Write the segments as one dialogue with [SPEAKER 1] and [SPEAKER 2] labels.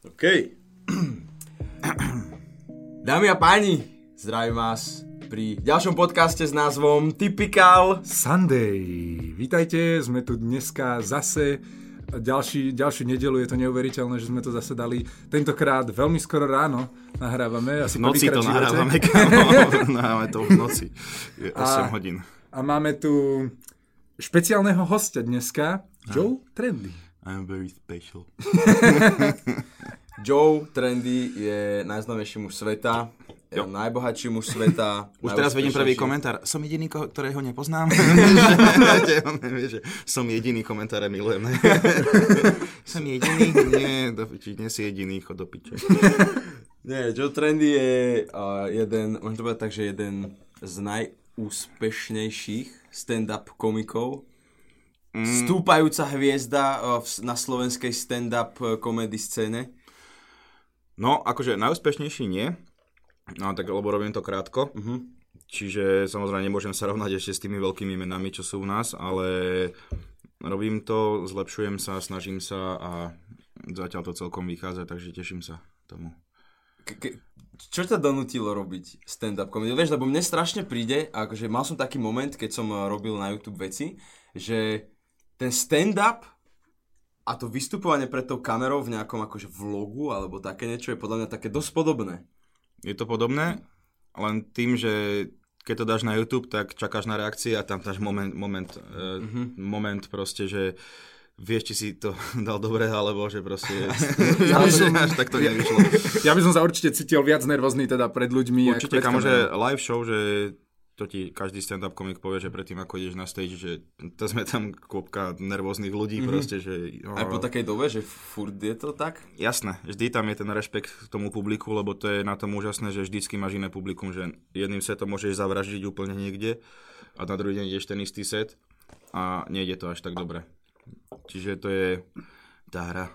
[SPEAKER 1] OK.
[SPEAKER 2] Dámy a páni, zdravím vás pri ďalšom podcaste s názvom Typical.
[SPEAKER 3] Sunday. Vítajte, sme tu dneska zase ďalší, ďalšiu nedelu, je to neuveriteľné, že sme to zase dali tentokrát veľmi skoro ráno nahrávame. Asi
[SPEAKER 1] V noci
[SPEAKER 3] prvýkrát
[SPEAKER 1] to
[SPEAKER 3] v živote.
[SPEAKER 1] nahrávame, kámo. Nahrávame to v noci. Je 8
[SPEAKER 3] A-
[SPEAKER 1] hodín.
[SPEAKER 3] A máme tu špeciálneho hostia dneska, Joe Trendy.
[SPEAKER 1] I'm very special.
[SPEAKER 2] Joe Trendy je najznámejší muž sveta, je najbohatší muž sveta.
[SPEAKER 1] Už teraz vedím prvý
[SPEAKER 2] najúspešnejší.
[SPEAKER 1] komentár. Som jediný, ko- ktorého nepoznám. Že- že on nevie, že som jediný komentáre milujem. ne? som jediný? Nie, do piči, nie si jediný, chod do piče.
[SPEAKER 2] Nie, Joe Trendy je uh, jeden, môžem to povedať tak, že jeden z najúspešnejších stand-up komikov.
[SPEAKER 1] Mm.
[SPEAKER 2] Stúpajúca hviezda uh, v, na slovenskej stand-up eh, komedy scéne.
[SPEAKER 1] No, akože najúspešnejší nie. No, tak lebo robím to krátko. Čiže samozrejme nemôžem sa rovnať ešte s tými veľkými menami, čo sú u nás, ale robím to, zlepšujem sa, snažím sa a zatiaľ to celkom vychádza, takže teším sa tomu.
[SPEAKER 2] Ke- ke- čo ťa donútilo robiť stand-up komediu? Vieš, lebo mne strašne príde, akože mal som taký moment, keď som eh, robil na YouTube veci, že ten stand-up a to vystupovanie pred tou kamerou v nejakom akože vlogu alebo také niečo je podľa mňa také dosť podobné.
[SPEAKER 1] Je to podobné, len tým, že keď to dáš na YouTube, tak čakáš na reakcie a tam dáš moment, moment, eh, moment proste, že vieš, či si to dal dobre, alebo že proste ja, až tak to nevyšlo.
[SPEAKER 3] Ja by som sa určite cítil viac nervózny teda pred ľuďmi. ako
[SPEAKER 1] Určite,
[SPEAKER 3] pred
[SPEAKER 1] kamo,
[SPEAKER 3] kamerou.
[SPEAKER 1] že live show, že to ti každý stand-up komik povie, že predtým ako ideš na stage, že to sme tam kôpka nervóznych ľudí mm-hmm. proste, že...
[SPEAKER 2] Aj po takej dobe, že furt je to tak.
[SPEAKER 1] Jasné, vždy tam je ten rešpekt k tomu publiku, lebo to je na tom úžasné, že vždycky máš iné publikum, že jedným setom môžeš zavraždiť úplne niekde a na druhý deň ideš ten istý set a nejde to až tak dobre. Čiže to je tá hra.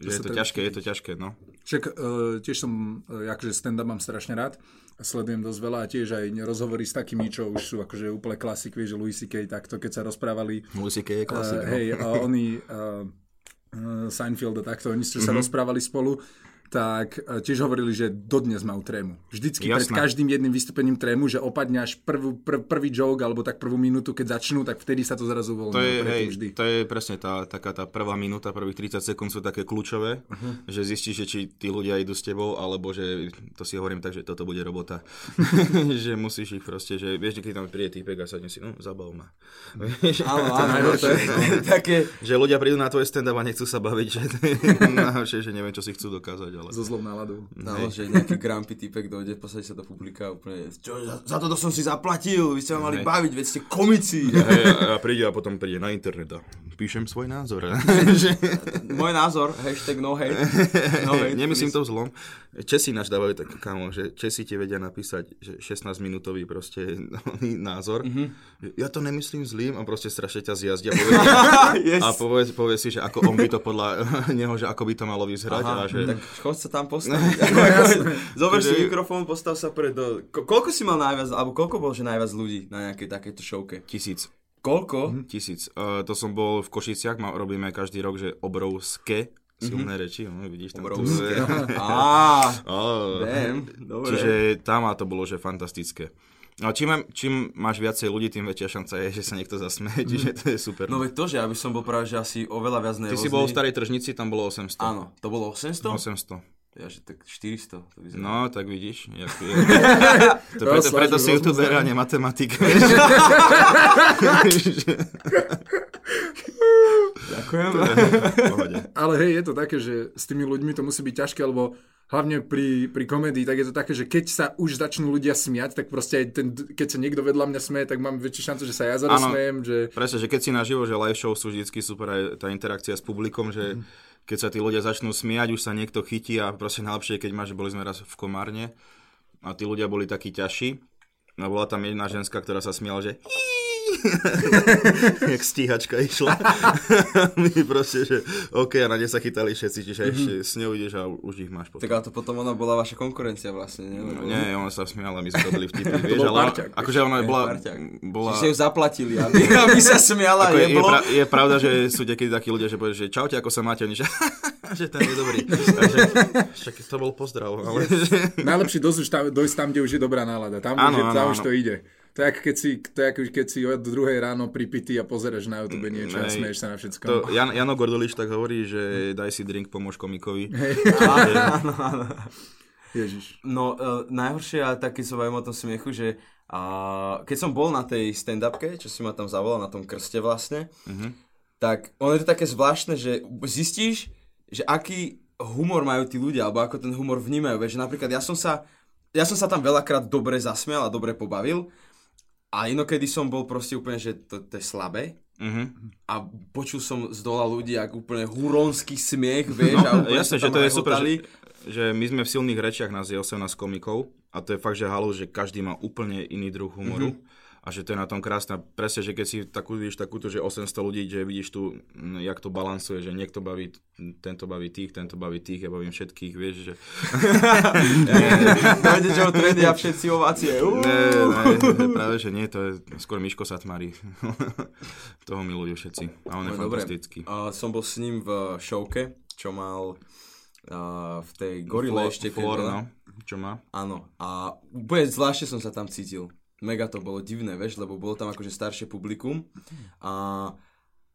[SPEAKER 1] Že je
[SPEAKER 3] sa
[SPEAKER 1] to
[SPEAKER 3] tak
[SPEAKER 1] ťažké, je to ťažké, no.
[SPEAKER 3] Však uh, tiež som, uh, akože stand-up mám strašne rád a sledujem dosť veľa a tiež aj rozhovory s takými, čo už sú akože úplne klasik, vieš, že Louis C.K. takto, keď sa rozprávali,
[SPEAKER 1] Musíke je
[SPEAKER 3] uh, hej, a oni, uh, uh, Seinfeld a takto, oni čo sa
[SPEAKER 1] Mhm.
[SPEAKER 3] rozprávali spolu, tak uh, tiež hovorili, že dodnes majú trému. Vždycky pred
[SPEAKER 1] Jasné.
[SPEAKER 3] každým jedným vystúpením trému, že opadne až prvú, prv, prvý joke alebo tak prvú minútu, keď začnú, tak vtedy sa to zrazu uvoľní.
[SPEAKER 1] To je,
[SPEAKER 3] Predtým
[SPEAKER 1] hej,
[SPEAKER 3] vždy.
[SPEAKER 1] to je presne tá, taká tá prvá minúta, prvých 30 sekúnd sú také kľúčové, uh-huh. že zistíš, že či tí ľudia idú s tebou, alebo že, to si hovorím tak, že toto bude robota. že musíš ich proste, že vieš, že keď tam príde týpek a sadne si, no, zabav ma. Vieš?
[SPEAKER 2] Áno, áno, to je také,
[SPEAKER 1] že ľudia prídu na tvoje stand-up a nechcú sa baviť, že, to je najhoršie, že neviem, čo si chcú dokázať, ale...
[SPEAKER 3] So zlou náladou.
[SPEAKER 2] No, že nejaký grumpy typek dojde, posadí sa do publika a úplne, čo, za, za toto som si zaplatil, vy ste ma mali baviť, veď ste komici.
[SPEAKER 1] Hej, a, a príde a potom príde na internet a píšem svoj názor.
[SPEAKER 2] Môj názor, hashtag no hate. No
[SPEAKER 1] Hej,
[SPEAKER 2] hate,
[SPEAKER 1] Nemyslím
[SPEAKER 2] please.
[SPEAKER 1] to vzlom. Česi náš dávajú tak, kámo, že Česi ti vedia napísať že 16-minútový proste názor.
[SPEAKER 2] Mhm.
[SPEAKER 1] Mm-hmm. Ja to nemyslím zlým a proste strašne ťa zjazdia. Povie,
[SPEAKER 2] yes.
[SPEAKER 1] a povie, povie si, že ako on by to podľa neho, že ako by to malo vyzerať.
[SPEAKER 2] Aha,
[SPEAKER 1] a že,
[SPEAKER 2] tak chod sa tam postaviť.
[SPEAKER 1] No,
[SPEAKER 2] Zober si
[SPEAKER 1] Že-
[SPEAKER 2] mikrofón, postav sa pred... do- Ko- koľko si mal najviac, alebo koľko bol, že najviac ľudí na nejakej takejto showke?
[SPEAKER 1] Tisíc.
[SPEAKER 2] Koľko?
[SPEAKER 1] Tisíc. Uh, to som bol v Košiciach, ma, robíme každý rok, že obrovské silné mm-hmm. reči. No, vidíš tam
[SPEAKER 2] Mhm. Obrovské.
[SPEAKER 1] Tu,
[SPEAKER 2] Á,
[SPEAKER 1] Oh.
[SPEAKER 2] damn, dobre.
[SPEAKER 1] Čiže tam a to bolo, že fantastické. No, čím, mám- čím máš viacej ľudí, tým väčšia šanca je, že sa niekto zasmeje, čiže to je super.
[SPEAKER 2] No veď to, že ja by som bol práve, že asi oveľa viac
[SPEAKER 1] Ty
[SPEAKER 2] nervózny.
[SPEAKER 1] si bol v starej tržnici, tam bolo 800.
[SPEAKER 2] Áno, to bolo 800?
[SPEAKER 1] 800.
[SPEAKER 2] Ja, že tak 400. To vyzerá.
[SPEAKER 1] No, tak vidíš. Jak je. to
[SPEAKER 3] To
[SPEAKER 1] preto,
[SPEAKER 3] slážu
[SPEAKER 1] preto si
[SPEAKER 3] rozum
[SPEAKER 1] youtuber a nie matematik.
[SPEAKER 2] Ďakujem.
[SPEAKER 1] Pohode.
[SPEAKER 3] Ale hej, je to také, že s tými ľuďmi to musí byť ťažké, lebo hlavne pri, pri komedii, tak je to také, že keď sa už začnú ľudia smiať, tak proste aj ten, keď sa niekto vedľa mňa smeje, tak mám väčšiu šancu, že sa ja
[SPEAKER 1] Áno.
[SPEAKER 3] zarozumiem, že...
[SPEAKER 1] Presne, že keď si naživo, že live show sú vždycky super aj tá interakcia s publikom, že keď sa tí ľudia začnú smiať, už sa niekto chytí a proste najlepšie, je, keď máš, boli sme raz v Komárne a tí ľudia boli takí ťažší a bola tam jedna ženská, ktorá sa smiala, že jak stíhačka išla. My proste, že OK, a na ne sa chytali všetci, čiže ešte s ňou ideš a už ich máš potom.
[SPEAKER 2] Tak ale to potom ona bola vaša konkurencia vlastne, nie? Lebo...
[SPEAKER 1] Nie, ona sa smiala, my sme to boli vtipy, vieš,
[SPEAKER 3] bol
[SPEAKER 1] ale ona-
[SPEAKER 3] parťák,
[SPEAKER 1] akože ona bola,
[SPEAKER 2] parťák.
[SPEAKER 1] bola,
[SPEAKER 2] Že ste ju zaplatili, aby, aby sa smiala,
[SPEAKER 1] Ako je, je,
[SPEAKER 2] jeblo.
[SPEAKER 1] pra, je pravda, že sú niekedy takí ľudia, že povedia, že čaute, ako sa máte, oni že že ten je dobrý. Takže, však to bol pozdrav, ale...
[SPEAKER 3] Najlepšie dosť už tam, dojsť tam, kde už je dobrá nálada. Tam, áno,
[SPEAKER 1] Áno,
[SPEAKER 3] už, je- tam
[SPEAKER 1] áno,
[SPEAKER 3] už
[SPEAKER 1] áno.
[SPEAKER 3] to ide. To je, ako keď si, to je ako keď si od druhej ráno pripity a pozeráš na YouTube niečo a
[SPEAKER 1] nej,
[SPEAKER 3] smeješ sa na všetko.
[SPEAKER 1] Mm, To, Jan, Jano Gordoliš tak hovorí, že daj si drink, pomôž komikovi.
[SPEAKER 3] Ježiš.
[SPEAKER 2] No, uh, najhoršie, a taký som aj o tom smiechu, že uh, keď som bol na tej stand-upke, čo si ma tam zavolal, na tom krste vlastne, uh-huh.
[SPEAKER 1] Mhm.
[SPEAKER 2] tak ono je to také zvláštne, že zistíš, že aký humor majú tí ľudia, alebo ako ten humor vnímajú. Vieš, že napríklad ja som sa, ja som sa tam veľakrát dobre zasmial a dobre pobavil, a inokedy som bol proste úplne, že to, to je slabé.
[SPEAKER 1] Mhm.
[SPEAKER 2] A počul som z dola ľudí, ak úplne huronský smiech, vieš, a
[SPEAKER 1] No,
[SPEAKER 2] úplne
[SPEAKER 1] jasne,
[SPEAKER 2] sa
[SPEAKER 1] že
[SPEAKER 2] tam
[SPEAKER 1] to je
[SPEAKER 2] aj
[SPEAKER 1] super,
[SPEAKER 2] hotali.
[SPEAKER 1] že, že my sme v silných rečiach nás je 18 komikov a to je fakt, že halu, že každý má úplne iný druh humoru. Mm-hmm. A že to je na tom krásne. A Presne, že keď si takú vidíš takúto, že 800 ľudí, že vidíš tu, mm, jak to balansuje, že niekto baví, tento baví tých, tento baví tých, ja bavím všetkých, vieš, že...
[SPEAKER 2] Dojde Joe Trendy a všetci ovácie. Uú.
[SPEAKER 1] Ne, ne, práve, že nie, to je skôr Miško Satmári. Toho milujú všetci. A on je
[SPEAKER 2] No, dobre.
[SPEAKER 1] fantastický.
[SPEAKER 2] A som bol s ním v showke, čo mal a, v tej gorile
[SPEAKER 1] Flo-
[SPEAKER 2] ešte. keď
[SPEAKER 1] Flor,
[SPEAKER 2] bola.
[SPEAKER 1] no, čo má?
[SPEAKER 2] Áno. A úplne zvláštne som sa tam cítil. Mega to bolo divné, vieš, lebo bolo tam akože staršie publikum. A,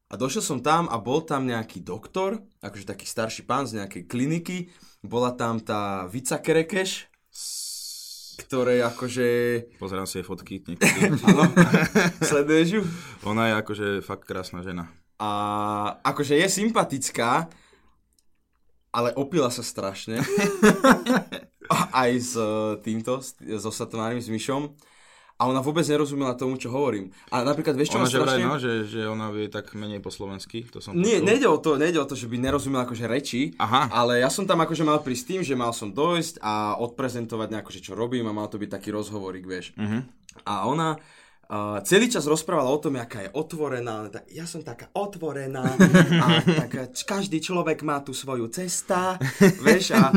[SPEAKER 2] a došiel som tam a bol tam nejaký doktor, akože taký starší pán z nejakej kliniky. Bola tam tá Vica Kerekeš, ktorej akože...
[SPEAKER 1] Pozerám si jej fotky niekedy.
[SPEAKER 2] Áno, sleduješ ju?
[SPEAKER 1] Ona je akože fakt krásna žena.
[SPEAKER 2] A akože je sympatická, ale opila sa strašne. A aj s e, týmto, s- so Satmárim, s Myšom. A ona vôbec nerozumela tomu, čo hovorím. A napríklad, vieš čo,
[SPEAKER 1] Ona
[SPEAKER 2] ma
[SPEAKER 1] že vraj,
[SPEAKER 2] strašne...
[SPEAKER 1] no, že, že ona vie tak menej po slovensky, to som
[SPEAKER 2] Nie,
[SPEAKER 1] počul.
[SPEAKER 2] nejde o to, nejde o to, že by nerozumel akože reči,
[SPEAKER 1] Aha.
[SPEAKER 2] ale ja som tam akože mal prísť tým, že mal som dojsť a odprezentovať nejako, že čo robím a mal to byť taký rozhovorík, vieš.
[SPEAKER 1] Mhm.
[SPEAKER 2] Uh-huh. A ona uh, celý čas rozprávala o tom, aká je otvorená, ona tak, ja som taká otvorená a tak č- každý človek má tu svoju cesta, vieš, a,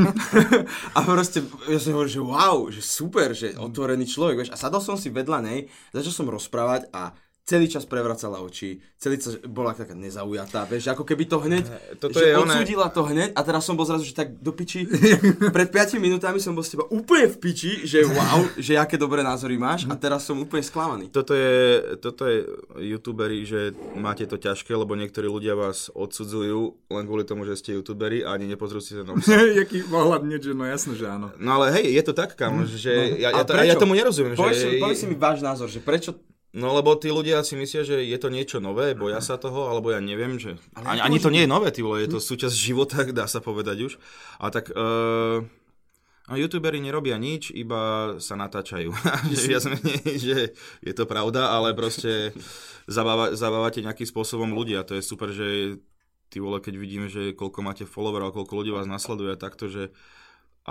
[SPEAKER 2] a proste ja som hovoril, že wow, že super, že otvorený človek, vieš, a sadol som si vedľa nej, začal som rozprávať a celý čas prevracala oči, celý čas bola taká nezaujatá, vieš, ako keby to hneď,
[SPEAKER 1] toto
[SPEAKER 2] že
[SPEAKER 1] je ono-
[SPEAKER 2] odsúdila to hneď a teraz som bol zrazu, že tak do piči, pred 5 minútami som bol s teba úplne v piči, že wow, že aké dobré názory máš a teraz som úplne sklamaný.
[SPEAKER 1] Toto je, toto je youtuberi, že máte to ťažké, lebo niektorí ľudia vás odsudzujú len kvôli tomu, že ste youtuberi a ani nepozrú si ten obsah.
[SPEAKER 3] Jaký pohľad niečo, no jasno, že áno.
[SPEAKER 1] No ale hej, je to tak, kam, že ja,
[SPEAKER 2] No. A
[SPEAKER 1] ja, to,
[SPEAKER 2] prečo?
[SPEAKER 1] ja tomu nerozumiem.
[SPEAKER 2] Povedz si,
[SPEAKER 1] že
[SPEAKER 2] povedz si mi váš názor, že prečo...
[SPEAKER 1] No lebo tí ľudia si myslia, že je to niečo nové, boja sa toho, alebo ja neviem, že... Ani, ani to nie je nové, ty vole, je to súčasť života, dá sa povedať už. A tak... Uh... A youtuberi nerobia nič, iba sa natáčajú. že, viac menej, že je to pravda, ale proste zabáva, zabávate nejakým spôsobom ľudia. To je super, že ty vole, keď vidíme, že koľko máte followerov, koľko ľudí vás nasleduje a takto, že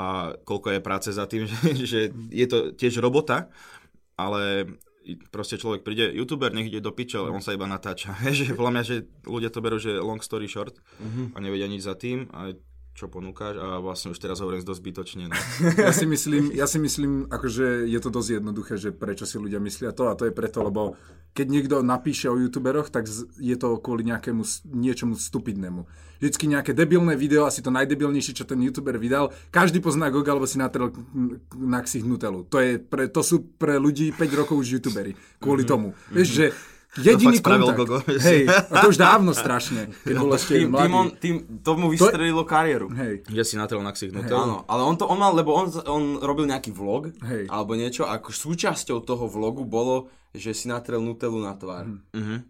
[SPEAKER 1] a koľko je práce za tým, že, že je to tiež robota, ale i- proste človek príde, youtuber nech ide do piče, ale on sa iba natáča. že podľa mňa, že ľudia to berú, že long story short a nevedia nič za tým a čo ponúkaš a vlastne už teraz hovorím dosť zbytočne. No.
[SPEAKER 3] Ja si myslím, ja si myslím akože je to dosť jednoduché, že prečo si ľudia myslia to a to je preto, lebo keď niekto napíše o youtuberoch, tak z- je to kvôli nejakému s- niečomu stupidnému. Vždycky nejaké debilné video, asi to najdebilnejšie, čo ten youtuber vydal. Každý pozná Goga, alebo si natrel k- na ksich Nutellu. To, je pre, to sú pre ľudí 5 rokov už youtuberi.
[SPEAKER 1] Mhm.
[SPEAKER 3] Kvôli tomu. Vieš, že jediný
[SPEAKER 1] fakt spravil
[SPEAKER 3] kontakt.
[SPEAKER 1] Gogo, No, že si-
[SPEAKER 3] Hej, a to už dávno strašne, keď bol ešte
[SPEAKER 2] Tým, tým, on,
[SPEAKER 3] mladý.
[SPEAKER 2] tým, tomu vystrelilo kariéru.
[SPEAKER 3] Hej.
[SPEAKER 1] Že si natrel na ksich nutel.
[SPEAKER 2] Áno, ale on to on mal, lebo on, on robil nejaký vlog,
[SPEAKER 3] Hej.
[SPEAKER 2] alebo niečo, a ako súčasťou toho vlogu bolo, že si natrel Nutellu na tvár.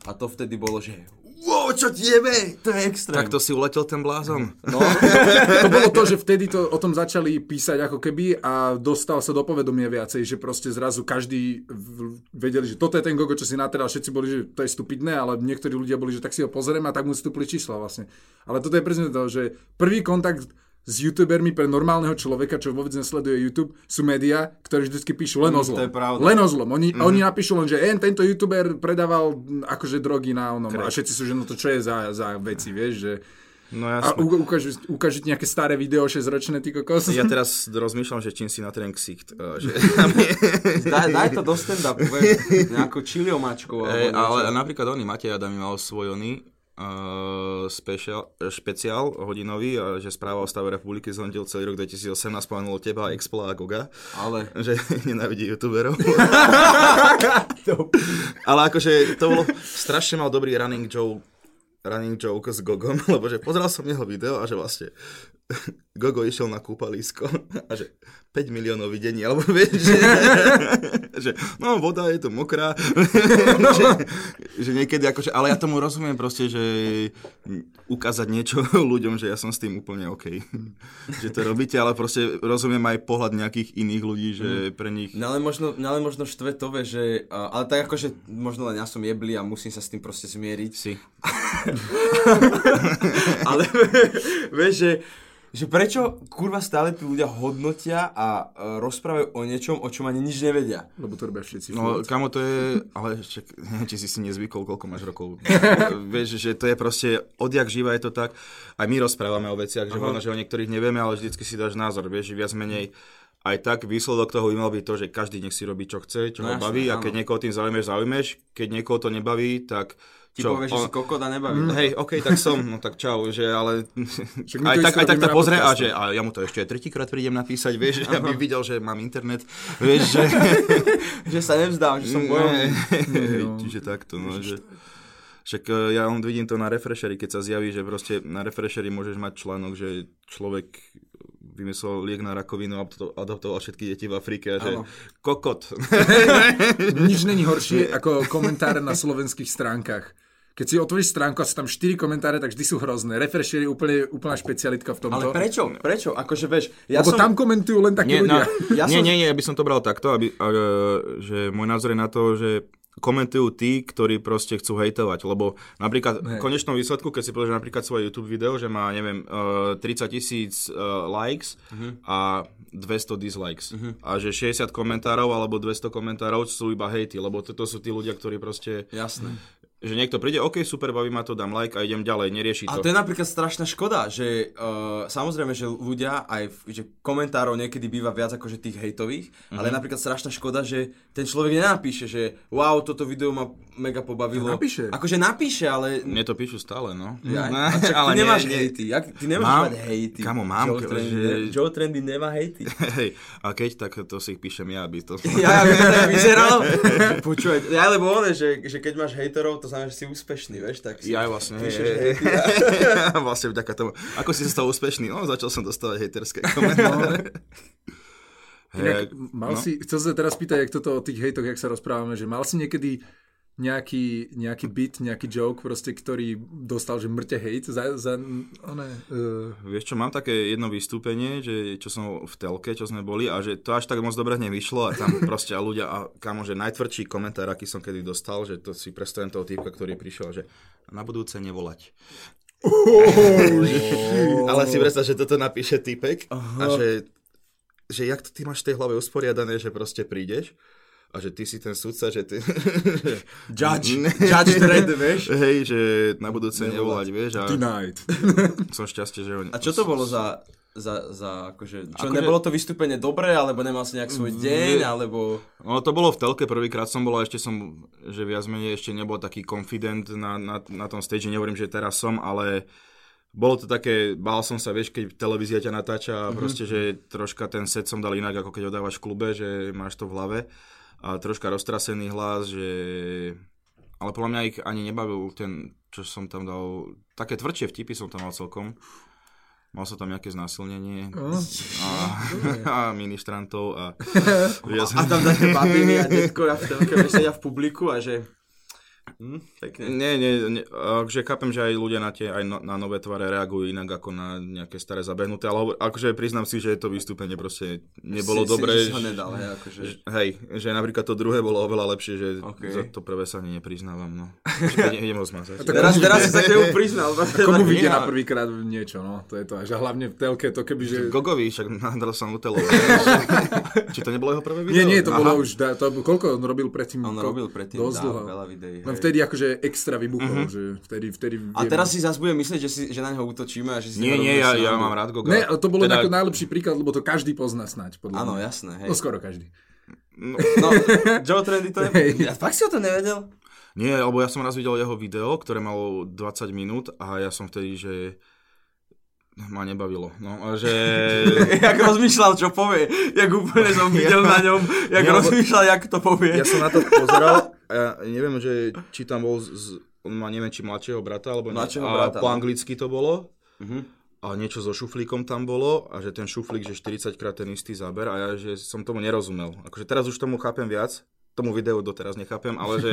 [SPEAKER 2] A to vtedy bolo, že Mhm. wow, čo ti jebe, to je extrém.
[SPEAKER 1] Tak to si uletel ten blázon.
[SPEAKER 3] No, to bolo to, že vtedy to o tom začali písať ako keby a dostal sa do povedomia viacej, že proste zrazu každý v- vedeli, že toto je ten gogo, čo si nateral, všetci boli, že to je stupidné, ale niektorí ľudia boli, že tak si ho pozrieme a tak mu stúpli čísla vlastne. Ale toto je presne to, že prvý kontakt s youtubermi pre normálneho človeka, čo vôbec nesleduje YouTube, sú médiá, ktoré vždycky píšu len o
[SPEAKER 2] Mm,
[SPEAKER 3] zlom.
[SPEAKER 2] to je pravda. Mhm.
[SPEAKER 3] Len o zlom. Oni, mm-hmm. oni napíšu len, že en, tento youtuber predával mm, akože drogy na onom. A všetci sú, že no to čo je za, za veci, vieš, že...
[SPEAKER 1] No
[SPEAKER 3] A
[SPEAKER 1] jasne.
[SPEAKER 3] u, ukážu, ukážu ti nejaké staré video, 6-ročné, ty kokos?
[SPEAKER 1] Ja teraz rozmýšľam, že čím si natriem ksicht. eh, Že...
[SPEAKER 2] Daj, daj to do stand-upu, vieš, nejakou čiliomačkou.
[SPEAKER 1] Hej,
[SPEAKER 2] alebo niečo.
[SPEAKER 1] ale napríklad oni, Matej Adam mal svoj oný, uh, special, špeciál hodinový, a že správa o stave republiky zhodnotil celý rok 2018, spomenul teba, Expla a Goga,
[SPEAKER 2] Ale
[SPEAKER 1] že nenávidí youtuberov. Ale akože to bolo, strašne mal dobrý running joke, running joke s Gogom, lebo že pozeral som jeho video a že vlastne Gogo išiel na kúpalisko a že 5 miliónov videní, alebo vieš, že, že no voda je tu mokrá, že, že niekedy akože, ale ja tomu rozumiem proste, že ukázať niečo ľuďom, že ja som s tým úplne OK, že to robíte, ale proste rozumiem aj pohľad nejakých iných ľudí, že pre nich...
[SPEAKER 2] No ale možno, no ale možno štve to, vie, že, a- ale tak akože možno len ja som jebli a musím sa s tým proste zmieriť.
[SPEAKER 1] Si.
[SPEAKER 2] Ale vieš, že, že prečo kurva stále tí ľudia hodnotia a e, rozprávajú o niečom, o čom ani nič nevedia.
[SPEAKER 3] Lebo to robia všetci.
[SPEAKER 1] No, kamo, to je, ale čak, neviem, či si si nezvykol, koľko máš rokov. Vieš, že to je proste, odjak živa je to tak. Aj my rozprávame o veciach, že možno, že o niektorých nevieme, ale vždycky si dáš názor, vieš, že viac menej aj tak výsledok toho by mal byť to, že každý nech si robí, čo chce, čo
[SPEAKER 2] No
[SPEAKER 1] no, ho
[SPEAKER 2] jasné,
[SPEAKER 1] baví a
[SPEAKER 2] áno.
[SPEAKER 1] keď niekoho tým zaujmeš, zaujmeš, keď niekoho to nebaví, tak
[SPEAKER 2] Ti povieš, že si kokot a nebaví.
[SPEAKER 1] Mm, Hej, OK, tak som, no tak čau, že ale
[SPEAKER 3] Však my
[SPEAKER 1] aj
[SPEAKER 3] to
[SPEAKER 1] tak,
[SPEAKER 3] isté
[SPEAKER 1] aj tak
[SPEAKER 3] robíme na
[SPEAKER 1] to pozrie a
[SPEAKER 3] podcaste.
[SPEAKER 1] že a ja mu to ešte aj tretíkrát prídem napísať, vieš, že aby videl, že mám internet, vieš, že...
[SPEAKER 2] Že sa nevzdám, že som
[SPEAKER 1] Mm,
[SPEAKER 2] bojovný.
[SPEAKER 1] Hej, Čiže takto, no, že... Však e, ja on vidím to na refresheri, keď sa zjaví, že proste na refresheri môžeš mať článok, že človek vymyslel liek na rakovinu a to adaptoval všetky deti v Afrike a že
[SPEAKER 2] Áno.
[SPEAKER 1] kokot.
[SPEAKER 3] Nič není horšie ako komentáre na slovenských stránkach. Keď si otvoríš stránku a sú tam 4 komentáre, tak vždy sú hrozné. Refresher je úplne, úplná špecialitka v tomto.
[SPEAKER 2] Ale prečo? Prečo? Akože vieš, ja
[SPEAKER 3] Lebo
[SPEAKER 2] som... no,
[SPEAKER 3] tam komentujú len takí
[SPEAKER 1] Nie,
[SPEAKER 3] ľudia.
[SPEAKER 1] na,
[SPEAKER 2] Ja
[SPEAKER 1] ja nie,
[SPEAKER 2] som-
[SPEAKER 1] nie, nie, ja by som to bral takto, aby, a, e, že môj názor je na to, že komentujú tí, ktorí proste chcú hejtovať, lebo napríklad v konečnom výsledku, keď si pozrieš napríklad svoje YouTube video, že má, neviem, e, 30 tisíc likes
[SPEAKER 2] Mhm.
[SPEAKER 1] a 200 dislikes a že 60 komentárov alebo 200 komentárov sú iba hejty, lebo toto sú tí ľudia, ktorí proste,
[SPEAKER 2] Jasné.
[SPEAKER 1] že niekto príde, OK, super, baví ma to, dám like a idem ďalej, nerieši
[SPEAKER 2] A to
[SPEAKER 1] to.
[SPEAKER 2] je napríklad strašná škoda, že uh, samozrejme, že ľudia aj v, že komentárov niekedy býva viac ako že tých hejtových,
[SPEAKER 1] Mhm.
[SPEAKER 2] mm-hmm. ale je napríklad strašná škoda, že ten človek nenapíše, že wow, toto video ma mega pobavilo.
[SPEAKER 3] Napíše.
[SPEAKER 2] Akože napíše, ale...
[SPEAKER 1] Mne to píšu stále, no.
[SPEAKER 2] Ja,
[SPEAKER 1] No,
[SPEAKER 2] a čak, ale ty
[SPEAKER 1] nie,
[SPEAKER 2] nemáš
[SPEAKER 1] nie.
[SPEAKER 2] hejty. Jak, ty nemáš
[SPEAKER 1] Mám-
[SPEAKER 2] mať hejty.
[SPEAKER 1] Kamo, mám,
[SPEAKER 2] Joe
[SPEAKER 1] ke-
[SPEAKER 2] Trendy,
[SPEAKER 1] že-
[SPEAKER 2] ne- Joe Trendy nemá hejty.
[SPEAKER 1] Hej, a keď, tak to si ich píšem ja, aby to...
[SPEAKER 2] Ja, aby to tak vyzeralo. Počúvaj, ja lebo ono, že, že keď máš hejterov, to znamená, že si úspešný, vieš, tak si
[SPEAKER 1] Ja aj vlastne, hej,
[SPEAKER 2] píšeš
[SPEAKER 1] hej, hej.
[SPEAKER 2] hejty.
[SPEAKER 1] vlastne vďaka tomu. Ako si sa stal úspešný? No, začal som dostávať hejterské komentáre.
[SPEAKER 3] Inak,
[SPEAKER 1] Hej,
[SPEAKER 2] no.
[SPEAKER 3] mal si, chcel sa teraz pýtať, jak toto o tých hejtoch, jak sa rozprávame, že mal si niekedy nejaký, nejaký bit, nejaký joke, proste, ktorý dostal, že mŕte hejt za, za
[SPEAKER 2] No.
[SPEAKER 3] one, uh,
[SPEAKER 1] Vieš čo, mám také jedno vystúpenie, že čo som v telke, čo sme boli a že to až tak moc dobre nevyšlo a tam proste a ľudia, a kamo, že najtvrdší komentár, aký som kedy dostal, že to si predstavím toho týpka, ktorý prišiel, že na budúce nevolať.
[SPEAKER 2] Oh.
[SPEAKER 1] Ale si predstav, že toto napíše typek a že, že jak to ty máš v tej hlave usporiadané, že proste prídeš a že ty si ten sudca, že ty...
[SPEAKER 2] Judge, judge dread, vieš.
[SPEAKER 1] Hej, že na budúce nevolať, vieš. A
[SPEAKER 3] denied.
[SPEAKER 1] som šťastie, že...
[SPEAKER 2] A čo to bolo za, za, za akože, čo
[SPEAKER 1] Akože-
[SPEAKER 2] nebolo to vystúpenie dobré, alebo nemal si nejak svoj deň, alebo...
[SPEAKER 1] No to bolo v telke, prvýkrát som bol a ešte som, že viac menej ešte nebol taký confident na, na, na tom stage, nehovorím, že teraz som, ale bolo to také, bál som sa, vieš, keď televízia ťa natáča a proste, že troška ten set som dal inak, ako keď ho dávaš v klube, že máš to v hlave a troška roztrasený hlas, že... Ale podľa mňa ich ani nebavil ten, čo som tam dal, také tvrdšie vtipy som tam mal celkom. Mal som tam nejaké znásilnenie
[SPEAKER 3] No.
[SPEAKER 1] a, a ministrantov a... viac
[SPEAKER 2] A tam dáte babiny a detko a v telke sedia v publiku a že... Hm, pekne.
[SPEAKER 1] Nie, nie, nie. Akože chápem, že aj ľudia na tie, aj no, na nové tvare reagujú inak ako na nejaké staré zabehnuté, ale hovor- akože priznám si, že to vystúpenie proste nebolo
[SPEAKER 2] si,
[SPEAKER 1] dobré.
[SPEAKER 2] Si, že si ho nedal, hej, akože...
[SPEAKER 1] že- Hej, že napríklad to druhé bolo oveľa lepšie, že
[SPEAKER 2] Ok.
[SPEAKER 1] za to prvé sa ani nepriznávam, no. Že ne- Idem ho zmazať.
[SPEAKER 2] Teraz, teraz si sa k nemu priznal. no.
[SPEAKER 3] Komu
[SPEAKER 1] Teda Nie,
[SPEAKER 3] vidie
[SPEAKER 1] ale-
[SPEAKER 3] na prvýkrát niečo, no, to je to. Že hlavne v telke to keby, že...
[SPEAKER 1] Gogovi, však nadal sa Nutellou. Či to nebolo jeho prvé video?
[SPEAKER 3] Nie, nie, to
[SPEAKER 1] Aha.
[SPEAKER 3] bolo už, da, to, koľko on robil predtým?
[SPEAKER 2] On
[SPEAKER 3] Ko-
[SPEAKER 2] robil predtým
[SPEAKER 3] dosť
[SPEAKER 2] dá,
[SPEAKER 3] dlho.
[SPEAKER 2] veľa videí.
[SPEAKER 1] No
[SPEAKER 3] Len
[SPEAKER 2] hej.
[SPEAKER 3] vtedy akože extra vybuchol,
[SPEAKER 1] Mhm.
[SPEAKER 3] že vtedy, vtedy...
[SPEAKER 2] A teraz si zase budem myslieť, že, si, že na neho útočíme a že si...
[SPEAKER 1] Nie, nie, ja, ja mám rád Goga.
[SPEAKER 3] Ne, ale to bolo
[SPEAKER 1] Teda-
[SPEAKER 3] teda... najlepší príklad, lebo to každý pozná snáď, podľa
[SPEAKER 2] Áno,
[SPEAKER 3] mňa.
[SPEAKER 2] jasné, hej.
[SPEAKER 3] No skoro každý.
[SPEAKER 2] No, Joe Trendy to
[SPEAKER 3] Hej.
[SPEAKER 2] je... Ja, fakt si o to nevedel?
[SPEAKER 1] Nie, alebo ja som raz videl jeho video, ktoré malo 20 minút a ja som vtedy, že ma nebavilo. No, a že...
[SPEAKER 2] jak rozmýšľal, čo povie. Jak úplne som videl na ňom, jak
[SPEAKER 1] Nie, lebo-
[SPEAKER 2] rozmýšľal, jak to povie.
[SPEAKER 1] ja som na to pozeral a ja neviem, že či tam bol, z, z- on má neviem, či mladšieho brata, alebo
[SPEAKER 2] Mladšieho
[SPEAKER 1] a
[SPEAKER 2] brata,
[SPEAKER 1] po
[SPEAKER 2] no.
[SPEAKER 1] anglicky to bolo.
[SPEAKER 2] Mhm.
[SPEAKER 1] A niečo so šuflíkom tam bolo a že ten šuflík, že 40 krát ten istý záber a ja, že som tomu nerozumel. Akože teraz už tomu chápem viac, tomu videu doteraz nechápem, ale že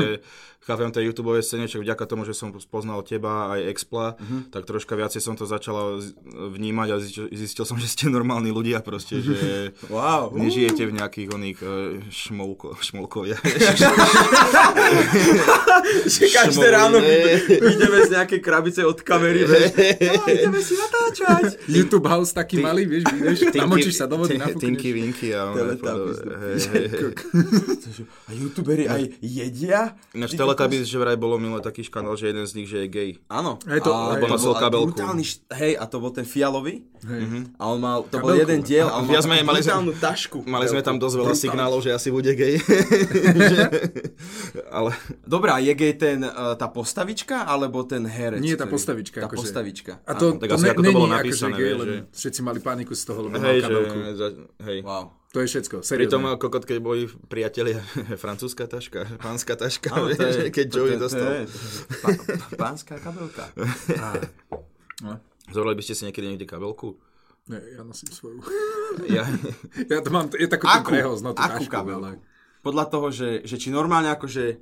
[SPEAKER 1] chápem tej YouTube scéne, že vďaka tomu, že som spoznal teba aj Expla, tak troška viacej som to začal z- vnímať a zistil, zistil som, že ste normálni ľudia proste, že
[SPEAKER 2] Wow.
[SPEAKER 1] nežijete v nejakých oných e, šmolko, šmolkoviach.
[SPEAKER 2] Že každé
[SPEAKER 1] Šmoly,
[SPEAKER 2] ráno
[SPEAKER 1] ne.
[SPEAKER 2] ideme z nejakej krabice od kamery, vieš. "No, ideme si natáčať.
[SPEAKER 3] YouTube House taký malý, vieš, vieš, namočíš sa do vody,
[SPEAKER 1] Tinky- Tinky,
[SPEAKER 3] nafúkneš.
[SPEAKER 1] vinky a...
[SPEAKER 2] Teletubbies.
[SPEAKER 1] Hej, hej, hej.
[SPEAKER 2] Cože, A youtuberi aj jedia? Ty
[SPEAKER 1] Ináč Teletubbies, že vraj bolo minulé taký škandál, že jeden z nich, že je gay.
[SPEAKER 2] kokos. Áno.
[SPEAKER 3] Aj to-
[SPEAKER 2] a,
[SPEAKER 3] Lebo
[SPEAKER 2] to
[SPEAKER 1] nosil
[SPEAKER 2] bol- a
[SPEAKER 1] kabelku.
[SPEAKER 2] brutálny št- Hej, a to bol ten fialový. Mhm.
[SPEAKER 3] Hej.
[SPEAKER 2] A on mal, to bol
[SPEAKER 3] Kabelku.
[SPEAKER 2] jeden diel, a on mal
[SPEAKER 1] Viac menej
[SPEAKER 2] takú
[SPEAKER 1] mali sme-
[SPEAKER 2] brutálnu tašku.
[SPEAKER 1] Mali sme tam dosť veľa
[SPEAKER 2] Brutálne.
[SPEAKER 1] signálov, že asi bude gay. Že- Ale
[SPEAKER 2] Dobrá, je gej ten, eh, tá postavička, alebo ten herec?
[SPEAKER 3] Nie, tá
[SPEAKER 2] ktorý-
[SPEAKER 3] postavička,
[SPEAKER 2] Tá
[SPEAKER 3] akože.
[SPEAKER 2] postavička.
[SPEAKER 3] A to,
[SPEAKER 1] Áno, tak
[SPEAKER 3] to,
[SPEAKER 1] asi
[SPEAKER 3] ne,
[SPEAKER 1] ako to bolo
[SPEAKER 3] není
[SPEAKER 1] napísané,
[SPEAKER 3] akože gej,
[SPEAKER 1] vieš,
[SPEAKER 3] len
[SPEAKER 1] že-
[SPEAKER 3] všetci mali paniku z toho, lebo mal
[SPEAKER 1] hej, že...
[SPEAKER 3] kabelku.
[SPEAKER 1] za- Hej.
[SPEAKER 2] Wow.
[SPEAKER 3] To je všetko,
[SPEAKER 1] Pritom eh,
[SPEAKER 3] seriózne.
[SPEAKER 1] kokot, keď boli priatelia, francúzska taška, pánska taška,
[SPEAKER 2] Áno, to je-
[SPEAKER 1] keď
[SPEAKER 2] to-
[SPEAKER 1] Joey
[SPEAKER 2] to- to je-
[SPEAKER 1] dostal.
[SPEAKER 2] pá- pá- Pánska kabelka.
[SPEAKER 3] No.
[SPEAKER 1] Zobrali by ste si niekedy niekde kabelku?
[SPEAKER 3] Ne, ja nosím svoju.
[SPEAKER 1] Ja,
[SPEAKER 3] Ja to mám, je takú
[SPEAKER 2] Akú?
[SPEAKER 3] prehoz, no tú
[SPEAKER 2] Akú
[SPEAKER 3] tašku,
[SPEAKER 2] kabelku?
[SPEAKER 3] ale-
[SPEAKER 2] Podľa toho, že, že či normálne akože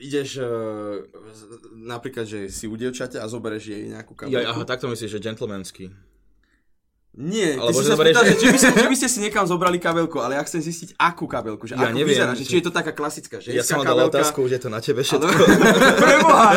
[SPEAKER 2] ideš eh, z- napríklad, že si u dievčate a zoberieš jej nejakú kabelku.
[SPEAKER 1] ja, aha, takto myslíš, že gentlemanský.
[SPEAKER 2] Nie, ty
[SPEAKER 1] Alebo
[SPEAKER 2] si
[SPEAKER 1] že
[SPEAKER 2] sa
[SPEAKER 1] zoberieš-
[SPEAKER 2] spýtal, že či by, ste, či by ste si niekam zobrali kabelku, ale ja chcem zistiť, akú kabelku, že
[SPEAKER 1] Ja
[SPEAKER 2] ako
[SPEAKER 1] neviem,
[SPEAKER 2] vyzerá, že či
[SPEAKER 1] či-
[SPEAKER 2] je to taká klasická ženská
[SPEAKER 1] Ja som vám dal
[SPEAKER 2] kabelka.
[SPEAKER 1] otázku, že je to na tebe všetko.
[SPEAKER 2] Preboha!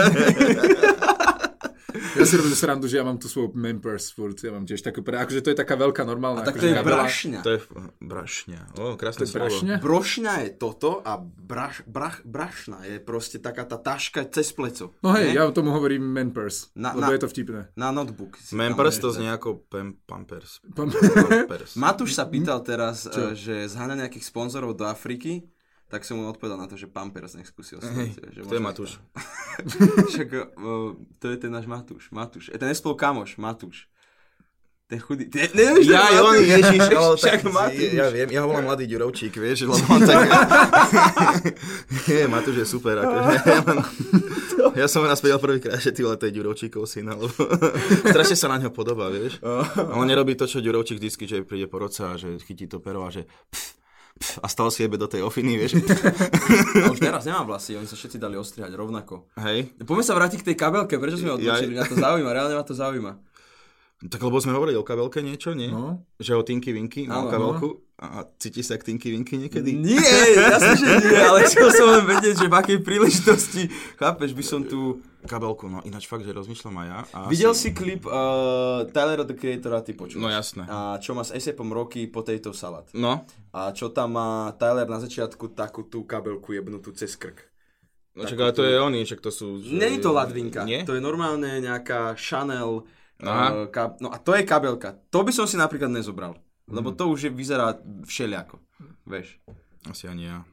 [SPEAKER 3] Ja si robím srandu, že ja mám tú svoju man purse furt, ja mám tiež takú pre... Akože to je taká veľká normálna...
[SPEAKER 2] Tak to
[SPEAKER 3] akože
[SPEAKER 2] je
[SPEAKER 3] kabela.
[SPEAKER 2] brašňa.
[SPEAKER 1] To je brašňa. O, krásne slovo.
[SPEAKER 3] Brašňa?
[SPEAKER 2] Brošňa je toto a braš, brach, brašna je proste taká tá taška cez pleco.
[SPEAKER 3] No hej,
[SPEAKER 2] ne?
[SPEAKER 3] ja tomu hovorím man purse,
[SPEAKER 2] Na-
[SPEAKER 3] lebo
[SPEAKER 2] na-
[SPEAKER 3] je to vtipné.
[SPEAKER 2] Na notebook. si tam
[SPEAKER 1] Mampers to
[SPEAKER 2] môžeš dať.
[SPEAKER 1] znie ako pam, pampers.
[SPEAKER 3] Pam-
[SPEAKER 1] pampers.
[SPEAKER 2] Matúš sa pýtal teraz, eh, že zháňa nejakých sponzorov do Afriky, tak som mu odpovedal na to, že Pampers nech skúsi osloviť. eh, že
[SPEAKER 1] To je
[SPEAKER 2] možno-
[SPEAKER 1] Matúš.
[SPEAKER 2] Však, eh, to je ten náš Matúš. Matúš. E, ten nespol kamoš, Matúš. Ten chudý. Ty, ne, nevieš,
[SPEAKER 1] Ja,
[SPEAKER 2] ten
[SPEAKER 1] on,
[SPEAKER 2] Matúš.
[SPEAKER 1] ježiš, ale
[SPEAKER 2] Však
[SPEAKER 1] tak,
[SPEAKER 2] Matúš.
[SPEAKER 1] ja viem, ja ho volám mladý Ďurovčík, vieš, lebo on tak... Nie, Matúš je super, akože. Ja som raz povedal prvýkrát, že ty vole, to je Ďurovčíkov syn, lebo strašne sa na ňo podobá, vieš. A on nerobí to, čo Ďurovčík vždycky, že príde po roce a že chytí to pero a že pf, pf, a stal si jebe do tej ofiny, vieš.
[SPEAKER 2] A Už teraz nemá vlasy, oni sa všetci dali ostrihať rovnako.
[SPEAKER 1] Hej.
[SPEAKER 2] Poďme sa vrátiť k tej kabelke, prečo sme ho
[SPEAKER 1] Ja-
[SPEAKER 2] odločili, mňa to zaujíma, reálne ma to zaujíma.
[SPEAKER 1] Tak lebo sme hovorili o kabelke niečo, nie?
[SPEAKER 3] No.
[SPEAKER 1] Že o Tinky Vinky,
[SPEAKER 2] Áno,
[SPEAKER 1] o kabelku. A cíti sa k Tinky Vinky niekedy?
[SPEAKER 2] Nie, jasne, že nie, ale chcel som len vedieť, že v akej príležitosti, chápeš, by som tu...
[SPEAKER 1] Kabelku, no ináč fakt, že rozmýšľam aj ja. A
[SPEAKER 2] Videl si klip uh, Tylera, the Creatora, ty počúvaš.
[SPEAKER 1] No jasné.
[SPEAKER 2] A čo má s Esepom Rocky Potato Salad.
[SPEAKER 1] No,
[SPEAKER 2] A čo tam má Tyler na začiatku takú tú kabelku jebnutú cez krk.
[SPEAKER 1] no čak, ale to je oni, čak to sú... že-
[SPEAKER 2] Není to ladvinka,
[SPEAKER 1] Nie?
[SPEAKER 2] to je normálne nejaká Chanel, uh,
[SPEAKER 1] Aha.
[SPEAKER 2] kab- no a to je kabelka. To by som si napríklad nezobral, lebo
[SPEAKER 1] Hmm.
[SPEAKER 2] to už je, vyzerá všeliako, vieš.
[SPEAKER 1] Asi ani ja.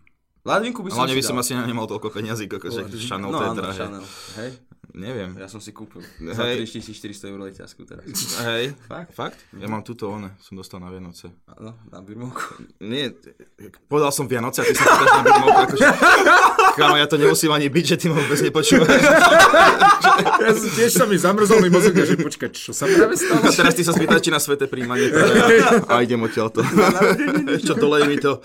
[SPEAKER 2] Ladvinku by som
[SPEAKER 1] Hlavne
[SPEAKER 2] si
[SPEAKER 1] by som
[SPEAKER 2] dal.
[SPEAKER 1] asi na nemal toľko peňazí, ako že Chanel
[SPEAKER 2] no,
[SPEAKER 1] to je
[SPEAKER 2] áno,
[SPEAKER 1] drahé.
[SPEAKER 2] Chanel, hej.
[SPEAKER 1] Neviem.
[SPEAKER 2] Ja som si kúpil
[SPEAKER 1] Hej.
[SPEAKER 2] za 3400 eur leťazku teraz.
[SPEAKER 1] Hej.
[SPEAKER 2] Fakt?
[SPEAKER 1] Fakt? Ja mám túto one, som dostal na Vianoce.
[SPEAKER 2] No, na birmovku.
[SPEAKER 1] Nie, povedal som Vianoce a ty sa pýtaš na Birmovku, akože... Kámo, ja to nemusím ani byť, že ty ma vôbec nepočúvaš.
[SPEAKER 3] Ja som tiež sa mi zamrzol mi mozog, že počkaj, čo sa práve stalo?
[SPEAKER 1] A teraz ty sa spýtaš, či na sveté príjmanie teda. A idem odtiaľ to. Čo, dolej mi to.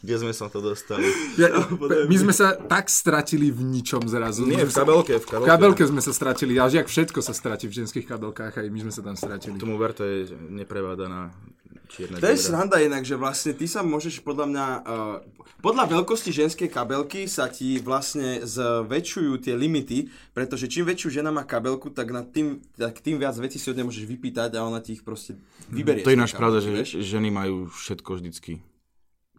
[SPEAKER 1] Kde sme sa to dostali?
[SPEAKER 3] Ja,
[SPEAKER 2] No,
[SPEAKER 3] my sme sa tak stratili v ničom zrazu.
[SPEAKER 1] Nie, v kabelke, v kabelke.
[SPEAKER 3] V kabelke sme sa stratili, až jak všetko sa stratí v ženských kabelkách, aj my sme sa tam stratili.
[SPEAKER 1] Tomu ver, to je neprevádaná čierna
[SPEAKER 2] To je
[SPEAKER 1] diera.
[SPEAKER 2] sranda inak, že vlastne ty sa môžeš podľa mňa, uh, podľa veľkosti ženskej kabelky sa ti vlastne zväčšujú tie limity, pretože čím väčšiu žena má kabelku, tak, nad tým, tak tým viac vecí si od nej môžeš vypýtať a ona ti ich proste vyberie.
[SPEAKER 1] Mm, To je
[SPEAKER 2] z tej
[SPEAKER 1] ináč
[SPEAKER 2] kabelky,
[SPEAKER 1] pravda, že
[SPEAKER 2] vieš?
[SPEAKER 1] ženy majú všetko vždycky.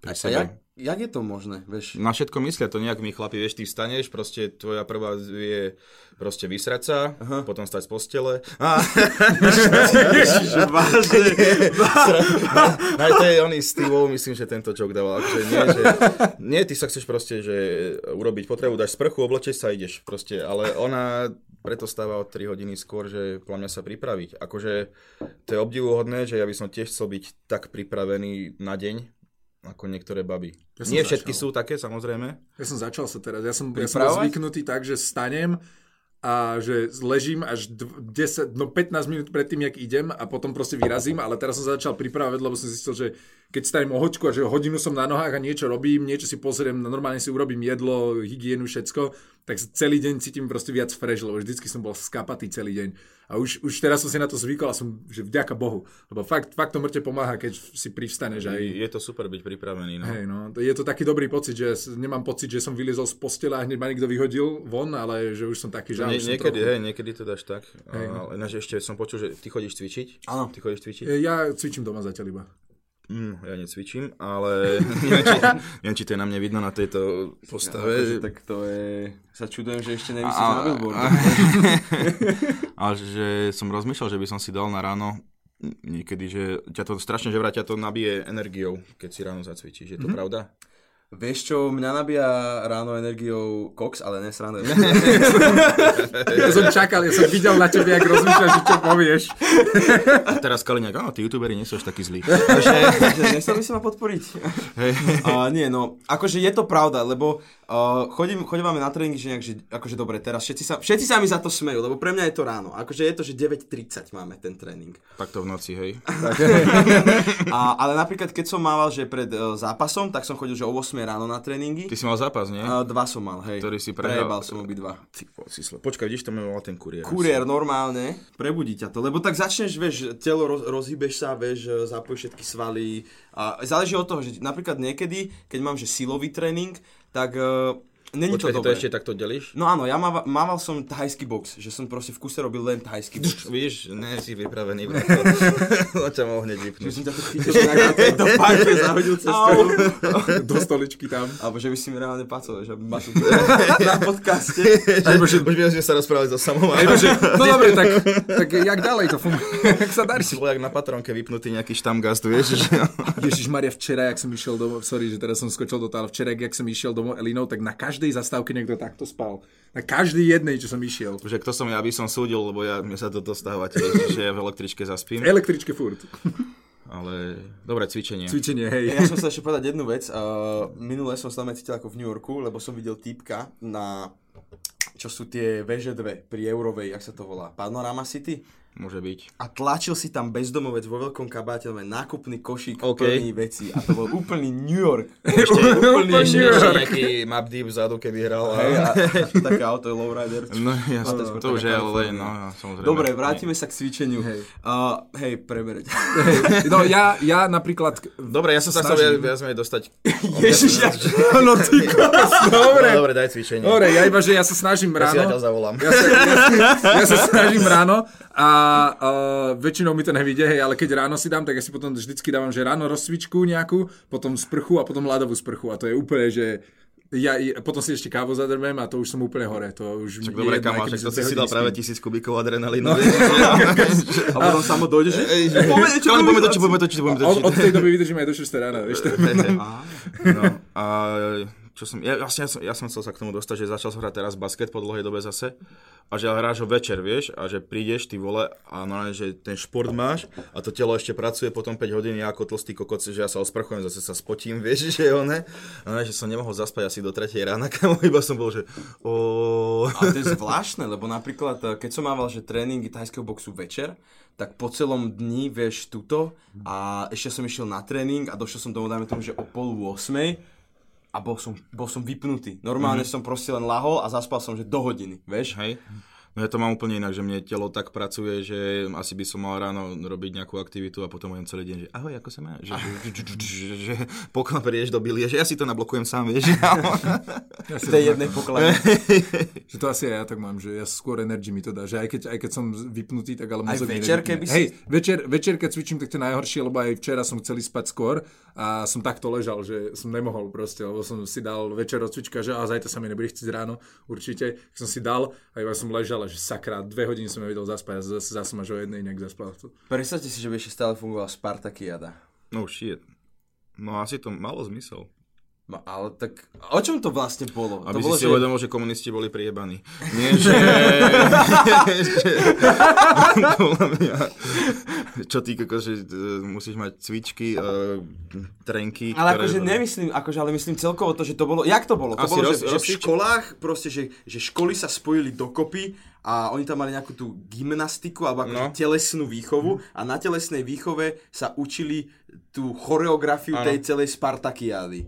[SPEAKER 1] pri
[SPEAKER 2] no, A
[SPEAKER 1] sebe. No.
[SPEAKER 2] jak, jak je to možné, vieš?
[SPEAKER 1] Na všetko myslia, to nejak my chlapi, vieš, ty vstaneš, proste tvoja prvá je proste vysrať sa, Aha. potom stať z postele. A,
[SPEAKER 2] Ježiš, vážne.
[SPEAKER 1] a No to je oný Steve myslím, že tento joke dával. Akože nie, že, nie, ty sa chceš proste, že urobiť potrebu, dáš sprchu, oblečieš sa a ideš proste, ale ona preto stáva o 3 hodiny skôr, že podľa mňa sa pripraviť. Akože to je obdivuhodné, že ja by som tiež chcel byť tak pripravený na deň, ako niektoré baby.
[SPEAKER 3] Ja som
[SPEAKER 1] nie všetky
[SPEAKER 3] začal.
[SPEAKER 1] sú také, samozrejme.
[SPEAKER 3] Ja som začal sa teraz. Ja som, ja som
[SPEAKER 2] Pripravovať?
[SPEAKER 3] bol zvyknutý tak, že stanem a že ležím až dv- 10, no 15 minút pred tým, jak idem a potom proste vyrazím, ale teraz som sa začal pripravovať, lebo som zistil, že keď stanem o hoďku a že hodinu som na nohách a niečo robím, niečo si pozriem, no normálne si urobím jedlo, hygienu, všetko, tak sa celý deň cítim proste viac fresh, lebo vždycky som bol skapatý celý deň. A už, už teraz som si na to zvykol a som, že vďaka Bohu, lebo fakt, fakt to mŕte pomáha, keď si privstaneš aj
[SPEAKER 1] Je to super byť pripravený. No.
[SPEAKER 3] Hej, no, to- je to taký dobrý pocit, že s- nemám pocit, že som vyliezol z postela a hneď ma niekto vyhodil von, ale že už som taký, že
[SPEAKER 1] Nie,
[SPEAKER 3] už som
[SPEAKER 1] niekedy,
[SPEAKER 3] trochu- no.
[SPEAKER 1] hej, niekedy to dáš tak. Hej. Ale ináč ešte som počul, že ty chodíš cvičiť.
[SPEAKER 2] Áno.
[SPEAKER 1] Ty chodíš cvičiť.
[SPEAKER 3] E, Ja cvičím doma zatiaľ iba.
[SPEAKER 1] Mm, ja necvičím, ale neviem, či, neviem, či to je na mne vidno na tejto
[SPEAKER 2] Akože,
[SPEAKER 1] postave.
[SPEAKER 2] tak to je... Sa čudujem, že ešte nevisíš
[SPEAKER 1] A-
[SPEAKER 2] na billboarde.
[SPEAKER 1] A že som rozmýšľal, že by som si dal na ráno niekedy, že ťa to strašne ževrá, ťa to nabije energiou, keď si ráno zacvičíš. Je to mm-hmm. pravda?
[SPEAKER 2] Vieš čo, mňa nabíja ráno energiou koks, ale ne sranda.
[SPEAKER 3] Ja som čakal, ja som videl na tebe, jak rozmýšľaš, že čo povieš.
[SPEAKER 1] A teraz Kaliňák, áno, tí youtuberi nie sú až taký zlí.
[SPEAKER 2] Takže nechcel by si ma podporiť.
[SPEAKER 1] Hej.
[SPEAKER 2] A nie, no, akože je to pravda, lebo uh, chodím, chodím máme na tréning, že nejak, že, akože dobre, teraz všetci sa, všetci sa mi za to smejú, lebo pre mňa je to ráno. Akože je to, že 9.30 máme ten tréning.
[SPEAKER 1] Takto v noci, hej.
[SPEAKER 2] A, ale napríklad, keď som mával, že pred uh, zápasom, tak som chodil, že o 8 ráno na tréningy.
[SPEAKER 1] Ty si mal zápas, nie?
[SPEAKER 2] Uh, dva som mal, hej.
[SPEAKER 1] Ktorý si prehral.
[SPEAKER 2] prejebal som obidva.
[SPEAKER 1] Ty, po- si slo- Počkaj, vidíš, to mi volal ten kuriér.
[SPEAKER 2] Kuriér normálne, prebudí ťa to, lebo tak začneš, vieš, telo roz, rozhýbeš sa, vieš, zapojíš všetky svaly a záleží od toho, že napríklad niekedy, keď mám, že silový tréning, tak uh, není
[SPEAKER 1] Počkaj,
[SPEAKER 2] to
[SPEAKER 1] ty to
[SPEAKER 2] dobré.
[SPEAKER 1] ešte takto delíš?
[SPEAKER 2] No áno, ja máva, mával som thajský box, že som proste v kuse robil len thajský box.
[SPEAKER 1] Víš, ne si pripravený, brat. To ťa mohol hneď
[SPEAKER 2] Že
[SPEAKER 1] vypnúť.
[SPEAKER 2] som ťa tu chytil nejak na to- do parke, zahodil cez stôl.
[SPEAKER 3] Do stoličky tam.
[SPEAKER 2] Alebo že by si mi reálne pacol, že ma tu na podcaste.
[SPEAKER 1] Alebo že už by sme sa rozprávali so samom. Alebo že
[SPEAKER 3] No dobre, tak, tak jak ďalej to funguje? Jak sa darí?
[SPEAKER 1] si bol jak na patronke vypnutý nejaký štamgast, vieš, že...
[SPEAKER 3] Ježiš Maria, včera, jak som išiel domov, sorry, že teraz som skočil do toho, ale včera, jak som išiel domov Elinou, tak na každej zastávke niekto takto spal. Na každej jednej, čo som išiel.
[SPEAKER 1] že kto som ja, aby som súdil, lebo ja, mne sa to dostáva tiež, že ja v električke
[SPEAKER 3] V
[SPEAKER 1] zaspím.
[SPEAKER 3] električke furt.
[SPEAKER 1] Ale dobre, cvičenie.
[SPEAKER 3] Cvičenie, hej.
[SPEAKER 2] Ja som sa ešte povedať jednu vec. Uh, minule som sa tam cítil ako v New Yorku, lebo som videl týpka na čo sú tie VŽ2 pri Eurovej, jak sa to volá, Panorama City.
[SPEAKER 1] Môže byť.
[SPEAKER 2] A tlačil si tam bezdomovec vo veľkom kabáte, ale nákupný košík
[SPEAKER 1] OK.
[SPEAKER 2] plný veci. A to bol úplný New York.
[SPEAKER 1] Ešte,
[SPEAKER 3] úplný
[SPEAKER 1] ešte,
[SPEAKER 3] New
[SPEAKER 1] ešte
[SPEAKER 3] York.
[SPEAKER 1] nejaký map deep vzadu, keby hral. A...
[SPEAKER 2] Hej, a, a také auto je lowrider.
[SPEAKER 1] No jasne,
[SPEAKER 2] Ale skôr
[SPEAKER 1] to
[SPEAKER 2] taká
[SPEAKER 1] už je, ale
[SPEAKER 2] Kalifornia.
[SPEAKER 1] no, samozrejme.
[SPEAKER 2] Dobre, vrátime sa k cvičeniu.
[SPEAKER 3] Hej.
[SPEAKER 2] Hej, uh, hej preberať.
[SPEAKER 3] No ja, ja napríklad...
[SPEAKER 1] Dobre, ja som sa chcel
[SPEAKER 3] Snažím.
[SPEAKER 1] viac menej dostať.
[SPEAKER 2] Ježiš, ja...
[SPEAKER 3] No ty kokos, dobre.
[SPEAKER 1] No, Dobre, no. daj cvičenie.
[SPEAKER 3] Dobre, ja iba, že ja sa snažím
[SPEAKER 1] Ja si
[SPEAKER 3] ráno.
[SPEAKER 1] zatiaľ zavolám.
[SPEAKER 3] Ja sa, ja, sa- ja sa snažím ráno a uh, väčšinou mi to nevidie, hej, ale keď ráno si dám, tak ja si potom vždycky dávam, že ráno rozcvičku nejakú, potom sprchu a potom ľadovú sprchu a to je úplne, že ja i- potom si ešte kávu zadrbem a to už som úplne hore. To už mi
[SPEAKER 1] Tak
[SPEAKER 3] je
[SPEAKER 1] dobre,
[SPEAKER 3] jedno, aj
[SPEAKER 1] kamoš,
[SPEAKER 3] keby
[SPEAKER 1] tak to
[SPEAKER 3] som
[SPEAKER 1] si
[SPEAKER 3] dve
[SPEAKER 1] si
[SPEAKER 3] hodiny
[SPEAKER 1] dal práve
[SPEAKER 3] spím.
[SPEAKER 1] tisíc kubíkov adrenalínu. vieš?
[SPEAKER 2] A potom samo dojde, že...
[SPEAKER 1] Ej, že- Kali, Poďme točiť, poďme točiť, poďme
[SPEAKER 3] Od,
[SPEAKER 1] točiť.
[SPEAKER 3] od tej doby vydržím aj do 6 rána, vieš to.
[SPEAKER 1] Á. No, a čo som, ja, vlastne, ja, som, ja som chcel sa k tomu dostať, že začal som hrať teraz basket po dlhej dobe zase a že hráš ho večer, vieš, a že prídeš, ty vole, a normálne, že ten šport máš a to telo ešte pracuje potom 5 hodín, ja ako tlstý kokot, že ja sa osprchujem, zase sa spotím, vieš, že jo, ne? A normálne, že som nemohol zaspať asi do 3 rána, kamo, iba som bol, že o.
[SPEAKER 2] A to je zvláštne, lebo napríklad, eh, keď som mával, že tréningy thajského boxu večer, tak po celom dni, vieš, tuto a ešte som išiel na tréning a došiel som domov, dajme tomu, že o pol 8 a bol som, bol som vypnutý. Normálne som proste len lahol a zaspal som, že do hodiny, vieš.
[SPEAKER 1] Hej. No ja to mám úplne inak, že mne telo tak pracuje, že asi by som mal ráno robiť nejakú aktivitu a potom budem celý deň, že ahoj, ako sa má? Že, že, že, že, že pokiaľ prieš do bilie, že ja si to nablokujem sám,
[SPEAKER 3] Ja si
[SPEAKER 1] vieš.
[SPEAKER 2] V tej
[SPEAKER 3] rovnako-
[SPEAKER 2] jednej pokladne.
[SPEAKER 3] Že to asi aj ja tak mám, že ja skôr energy mi to dá, že aj keď, aj keď som vypnutý, tak ale
[SPEAKER 2] Aj
[SPEAKER 3] mozog mi
[SPEAKER 2] večer,
[SPEAKER 3] nevypne.
[SPEAKER 2] keby si-
[SPEAKER 3] Hej, večer, večer, keď cvičím, tak to je najhoršie, lebo aj včera som chcel ísť spať skôr a som takto ležal, že som nemohol proste, lebo som si dal večer od cvička, že a zajtra sa mi nebude chcieť ráno, určite, tak som si dal a iba som ležal, a že sakra, dve hodiny som nevedel zaspať a zase zase máš o jednej nejak zaspal.
[SPEAKER 2] Predstavte si, že by ešte stále fungoval Spartakiada.
[SPEAKER 1] No shit. No asi to malo zmysel.
[SPEAKER 2] No ale tak, o čom to vlastne bolo?
[SPEAKER 1] Aby
[SPEAKER 2] to bolo,
[SPEAKER 1] si si uvedomil, že komunisti boli priebaní. Nie, že... že- Podľa mňa, Čo ty, ako, že e, musíš mať cvičky, uh, trenky,
[SPEAKER 2] Ale akože nemyslím, akože, ale myslím celkovo to, že to bolo, jak to bolo? To
[SPEAKER 1] Asi
[SPEAKER 2] bolo,
[SPEAKER 1] roz-
[SPEAKER 2] že, že v
[SPEAKER 1] rozcvička.
[SPEAKER 2] školách proste, že, že školy sa spojili dokopy a oni tam mali nejakú tú gymnastiku alebo akože
[SPEAKER 1] No.
[SPEAKER 2] telesnú výchovu a na telesnej výchove sa učili tú choreografiu
[SPEAKER 1] Áno. No.
[SPEAKER 2] tej celej Spartakiády.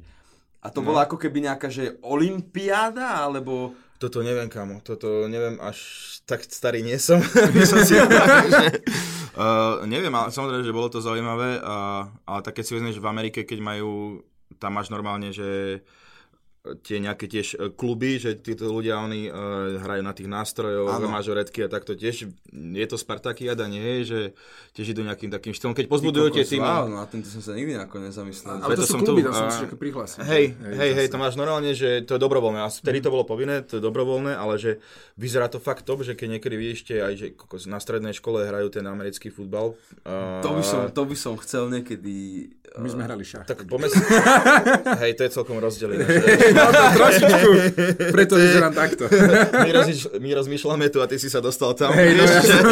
[SPEAKER 2] A to bola ako keby nejaká, že olimpiáda, alebo...
[SPEAKER 1] Toto neviem, kamo. Toto neviem, až tak starý nie som. By som si povedal, že... uh, neviem, ale samozrejme, že bolo to zaujímavé. A, ale tak keď si vezmeš v Amerike, keď majú, tam máš normálne, že tie nejaké tiež e, kluby, že títo ľudia, oni uh, hrajú na tých nástrojoch,
[SPEAKER 2] Áno.
[SPEAKER 1] mažoretky a takto tiež. Je to Spartakiada, nie? Že tiež idú nejakým takým štýlom. Keď pozbudujú tie
[SPEAKER 2] Kokos,
[SPEAKER 1] týmy.
[SPEAKER 2] wow, no a tento som sa nikdy ako nezamyslel.
[SPEAKER 3] Ale
[SPEAKER 1] Preto
[SPEAKER 3] to sú
[SPEAKER 1] som tu,
[SPEAKER 3] kluby, tam sa
[SPEAKER 1] a-
[SPEAKER 3] musíš ako prihlásiť.
[SPEAKER 1] Hej, hej, hej,
[SPEAKER 3] jasné.
[SPEAKER 1] to máš normálne, že to je dobrovoľné. A vtedy to bolo povinné, to je dobrovoľné, ale že vyzerá to fakt top, že keď niekedy vidíš tie, aj že kokos, na strednej škole hrajú ten americký futbal. A...
[SPEAKER 2] To by, som, to by som chcel niekedy...
[SPEAKER 3] My sme hrali šach.
[SPEAKER 1] Tak poďme si... Hej, to je celkom rozdelené. že
[SPEAKER 3] No, to trošičku, preto vyzerám takto.
[SPEAKER 1] My, rozmýš- my rozmýšľame tu a ty si sa dostal tam.
[SPEAKER 3] Hej, no,
[SPEAKER 1] vieš?
[SPEAKER 3] ja som,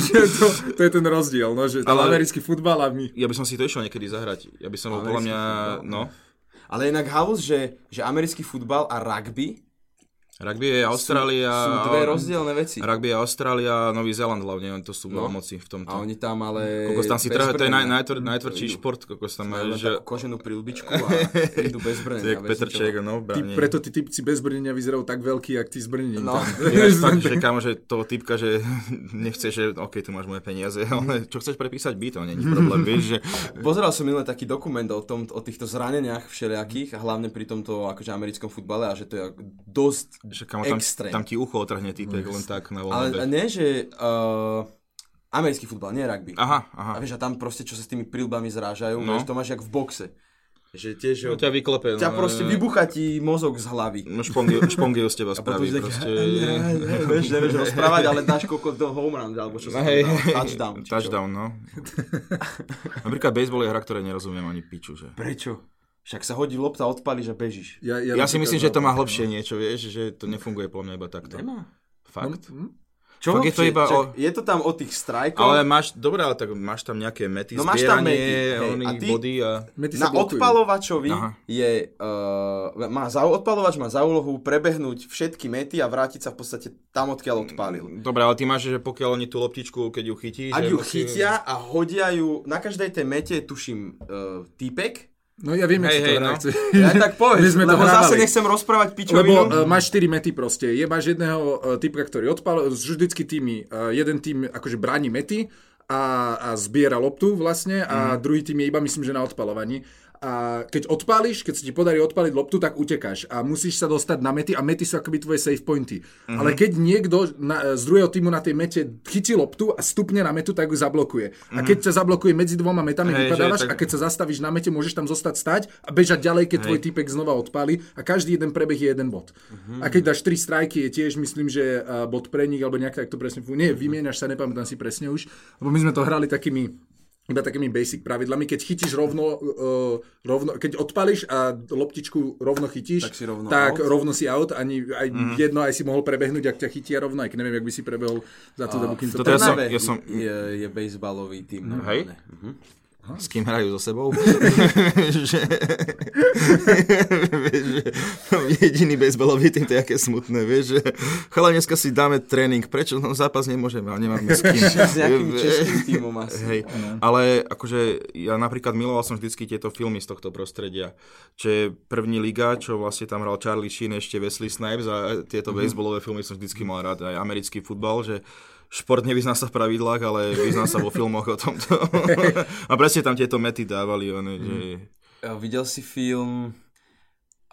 [SPEAKER 3] že to, to je ten rozdiel, no, že ale...
[SPEAKER 1] Ale-
[SPEAKER 3] americký futbal a my...
[SPEAKER 1] ja by som si to išiel niekedy zahrať. Ja by som bol podľa mňa... No,
[SPEAKER 2] Ale inak halus, že, že americký futbal a rugby
[SPEAKER 1] rugby je Austrália...
[SPEAKER 2] sú dve rozdielne veci.
[SPEAKER 1] Rugby je Austrália, Nový Zéland hlavne, to sú no. moci v tomto.
[SPEAKER 2] A oni tam ale...
[SPEAKER 1] Kokos tam si
[SPEAKER 2] bez
[SPEAKER 1] trhá, to je
[SPEAKER 2] brnenia.
[SPEAKER 1] naj, najtvr, najtvrdší šport, kokos tam
[SPEAKER 2] Majú
[SPEAKER 1] máš,
[SPEAKER 2] len
[SPEAKER 1] že...
[SPEAKER 2] takú koženú prilbičku a idú bez brnenia.
[SPEAKER 1] To je jak
[SPEAKER 2] bez
[SPEAKER 1] Petr
[SPEAKER 2] ničoho.
[SPEAKER 1] Ček, no, v
[SPEAKER 3] Ty,
[SPEAKER 1] bráni.
[SPEAKER 3] preto tí typci bez brnenia vyzerajú tak veľký, jak ty s brnením.
[SPEAKER 2] No.
[SPEAKER 3] tam.
[SPEAKER 1] Vieš, fakt, že kámo, že toho typka, že nechce, že OK, tu máš moje peniaze, ale čo chceš prepísať byt, to není problém, vieš, že...
[SPEAKER 2] Pozeral som minulé taký dokument o, tom, o týchto zraneniach všelijakých, a hlavne pri tomto akože americkom futbale a že to je ako dosť
[SPEAKER 1] že kámo, tam,
[SPEAKER 2] extrém.
[SPEAKER 1] tam ti ucho otrhne typek len tak na
[SPEAKER 2] ale
[SPEAKER 1] voľnú.
[SPEAKER 2] nie, že uh, americký futbal, nie rugby.
[SPEAKER 1] Aha, aha.
[SPEAKER 2] A vieš, a tam proste, čo sa s tými prilbami zrážajú,
[SPEAKER 1] No.
[SPEAKER 2] vieš, to máš jak v boxe. Že tiež, že
[SPEAKER 1] To ťa no, vyklepe.
[SPEAKER 2] ťa proste vybucha ti mozog z hlavy.
[SPEAKER 1] No, špongy, špongy z teba spraví,
[SPEAKER 2] Potom si
[SPEAKER 1] proste...
[SPEAKER 2] tak, vieš, nevieš rozprávať, ale dáš kokos do home run, alebo čo sa tam
[SPEAKER 1] No, Hej,
[SPEAKER 2] dá, touchdown. či čo.
[SPEAKER 1] touchdown, no. Napríklad baseball je hra, ktoré nerozumiem ani piču, že...
[SPEAKER 2] Prečo? Však sa hodí lopta, odpalíš a bežíš.
[SPEAKER 3] Ja,
[SPEAKER 1] Ja si
[SPEAKER 3] napríklad-
[SPEAKER 1] myslím, že to má
[SPEAKER 2] no.
[SPEAKER 1] hlbšie niečo, vieš, že to nefunguje podľa mňa iba takto.
[SPEAKER 2] Nemá.
[SPEAKER 3] No,
[SPEAKER 1] Fakt.
[SPEAKER 3] hm?
[SPEAKER 2] Čo
[SPEAKER 1] Fakt je to
[SPEAKER 2] hlbšie?
[SPEAKER 1] iba
[SPEAKER 2] Čak,
[SPEAKER 1] o-
[SPEAKER 2] Je to tam o tých strajkoch,
[SPEAKER 1] Ale máš, dobré, ale tak máš tam nejaké mety,
[SPEAKER 2] No
[SPEAKER 1] no,
[SPEAKER 2] máš tam
[SPEAKER 1] zbieranie,
[SPEAKER 2] mety, hej,
[SPEAKER 1] ony,
[SPEAKER 2] a ty-
[SPEAKER 1] body a...
[SPEAKER 3] My
[SPEAKER 2] na
[SPEAKER 3] ty sa blokujú.
[SPEAKER 2] odpalovačovi
[SPEAKER 1] Aha.
[SPEAKER 2] je, uh, má za, odpalovač má za úlohu prebehnúť všetky mety a vrátiť sa v podstate tam, odkiaľ odpálil.
[SPEAKER 1] Dobre, ale ty máš, že pokiaľ oni tú loptičku, keď ju chytí...
[SPEAKER 2] Ak
[SPEAKER 1] Mm, že vlastne
[SPEAKER 2] ju
[SPEAKER 1] musí-
[SPEAKER 2] chytia a hodia ju, na každej tej mete, tuším, uh, týpek.
[SPEAKER 3] No ja viem,
[SPEAKER 1] Hej,
[SPEAKER 3] jak
[SPEAKER 1] hej,
[SPEAKER 3] to hrá,
[SPEAKER 1] no.
[SPEAKER 3] chce.
[SPEAKER 2] Ja tak
[SPEAKER 3] My
[SPEAKER 2] povedz,
[SPEAKER 3] sme to
[SPEAKER 2] lebo zase
[SPEAKER 3] hrávali.
[SPEAKER 2] nechcem rozprávať
[SPEAKER 3] Lebo
[SPEAKER 2] pičovinu.
[SPEAKER 3] uh, máš 4 mety proste. Je máš jedného uh, typka, ktorý odpal, vždycky týmy, uh, jeden tým akože bráni mety a, a zbiera loptu vlastne
[SPEAKER 1] Mhm.
[SPEAKER 3] a druhý tým je iba myslím, že na odpalovaní. A keď odpáliš, keď sa ti podarí odpaliť loptu, tak utekáš a musíš sa dostať na mety a mety sú akoby tvoje save pointy.
[SPEAKER 1] Mhm.
[SPEAKER 3] Ale keď niekto na, e, z druhého týmu na tej mete chytí loptu a stupne na metu, tak ju zablokuje. A keď sa zablokuje medzi dvoma metami,
[SPEAKER 1] Mhm. Hej, že
[SPEAKER 3] vypadávaš
[SPEAKER 1] tak-
[SPEAKER 3] a keď sa zastavíš na mete, môžeš tam zostať stať a bežať ďalej, keď tvoj typek znova odpáli a každý jeden prebeh je jeden bod. A keď dáš tri strajky, je tiež, myslím, že a, bod pre nich, alebo nejak tak to presne funguje. Nie,
[SPEAKER 2] Mhm.
[SPEAKER 3] vymieňaš sa, nepamätám si presne už, lebo my sme to hrali takými iba takými basic pravidlami, keď chytíš rovno, uh, rovno keď odpališ a loptičku rovno chytíš,
[SPEAKER 2] Tak si rovno out.
[SPEAKER 3] tak
[SPEAKER 2] Mhm.
[SPEAKER 3] rovno si out, ani aj jedno aj si mohol prebehnúť, ak ťa chytia rovno, aj keď neviem, ak by si prebehol za tú dobu, kým to
[SPEAKER 1] toto ja som-
[SPEAKER 2] Trnave
[SPEAKER 1] ja som-
[SPEAKER 2] je, je bejsbalový tým.
[SPEAKER 1] Hej?
[SPEAKER 2] normálne. Mhm.
[SPEAKER 1] S kým hrajú so sebou? že, vieš, že jediný bejsbalový tým to je aké smutné, vieš, že chala, dneska si dáme tréning, prečo no, zápas nemôžeme, ale nemáme s kým.
[SPEAKER 2] S nejakým českým tímom asi.
[SPEAKER 1] Hej, ale akože ja napríklad miloval som vždycky tieto filmy z tohto prostredia. Čo je první liga, čo vlastne tam hral Charlie Sheen, ešte Wesley Snipes a tieto
[SPEAKER 2] Mhm.
[SPEAKER 1] mm-hmm. baseballové filmy som vždycky mal rád. Aj americký futbal, že šport nevyzná sa v pravidlách, ale vyzná sa vo filmoch o tomto. a presne tam tieto mety dávali.
[SPEAKER 2] Mhm.
[SPEAKER 1] One, že...
[SPEAKER 2] A Eh, Videl si film...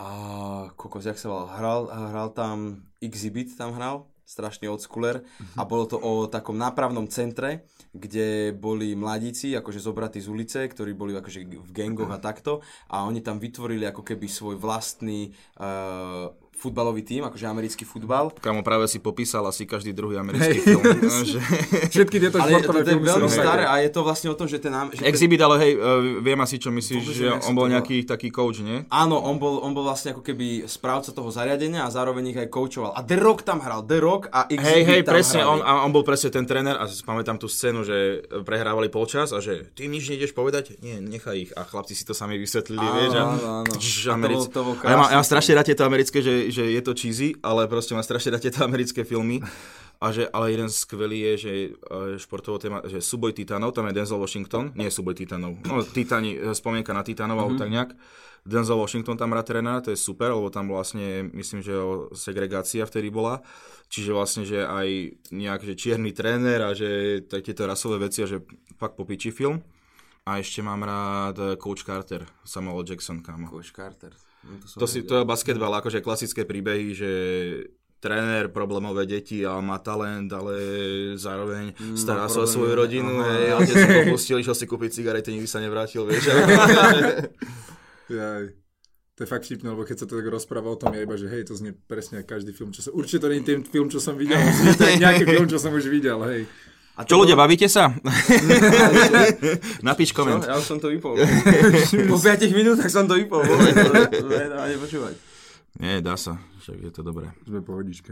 [SPEAKER 2] A kokos, jak sa volal? Hral, hral tam... Exhibit tam hral? strašný oldschooler a bolo to o takom nápravnom centre, kde boli mladíci, akože zobratí z ulice, ktorí boli akože v gangoch a takto a oni tam vytvorili ako keby svoj vlastný uh, futbalový tým, akože americký futbal
[SPEAKER 1] Kamo práve si popísal asi každý druhý americký film. no, že...
[SPEAKER 3] Všetky tieto
[SPEAKER 2] Ale je to,
[SPEAKER 3] športové
[SPEAKER 2] to je
[SPEAKER 3] filmy sú
[SPEAKER 2] veľmi
[SPEAKER 3] rovnaké.
[SPEAKER 2] staré a je to vlastne o tom, že ten... nám- Že ten
[SPEAKER 1] Exhibit, ale hej, e, viem asi, čo myslíš,
[SPEAKER 2] Vôbec
[SPEAKER 1] že
[SPEAKER 2] neviem, jak
[SPEAKER 1] on
[SPEAKER 2] sa
[SPEAKER 1] bol
[SPEAKER 2] to volá.
[SPEAKER 1] nejaký taký coach, nie?
[SPEAKER 2] Áno, on bol, on bol vlastne ako keby správca toho zariadenia a zároveň ich aj koučoval. A The Rock tam hral, The Rock a Exhibit
[SPEAKER 1] Hej, hej,
[SPEAKER 2] tam
[SPEAKER 1] presne,
[SPEAKER 2] hrali.
[SPEAKER 1] on, a on bol presne ten tréner a si pamätám tú scénu, že prehrávali polčas a že ty im nič nejdeš povedať? Nie, nechaj ich. A chlapci si to sami vysvetlili,
[SPEAKER 2] Áno,
[SPEAKER 1] vieš. A,
[SPEAKER 2] áno, áno.
[SPEAKER 1] Tš,
[SPEAKER 2] A to
[SPEAKER 1] americ-
[SPEAKER 2] bol- to bol
[SPEAKER 1] a ja, mám, ja
[SPEAKER 2] krásny
[SPEAKER 1] mám strašne rád tieto americké, že, že je to cheesy, ale proste mám strašne rád tieto americké filmy. A že, ale jeden skvelý je, že e, športovo téma, že súboj Titanov, tam je Denzel Washington, nie súboj Titanov, no Titani, e, spomienka na Titanov, alebo
[SPEAKER 2] Mhm.
[SPEAKER 1] tak nejak. Denzel Washington tam rád tréna, to je super, lebo tam vlastne, myslím, že o- segregácia vtedy bola. Čiže vlastne, že aj nejak, že čierny tréner a že tak tieto rasové veci a že fakt popičí film. A ešte mám rád e, Coach Carter, Samuel L. Jackson, kámo.
[SPEAKER 2] Coach Carter. No, to som
[SPEAKER 1] To, si, to je basketbal, akože klasické príbehy, že tréner, problémové deti a má talent, ale zároveň stará
[SPEAKER 2] Mm,
[SPEAKER 1] sa o
[SPEAKER 2] problémy,
[SPEAKER 1] svoju
[SPEAKER 2] hej,
[SPEAKER 1] rodinu,
[SPEAKER 2] aha.
[SPEAKER 1] hej, otec sa popustil, išiel si kúpiť cigarety, nikdy sa nevrátil, vieš.
[SPEAKER 3] Jaj. To je fakt vtipné, lebo keď sa to tak rozpráva o tom, ja iba, že hej, to znie presne ako každý film, čo som... Určite to nie je ten film, čo som videl, ale znie to je nejaký film, čo som už videl, hej.
[SPEAKER 2] A
[SPEAKER 1] Čo ľudia, bavíte sa? Napíš koment.
[SPEAKER 2] Ja už som to vypol. po 5 minútach som to vypol. Vole, to, to, to, to, nepočúvať.
[SPEAKER 1] Nie, dá sa, však je to dobré.
[SPEAKER 3] Sme pohodičke.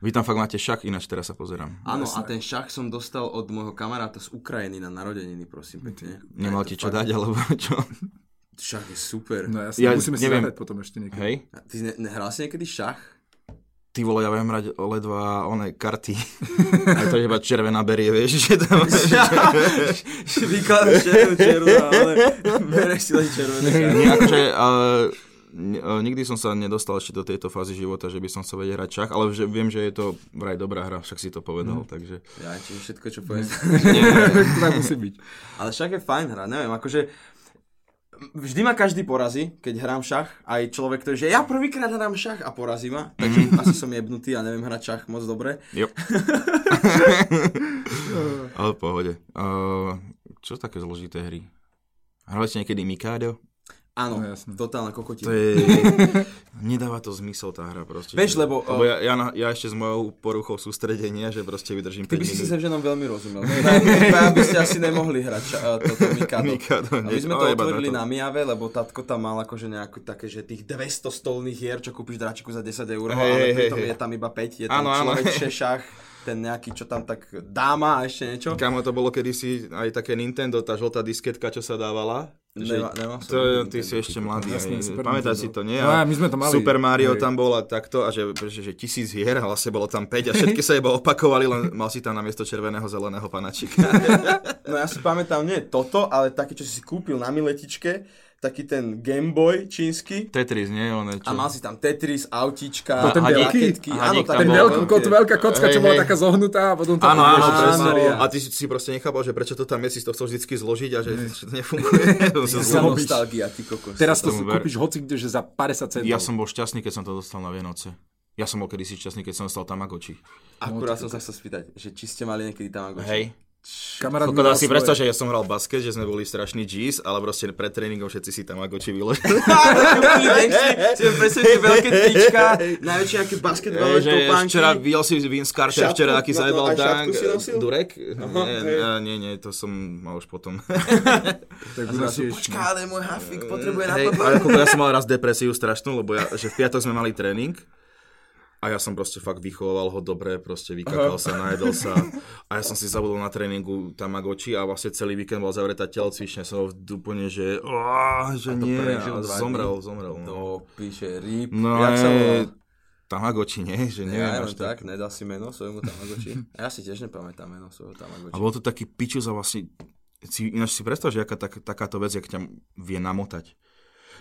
[SPEAKER 1] Vy tam fakt máte šak, ináč teraz sa pozerám.
[SPEAKER 2] Mm. Áno, a ten šach som dostal od môjho kamaráta z Ukrajiny na narodeniny, prosím pekne.
[SPEAKER 1] Nemal ti čo dať, alebo čo?
[SPEAKER 2] Šach je super.
[SPEAKER 3] No jasne,
[SPEAKER 1] Ja
[SPEAKER 3] musíme si
[SPEAKER 1] neviem.
[SPEAKER 3] zahrať potom ešte niekedy.
[SPEAKER 1] Hej?
[SPEAKER 2] A Ty ne- nehral si niekedy šach?
[SPEAKER 1] Ty vole, ja viem hrať ledva one karty. A to je iba červená berie, vieš, že tam...
[SPEAKER 2] Vykladaš červenú červenú, ale bereš si len červené šachy.
[SPEAKER 1] Nie, akože, uh, ne- eh, nikdy som sa nedostal ešte do tejto fázy života, že by som sa vedel hrať šach, ale že, viem, že je to vraj dobrá hra, však si to
[SPEAKER 2] Mhm.
[SPEAKER 1] povedal, mm. takže...
[SPEAKER 2] Ja, čiže všetko, čo poviem.
[SPEAKER 3] to tak musí byť.
[SPEAKER 2] Ale šach je fajn hra, neviem, akože vždy ma každý porazí, keď hrám šach, aj človek, ktorý, že ja prvýkrát hrám šach a porazí ma, takže asi som jebnutý a neviem hrať šach moc dobre.
[SPEAKER 1] Jo. ale v pohode. Uh, čo také zložité hry? Hrali ste niekedy Mikado?
[SPEAKER 2] Áno,
[SPEAKER 3] No, jasné.
[SPEAKER 2] totálna kokotina.
[SPEAKER 1] To
[SPEAKER 2] Je...
[SPEAKER 1] je... Nedáva to zmysel tá hra proste.
[SPEAKER 2] Vieš,
[SPEAKER 1] že-
[SPEAKER 2] lebo, eh,
[SPEAKER 1] lebo ja, ja, na- ja, ešte s mojou poruchou sústredenia, že proste vydržím
[SPEAKER 2] Ty
[SPEAKER 1] 5
[SPEAKER 2] by si si
[SPEAKER 1] minút.
[SPEAKER 2] se ženom veľmi rozumel. No, Dvaja by ste asi nemohli hrať ča, toto Mikado.
[SPEAKER 1] Mikado,
[SPEAKER 2] A my
[SPEAKER 1] nie.
[SPEAKER 2] sme
[SPEAKER 1] No,
[SPEAKER 2] to
[SPEAKER 1] iba na
[SPEAKER 2] otvorili
[SPEAKER 1] to.
[SPEAKER 2] na Miave, lebo tatko tam mal akože nejakú také, že tých 200 stolných hier, čo kúpiš dračiku za 10 eur,
[SPEAKER 1] Hej,
[SPEAKER 2] ale
[SPEAKER 1] hej,
[SPEAKER 2] pritom
[SPEAKER 1] hej.
[SPEAKER 2] je tam iba 5, je tam
[SPEAKER 1] Áno,
[SPEAKER 2] áno,
[SPEAKER 1] áno.
[SPEAKER 2] človek šešach, ten nejaký, čo tam tak dáma a ešte niečo.
[SPEAKER 1] Kámo, to bolo kedysi aj také Nintendo, tá žltá disketka, čo sa dávala. Že
[SPEAKER 2] Nemá- nemám som
[SPEAKER 1] to,
[SPEAKER 2] Nintendo.
[SPEAKER 1] ty si ešte mladý.
[SPEAKER 3] Jasné,
[SPEAKER 1] aj,
[SPEAKER 3] Super
[SPEAKER 1] pamätáš si
[SPEAKER 3] Nintendo.
[SPEAKER 1] to, nie?
[SPEAKER 3] No,
[SPEAKER 1] A
[SPEAKER 3] my sme to mali,
[SPEAKER 1] Super Mario
[SPEAKER 3] hej.
[SPEAKER 1] tam bola takto a že, že, že tisíc hier a vlastne bolo tam 5 a všetky sa iba opakovali, len mal si tam namiesto červeného zeleného panačika.
[SPEAKER 2] No ja si pamätám, nie toto, ale taký, čo si si kúpil na miletičke, taký ten Game Boy čínsky.
[SPEAKER 1] Tetris, nie? One, čo?
[SPEAKER 2] A mal si tam Tetris, autička,
[SPEAKER 3] To ten
[SPEAKER 2] a
[SPEAKER 3] veľký?
[SPEAKER 2] raketky.
[SPEAKER 1] Aha,
[SPEAKER 2] Áno,
[SPEAKER 1] niekto
[SPEAKER 2] také
[SPEAKER 1] tam
[SPEAKER 3] Ten
[SPEAKER 1] bol
[SPEAKER 3] veľký,
[SPEAKER 1] veľký.
[SPEAKER 3] kot, veľká kocka, čo
[SPEAKER 1] Hej,
[SPEAKER 3] bola
[SPEAKER 1] hej.
[SPEAKER 3] taká zohnutá a potom to...
[SPEAKER 1] Áno, áno,
[SPEAKER 2] Áno.
[SPEAKER 1] presne. A ty si, si proste nechápal, že prečo to tam je, si to chcel vždycky zložiť a že že to nefunguje. To
[SPEAKER 2] Sa
[SPEAKER 1] sa zlo-
[SPEAKER 3] Zlobíš.
[SPEAKER 2] nostalgia, ty kokos.
[SPEAKER 3] Teraz to
[SPEAKER 1] Tomu
[SPEAKER 3] si
[SPEAKER 1] ver.
[SPEAKER 3] kúpiš hoci kde, že za 50 centov.
[SPEAKER 1] Ja som bol šťastný, keď som to dostal na Vianoce. Ja som bol kedysi šťastný, keď som dostal Tamagotchi.
[SPEAKER 2] Akurát som sa chcel spýtať, že či ste mali niekedy Tamagotchi.
[SPEAKER 1] Hej.
[SPEAKER 3] Kamarát mi
[SPEAKER 1] Kokos,
[SPEAKER 3] dal
[SPEAKER 1] si
[SPEAKER 3] svoje.
[SPEAKER 1] predstav, že ja som hral basket, že sme boli strašní G's, ale proste pred tréningom všetci si tam akoči vyložili.
[SPEAKER 2] Ste presvedčili veľké tyčka, najväčšie nejaké basketbalové
[SPEAKER 1] že
[SPEAKER 2] topánky.
[SPEAKER 1] včera videl si Vince Carter,
[SPEAKER 2] Šatku?
[SPEAKER 1] včera aký
[SPEAKER 2] No, no,
[SPEAKER 1] zajebal
[SPEAKER 2] aj šatku
[SPEAKER 1] dunk.
[SPEAKER 2] si nosil?
[SPEAKER 1] Durek? Nie,
[SPEAKER 2] hej.
[SPEAKER 1] a nie, nie, to som mal už potom.
[SPEAKER 3] Tak u nás je ešte-
[SPEAKER 2] Počká, ale môj hafik potrebuje na
[SPEAKER 1] Hej,
[SPEAKER 2] to.
[SPEAKER 1] ale koko, ja som mal raz depresiu strašnú, lebo ja, že v piatok sme mali tréning A ja som proste fakt vychoval ho dobre, proste vykakal sa, najedol sa. A ja som si zabudol na tréningu Tamagotchi a vlastne celý víkend bol zavretá telocvične. Som úplne, že, "Á, že nie.
[SPEAKER 2] prežil
[SPEAKER 1] A
[SPEAKER 2] dva dní.
[SPEAKER 1] zomrel, zomrel. No,
[SPEAKER 2] To píše rýb.
[SPEAKER 1] no
[SPEAKER 2] jak sa volá?
[SPEAKER 1] je Tamagotchi, nie? Že neviem
[SPEAKER 2] Ja
[SPEAKER 1] až
[SPEAKER 2] neviem,
[SPEAKER 1] tak.
[SPEAKER 2] tak, nedal si meno svojmu Tamagoči. Ja si tiež nepamätám meno svojho
[SPEAKER 1] A
[SPEAKER 2] Tamagoči.
[SPEAKER 1] bol to taký piču za vlastne... Si, ináč si predstav, že aká tak, takáto vec, jak ťa vie namotať.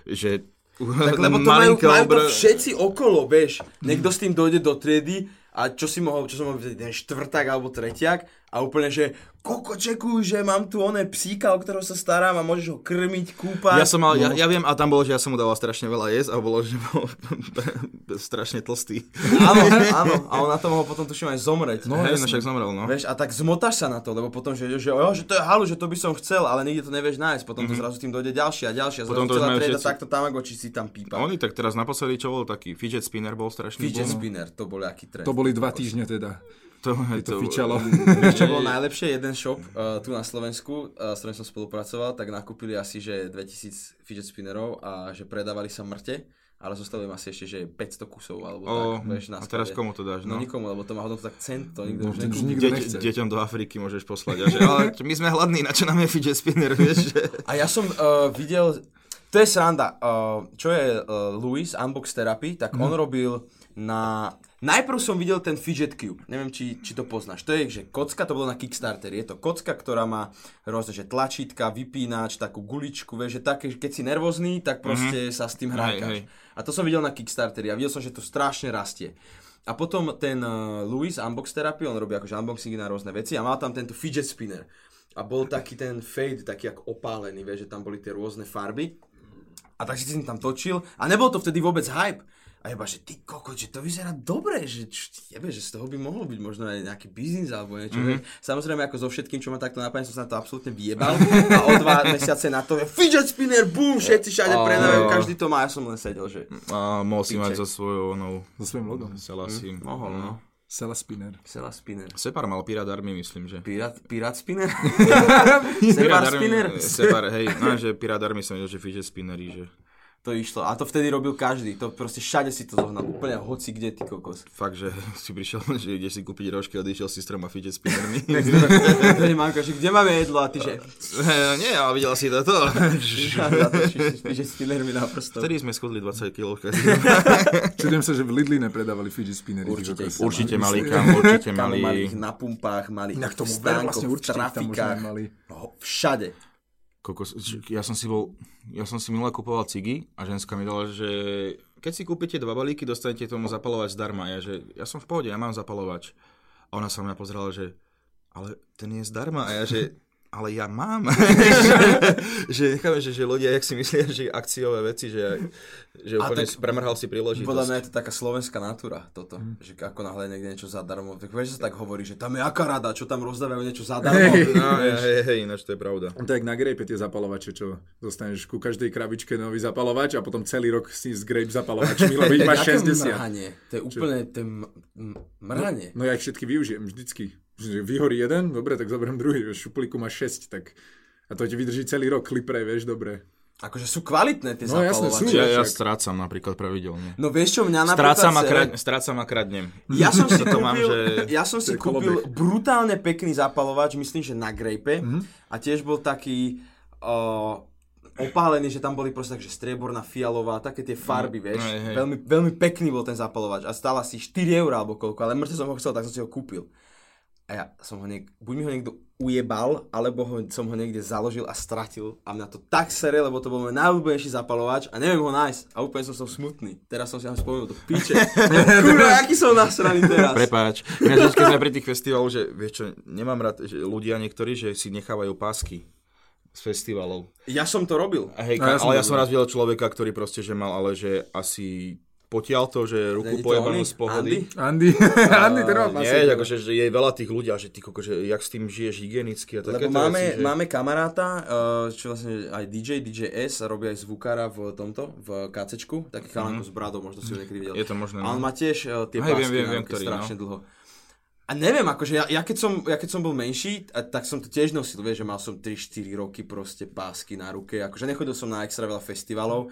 [SPEAKER 1] Že...
[SPEAKER 2] Tak, lebo to majú,
[SPEAKER 1] malinká
[SPEAKER 2] majú to
[SPEAKER 1] obr- Mhm.
[SPEAKER 2] všetci okolo, vieš. Niekto s tým dojde do triedy a čo si mohol, čo som mohol vidieť, ten štvrták alebo tretiak a úplne, že koko čekuj, že mám tu oné psíka, o ktorého sa starám a môžeš ho krmiť, kúpať.
[SPEAKER 1] Ja som mal, ja, ja viem, a tam bolo, že ja som mu dával strašne veľa jesť a bolo, že bol strašne tlstý.
[SPEAKER 2] Áno, áno. A on na to mohol potom tuším aj zomrieť.
[SPEAKER 1] No, hej, no však zomrel, no.
[SPEAKER 2] Vieš, a tak zmotáš sa na to, lebo potom, že, že, jo, že to je halu, že to by som chcel, ale nikde to nevieš nájsť, potom mm-hmm. to zrazu s tým dojde ďalšia a ďalšia, zrazu
[SPEAKER 1] Mhm. Potom to už
[SPEAKER 2] celá
[SPEAKER 1] majú
[SPEAKER 2] trieda
[SPEAKER 1] všetci.
[SPEAKER 2] takto tamagoči si tam
[SPEAKER 1] A
[SPEAKER 2] pípa.
[SPEAKER 1] oni tak teraz naposledy, čo bol taký fidget spinner, bol strašný.
[SPEAKER 2] Fidget
[SPEAKER 1] boom.
[SPEAKER 2] spinner, to bol aký trend.
[SPEAKER 3] To boli dva týždne teda.
[SPEAKER 1] To, je
[SPEAKER 3] To fičalo.
[SPEAKER 2] Vieš, čo bolo najlepšie? Jeden shop uh, tu na Slovensku, uh, s ktorým som spolupracoval, tak nakúpili asi, že 2000 fidget spinnerov a že predávali sa mŕte, ale zostalo im asi ešte, že 500 kusov alebo
[SPEAKER 1] O,
[SPEAKER 2] tak, vieš, na
[SPEAKER 1] a teraz
[SPEAKER 2] sklade.
[SPEAKER 1] komu to dáš,
[SPEAKER 2] No,
[SPEAKER 1] no?
[SPEAKER 2] nikomu, lebo to má hodnotu tak cent, to nikto
[SPEAKER 3] No,
[SPEAKER 2] už
[SPEAKER 3] to už
[SPEAKER 2] nekúpi.
[SPEAKER 3] nikto
[SPEAKER 1] Deť,
[SPEAKER 3] nechce.
[SPEAKER 1] deťom do Afriky môžeš poslať. A že, ale my sme hladní, na čo nám je fidget spinner, vieš? Že...
[SPEAKER 2] A ja som uh, videl, to je sranda, uh, čo je uh, Louis Unbox Therapy,
[SPEAKER 1] Mhm.
[SPEAKER 2] tak on robil na... Najprv som videl ten Fidget Cube, neviem, či, či to poznáš. To je, že kocka, to bolo na Kickstarter, je to kocka, ktorá má rôzne, že tlačítka, vypínač, takú guličku, vieš, že také, že keď si nervózny, tak proste sa s tým hrákaš.
[SPEAKER 1] Mhm. hej.
[SPEAKER 2] A to som videl na Kickstarteri a videl som, že to strašne rastie. A potom ten uh, Louis Unbox Therapy, on robí akože unboxingy na rôzne veci a mal tam tento fidget spinner. A bol taký ten fade, taký ako opálený, vieš, že tam boli tie rôzne farby. A tak si s ním tam točil a nebol to vtedy vôbec hype. A iba, že ty koko, že to vyzerá dobre, že č- jebe, že z toho by mohol byť možno aj nejaký biznis alebo niečo. Mm-hmm. Samozrejme, ako so všetkým, čo ma takto napadne, som sa na to absolútne vyjebal. A o dva mesiace na to je fidget spinner, boom, všetci všade predávajú, každý to má, ja som len sedel, že...
[SPEAKER 1] A mohol si mať so svojou onou
[SPEAKER 3] So svojím logom.
[SPEAKER 1] Selassie.
[SPEAKER 2] Mohol, no.
[SPEAKER 3] Sela Spinner.
[SPEAKER 2] Sela spinner.
[SPEAKER 1] Separ mal Pirát Army, myslím, že.
[SPEAKER 2] Pirát, pirát spinner?
[SPEAKER 1] Pirát
[SPEAKER 2] Sebar
[SPEAKER 1] Army-
[SPEAKER 2] spinner?
[SPEAKER 1] Separ, hej, no, že Pirát Army som vedel, že fidget spinnery, že
[SPEAKER 2] To išlo. A to vtedy robil každý. To proste všade si to zohnal. Úplne hoci kde, ty kokos.
[SPEAKER 1] fakt, že si prišiel, že ideš si kúpiť rožky, odišiel si s troma fidget spinnermi.
[SPEAKER 2] Vtedy mamka, že kde máme jedlo? A ty, že...
[SPEAKER 1] Eh, Nie, ale videl si toto.
[SPEAKER 2] Že spinner mi na prstov.
[SPEAKER 1] Vtedy sme schudli 20 kg.
[SPEAKER 3] Čudujem sa, že v Lidli nepredávali fidget spinnery.
[SPEAKER 2] Určite
[SPEAKER 3] ty kokos.
[SPEAKER 1] Určite mali kam, určite
[SPEAKER 2] Kamo mali
[SPEAKER 1] mali.
[SPEAKER 2] ich na pumpách, mali
[SPEAKER 3] Inak
[SPEAKER 2] ich
[SPEAKER 3] tomu
[SPEAKER 2] v
[SPEAKER 3] ver,
[SPEAKER 2] stánkoch,
[SPEAKER 3] vlastne
[SPEAKER 2] v
[SPEAKER 3] určite ich tam možno
[SPEAKER 2] trafikách.
[SPEAKER 3] mali.
[SPEAKER 2] No, Všade.
[SPEAKER 1] Kokos, č- ja som si bol, ja som si minule kupoval cigy a ženská mi dala, že keď si kúpite dva balíky, dostanete tomu zapalovač zdarma. Ja, že, ja som v pohode, ja mám zapalovač. A ona sa na mňa pozerala, že ale ten je zdarma. A ja, že ale ja mám. že, že, necháme, že, že ľudia, jak si myslia, že akciové veci, že, že
[SPEAKER 2] A
[SPEAKER 1] úplne
[SPEAKER 2] tak-
[SPEAKER 1] tak, premrhal si príležitosť.
[SPEAKER 2] Podľa mňa je to taká slovenská natúra toto,
[SPEAKER 3] Hm.
[SPEAKER 2] že ako náhle niekde niečo zadarmo, tak vieš, že sa tak hovorí, že tam je aká rada, čo tam rozdávajú niečo zadarmo.
[SPEAKER 1] No, hej, hej, hej, ináč to je pravda.
[SPEAKER 3] To je jak na grejpe tie zapalovače, čo dostaneš ku každej krabičke nový zapalovač a potom celý rok si s grape zapalovačmi, lebo ich máš
[SPEAKER 2] Jaké
[SPEAKER 3] 60.
[SPEAKER 2] Mrhanie. To je úplne to je m- m- mrhanie.
[SPEAKER 3] No ja ich všetky využijem vždycky. Že Vyhorí jeden, dobre, tak zoberiem druhý. V šuplíku máš 6, tak a to ti vydrží celý rok, klipre, vieš, dobre.
[SPEAKER 2] Akože sú kvalitné tie
[SPEAKER 3] No, jasné, sú.
[SPEAKER 2] zapalovače.
[SPEAKER 1] Ja, ja
[SPEAKER 3] však.
[SPEAKER 1] strácam napríklad pravidelne.
[SPEAKER 2] No vieš čo, mňa napríklad...
[SPEAKER 1] Strácam a,
[SPEAKER 2] sere-
[SPEAKER 1] krad, strácam a kradnem.
[SPEAKER 2] Ja som si
[SPEAKER 1] To
[SPEAKER 2] kúpil,
[SPEAKER 1] mám, že-
[SPEAKER 2] ja som si
[SPEAKER 3] To je kolobeh.
[SPEAKER 2] kúpil brutálne pekný zapalovač, myslím, že na grejpe.
[SPEAKER 3] Mhm.
[SPEAKER 2] A tiež bol taký uh, opálený, že tam boli proste takže strieborná, fialová, také tie farby, vieš.
[SPEAKER 1] Mhm. Hej, hej.
[SPEAKER 2] Veľmi, veľmi pekný bol ten zapalovač a stál asi 4 eur alebo koľko, ale mŕte som ho chcel, tak som si ho kúpil. A ja som ho niek- buď mi ho niekto ujebal, alebo ho, som ho niekde založil a stratil. A mňa to tak sere, lebo to bol môj najobľúbenejší zapalovač a neviem ho nájsť. A úplne som som smutný. Teraz som si ho spomenul do piče. Kurva, aký som nasraný teraz.
[SPEAKER 1] Prepáč. Ináč, keď sme pri tých festivaloch, že vieš čo, nemám rád že ľudia niektorí, že si nechávajú pásky z festivalov.
[SPEAKER 2] Ja som to robil.
[SPEAKER 1] A hej,
[SPEAKER 3] No, ja
[SPEAKER 1] ka-
[SPEAKER 3] som
[SPEAKER 1] ale ja
[SPEAKER 3] robil.
[SPEAKER 1] som raz videl človeka, ktorý proste, že mal, ale že asi potial to, že ruku
[SPEAKER 2] Není to
[SPEAKER 1] pojebanú
[SPEAKER 2] oný?
[SPEAKER 1] z pohody.
[SPEAKER 2] Andy? teda.
[SPEAKER 3] Andy, Andy, ten má
[SPEAKER 1] Nie,
[SPEAKER 3] pasek.
[SPEAKER 1] akože že je veľa tých ľudí, a že ty koko, že jak s tým žiješ hygienicky a
[SPEAKER 2] Lebo
[SPEAKER 1] takéto
[SPEAKER 2] máme,
[SPEAKER 1] veci, že...
[SPEAKER 2] máme kamaráta, eh, čo vlastne aj DJ, DJ S, a robí aj zvukára v tomto, v KCčku, taký chalanko s bradou, možno si ho niekedy videl.
[SPEAKER 1] Mhm. Je to možné,
[SPEAKER 2] A on
[SPEAKER 1] no.
[SPEAKER 2] má tiež eh, tie
[SPEAKER 1] Hej,
[SPEAKER 2] pásky
[SPEAKER 1] viem, viem,
[SPEAKER 2] na
[SPEAKER 1] viem,
[SPEAKER 2] ruke
[SPEAKER 1] ktorý, no.
[SPEAKER 2] strašne dlho. A neviem, akože ja, ja, keď som, ja keď som bol menší, a, tak som to tiež nosil, vieš, že mal som 3-4 roky proste pásky na ruke, akože nechodil som na extra veľa festivalov,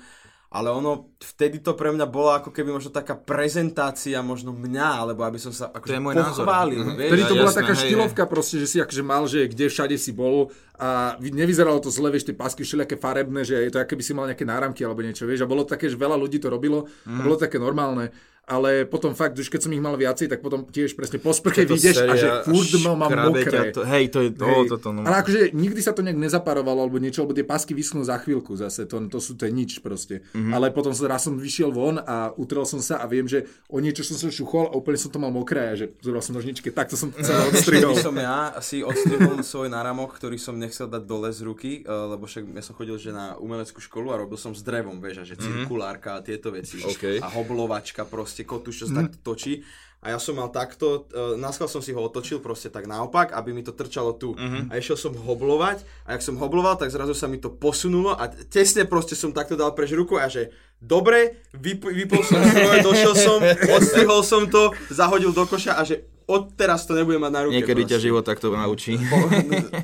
[SPEAKER 2] a ale ono, vtedy to pre mňa bola ako keby možno taká prezentácia možno mňa, alebo aby som sa akože
[SPEAKER 1] je môj názor.
[SPEAKER 2] pochválil,
[SPEAKER 1] Mhm.
[SPEAKER 2] vieš.
[SPEAKER 3] Vtedy to
[SPEAKER 1] Ja,
[SPEAKER 3] bola
[SPEAKER 1] jasné,
[SPEAKER 3] taká
[SPEAKER 1] hej,
[SPEAKER 3] štýlovka proste, že si akože mal, že kde všade si bol a vy- nevyzeralo to zle, vieš, tie pásky všelijaké farebné, že je to aké by si mal nejaké náramky alebo niečo, vieš, a bolo to také, že veľa ľudí to robilo, a
[SPEAKER 1] Mhm.
[SPEAKER 3] bolo to také normálne. Ale potom fakt, už keď som ich mal viacej, tak potom tiež presne po sprche
[SPEAKER 1] Tieto
[SPEAKER 3] vyjdeš a
[SPEAKER 1] séria
[SPEAKER 3] že furt
[SPEAKER 1] až
[SPEAKER 3] mám
[SPEAKER 1] krabe ťa
[SPEAKER 3] mokré.
[SPEAKER 1] To, hej, to je to,
[SPEAKER 3] Hej.
[SPEAKER 1] toto. No.
[SPEAKER 3] Ale akože nikdy sa to nejak nezaparovalo alebo niečo, lebo tie pásky vysnú za chvíľku zase, to, to sú to je nič proste.
[SPEAKER 1] Mhm.
[SPEAKER 3] Mm-hmm. Ale potom sa- raz som vyšiel von a utrel som sa a viem, že o niečo som sa šuchol a úplne som to mal mokré a že zobral som nožničky, tak to som to celé odstrihol.
[SPEAKER 2] Vtedy som ja si odstrihol svoj náramok, ktorý som nechcel dať dole z ruky, eh, lebo však ja som chodil že na umeleckú školu a robil som s drevom, vieš, a že cirkulárka a tieto veci.
[SPEAKER 1] OK.
[SPEAKER 2] A hoblovačka proste, kotuš, čo sa takto točí. A ja som mal takto, uh, naskal som si ho otočil proste tak naopak, aby mi to trčalo tu. A išiel som hoblovať a jak som hobloval, tak zrazu sa mi to posunulo a tesne proste som takto dal preč ruku a že dobre, vyp- vypol som stroj, došiel som, odstrihol som to, zahodil do koša a že odteraz to nebudem mať na ruke.
[SPEAKER 1] Niekedy ťa
[SPEAKER 2] proste.
[SPEAKER 1] život takto naučí.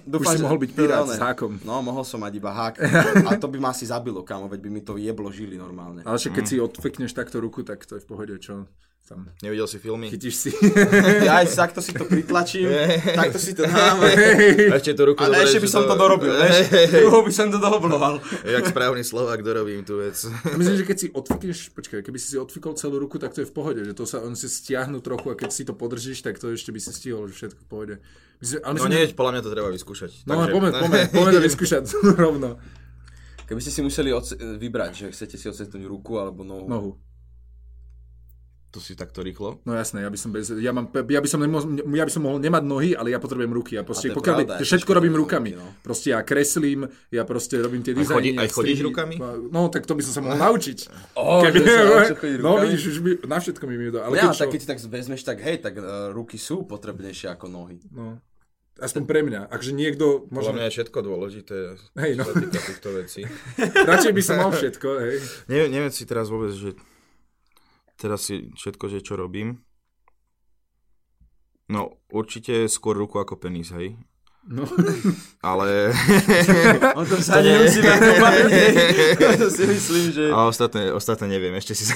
[SPEAKER 2] Dúfam,
[SPEAKER 3] Už si
[SPEAKER 2] že-
[SPEAKER 3] mohol byť pirát
[SPEAKER 2] to je
[SPEAKER 3] s
[SPEAKER 2] oné.
[SPEAKER 3] hákom.
[SPEAKER 2] No, mohol som mať iba hák. A to by ma asi zabilo, kámo, veď by mi to jeblo žili normálne.
[SPEAKER 3] Ale však keď
[SPEAKER 1] Mhm.
[SPEAKER 3] si odfekneš takto ruku, tak to je v pohode, čo tam
[SPEAKER 1] Nevidel si filmy?
[SPEAKER 3] chytíš si.
[SPEAKER 2] Ja aj takto si to pritlačím, takto si to dám.
[SPEAKER 1] A ešte tú ruku
[SPEAKER 2] Ale
[SPEAKER 1] zoberieš,
[SPEAKER 2] ešte by
[SPEAKER 1] že
[SPEAKER 2] som to dorobil, vieš? Druhou by som to dohobloval.
[SPEAKER 1] Jak správny Slovák dorobím tú vec.
[SPEAKER 3] A myslím, že keď si odfikneš, počkaj, keby si si odfikol celú ruku, tak to je v pohode, že to sa, on si stiahnu trochu a keď si to podržíš, tak to ešte by si stihol, že všetko v pohode. Myslím, ale
[SPEAKER 1] No
[SPEAKER 3] myslím,
[SPEAKER 1] nie,
[SPEAKER 3] že-
[SPEAKER 1] podľa mňa to treba vyskúšať.
[SPEAKER 3] No ale poďme, poďme, poďme to vyskúšať rovno.
[SPEAKER 2] Keby ste si museli oce- vybrať, že chcete si ocetnúť ruku alebo nohu.
[SPEAKER 3] Nohu.
[SPEAKER 1] To si takto rýchlo.
[SPEAKER 3] No jasné, ja by som bez, ja, mám, ja, by som nemo, ja by som mohol nemať nohy, ale ja potrebujem ruky. Ja
[SPEAKER 2] A
[SPEAKER 3] proste,
[SPEAKER 2] to je
[SPEAKER 3] pokiaľ,
[SPEAKER 2] pravda,
[SPEAKER 3] ja
[SPEAKER 2] ja
[SPEAKER 3] všetko
[SPEAKER 2] tiež
[SPEAKER 3] robím
[SPEAKER 2] potrebujem
[SPEAKER 3] rukami.
[SPEAKER 2] ruky, no.
[SPEAKER 3] Proste ja kreslím, ja proste robím tie dizajny.
[SPEAKER 1] chodí- aj
[SPEAKER 3] ja
[SPEAKER 1] chodíš
[SPEAKER 3] strihy.
[SPEAKER 1] rukami?
[SPEAKER 3] No tak to by som sa mohol naučiť.
[SPEAKER 2] Ó, že sa naučil chodiť
[SPEAKER 3] no
[SPEAKER 2] rukami? No,
[SPEAKER 3] vidíš, už by, na všetko mi mi to. Ale
[SPEAKER 2] Ale
[SPEAKER 3] keď
[SPEAKER 2] ja, tak
[SPEAKER 3] čo,
[SPEAKER 2] keď si tak vezmeš, tak hej, tak eh, ruky sú potrebnejšie ako nohy.
[SPEAKER 3] no, aspoň pre mňa. Akže niekto,
[SPEAKER 1] Podľa mňa
[SPEAKER 3] možno,
[SPEAKER 1] je všetko dôležité,
[SPEAKER 3] hej, no,
[SPEAKER 1] čo sa týka týchto vecí.
[SPEAKER 3] radšej by som mal všetko, hej.
[SPEAKER 1] Neviem, neviem si teraz vôbec, že teraz si všetko, že čo robím. No, určite skôr ruku ako penis, hej.
[SPEAKER 3] No.
[SPEAKER 1] Ale...
[SPEAKER 2] O tom No, sa
[SPEAKER 1] nie.
[SPEAKER 2] nemusíme hovoriť. To si myslím, že
[SPEAKER 1] A ostatné, ostatné neviem, ešte si...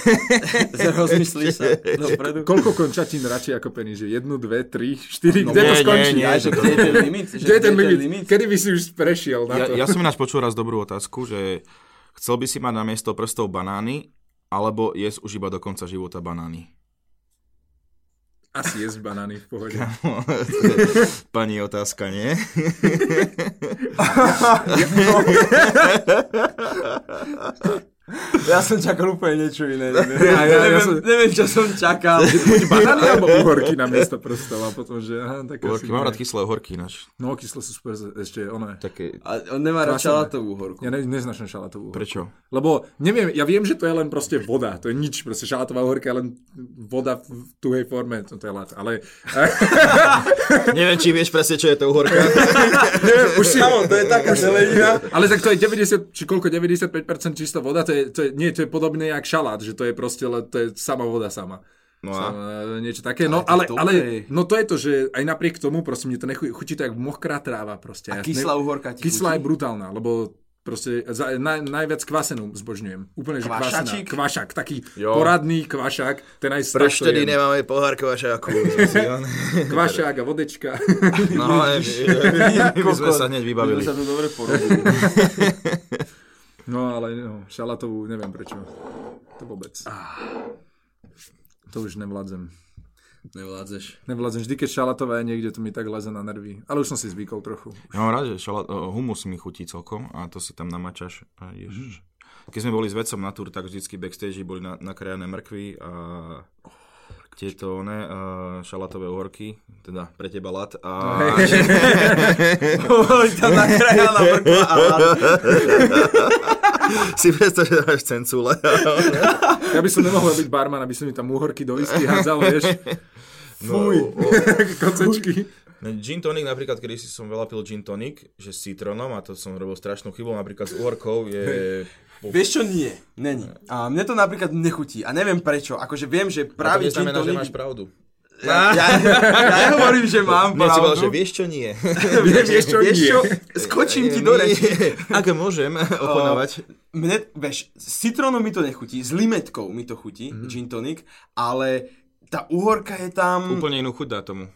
[SPEAKER 2] rozmyslíš sa dopredu.
[SPEAKER 3] Koľko končatín radšej ako peníže? Jednu, dve, tri, štyri?
[SPEAKER 2] No
[SPEAKER 3] kde to
[SPEAKER 1] nie, nie,
[SPEAKER 3] skončí?
[SPEAKER 1] nie,
[SPEAKER 2] Aj, že kde je ten limit? Že
[SPEAKER 3] Kde je ten limit? Kedy by si už prešiel na
[SPEAKER 1] Ja,
[SPEAKER 3] to?
[SPEAKER 1] ja som ináč počul raz dobrú otázku, že chcel by si mať na miesto prstov banány, alebo jesť už iba do konca života banány.
[SPEAKER 3] Asi jesť banány v pohode.
[SPEAKER 1] Pani otázka, nie?
[SPEAKER 2] Ja som čakal úplne niečo iné. Neviem,
[SPEAKER 3] Ja, ja, ja
[SPEAKER 2] neviem,
[SPEAKER 3] som-
[SPEAKER 2] neviem čo som čakal.
[SPEAKER 3] Buď banány alebo uhorky na miesto prstov a potom, že aha, tak
[SPEAKER 1] Horky,
[SPEAKER 3] asi
[SPEAKER 1] mám
[SPEAKER 3] nie.
[SPEAKER 1] rád kyslé horky ináč.
[SPEAKER 3] No, kyslé sú super, ešte ono je.
[SPEAKER 1] Také...
[SPEAKER 2] A on nemá rád
[SPEAKER 3] Kvasené.
[SPEAKER 2] šalátovú horku.
[SPEAKER 3] Ja ne, neznašam šalátovú uhorku.
[SPEAKER 1] Prečo?
[SPEAKER 3] Lebo neviem, ja viem, že to je len proste voda, to je nič, proste šalátová uhorka je len voda v tuhej forme, No, to, to je lát, ale
[SPEAKER 1] Neviem, či vieš presne, čo je to uhorka.
[SPEAKER 3] neviem, už si,
[SPEAKER 2] to je taká zelenina.
[SPEAKER 3] ale tak to je 90, či koľko, 95% čistá voda, to je, to je, nie, to je podobné jak šalát, že to je proste, le- to je sama voda sama.
[SPEAKER 1] No
[SPEAKER 3] No
[SPEAKER 1] a?
[SPEAKER 3] niečo také, no
[SPEAKER 2] Ale
[SPEAKER 3] ale,
[SPEAKER 2] to je
[SPEAKER 3] ale,
[SPEAKER 2] dobré.
[SPEAKER 3] no to je to, že aj napriek tomu, proste mne to nechutí, chutí to jak mokrá tráva proste.
[SPEAKER 2] A
[SPEAKER 3] Ja
[SPEAKER 2] kyslá uhorka ti
[SPEAKER 3] Kyslá je
[SPEAKER 2] chutí?
[SPEAKER 3] brutálna, lebo proste za, na, najviac kvasenú zbožňujem. Úplne, že kvasená.
[SPEAKER 2] Kvašačík?
[SPEAKER 3] Kvašak, taký
[SPEAKER 1] Jo.
[SPEAKER 3] poradný kvašak, ten aj
[SPEAKER 1] Pre
[SPEAKER 3] strašne jem.
[SPEAKER 1] vtedy nemáme pohár kvašáku.
[SPEAKER 3] Kvašak a vodečka.
[SPEAKER 1] No, ale my, my sme sa hneď
[SPEAKER 2] My sme
[SPEAKER 1] vybavili.
[SPEAKER 2] sa tu dobre porobili.
[SPEAKER 3] No ale no, šalatovú, neviem prečo. To vôbec.
[SPEAKER 2] Ah.
[SPEAKER 3] To už nevládzem.
[SPEAKER 2] Nevládzeš.
[SPEAKER 3] Nevládzem, vždy keď šalatová je niekde, to mi tak leze na nervy. Ale už som si zvykol trochu.
[SPEAKER 1] Ja mám rád, že šalát, o, humus mi chutí celkom a to si tam namačaš. A ježiš. Keď sme boli s vecom na túr, tak vždycky backstage boli na, nakrájané mrkvy a tieto ne, uh, šalatové uhorky, teda pre teba lat. A,
[SPEAKER 2] Boli tam nakrajaná mrkva a
[SPEAKER 1] si predstav, že máš cencule.
[SPEAKER 3] Ja by som nemohol byť barman, aby som mi tam úhorky do whisky hádzal, vieš. Fuj.
[SPEAKER 1] No,
[SPEAKER 3] Kocečky.
[SPEAKER 1] Gin tonic, napríklad, kedy si som veľa pil gin tonic, že s citronom, a to som robil strašnú chybu, napríklad s uhorkou je...
[SPEAKER 2] Vieš čo, nie. Není. A mne to napríklad nechutí. A neviem prečo. Akože viem, že práve
[SPEAKER 1] A to neznamená, že máš pravdu.
[SPEAKER 2] Ja, ja, ja nehovorím, že mám
[SPEAKER 1] Mne si povedal, že
[SPEAKER 2] pravdu.
[SPEAKER 1] vieš čo nie.
[SPEAKER 3] Vieš čo?
[SPEAKER 2] Vieš
[SPEAKER 3] Nie.
[SPEAKER 2] čo? Skočím ti do
[SPEAKER 1] Nie.
[SPEAKER 2] reči.
[SPEAKER 1] Ak môžem oponovať.
[SPEAKER 2] Mne, vieš, s citrónom mi to nechutí, s limetkou mi to chutí, mm.
[SPEAKER 1] Mhm.
[SPEAKER 2] gin tonic, ale tá uhorka je tam...
[SPEAKER 1] Úplne inú chuť dá tomu.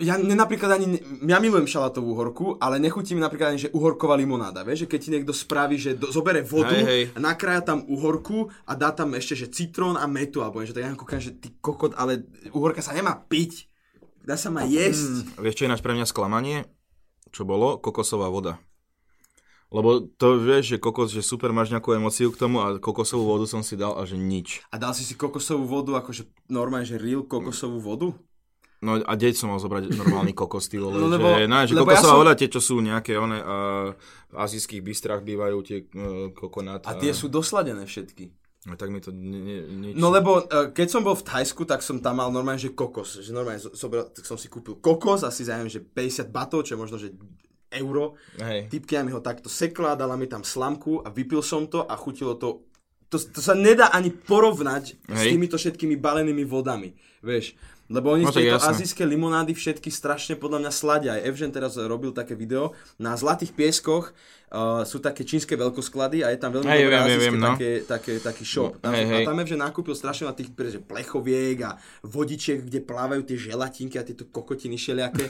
[SPEAKER 2] Ja ne, napríklad ani, ne- ja milujem šalátovú horku, ale nechutí mi napríklad ani, že uhorková limonáda, vieš, že keď ti niekto spraví, že do, zobere vodu,
[SPEAKER 1] Hej, hej.
[SPEAKER 2] a nakrája tam uhorku a dá tam ešte, že citrón a metu, alebo niečo, tak ja kúkam, že ty kokot, ale uhorka sa nemá piť, dá sa má jesť.
[SPEAKER 1] Vieš, čo je ináč pre mňa sklamanie? Čo bolo? Kokosová voda. Lebo to vieš, že kokos, že super, máš nejakú emociu k tomu a kokosovú vodu som si dal a že nič.
[SPEAKER 2] A dal si si kokosovú vodu, akože normálne, že real kokosovú vodu?
[SPEAKER 1] No a deť som mal zobrať normálny kokos, ty vole,
[SPEAKER 2] No,
[SPEAKER 1] no,
[SPEAKER 2] lebo-
[SPEAKER 1] lebo, že, ne, že
[SPEAKER 2] lebo
[SPEAKER 1] kokosová
[SPEAKER 2] ja som-
[SPEAKER 1] voda, tie, čo sú nejaké, one, a v azijských bystrách bývajú tie uh, kokonát.
[SPEAKER 2] A tie sú dosladené všetky.
[SPEAKER 1] A tak mi to ni- ni- nič.
[SPEAKER 2] No lebo e, keď som bol v Thajsku, tak som tam mal normálne, že kokos. Že normálne zo- zobral, tak som si kúpil kokos, asi zájem, že 50 batov, čo je možno, že euro.
[SPEAKER 1] Hej.
[SPEAKER 2] Typkina mi ho takto sekla, dala mi tam slamku a vypil som to a chutilo to... To, to sa nedá ani porovnať Hej. s
[SPEAKER 1] Hej.
[SPEAKER 2] týmito všetkými balenými vodami, vieš. Lebo oni
[SPEAKER 1] No
[SPEAKER 2] no,
[SPEAKER 1] tak
[SPEAKER 2] tieto
[SPEAKER 1] jasné.
[SPEAKER 2] azijské limonády všetky strašne podľa mňa sladia. Aj Evžen teraz robil také video. Na Zlatých pieskoch uh, sú také čínske veľkosklady a je tam veľmi dobré
[SPEAKER 1] Hej, viem, viem,
[SPEAKER 2] azijské
[SPEAKER 1] viem, no.
[SPEAKER 2] také, také, taký shop.
[SPEAKER 1] No,
[SPEAKER 2] Tam,
[SPEAKER 1] hej,
[SPEAKER 2] a
[SPEAKER 1] hej.
[SPEAKER 2] tam Evžen nakúpil strašne na tých že plechoviek a vodičiek, kde plávajú tie želatinky a tieto kokotiny šeliaké.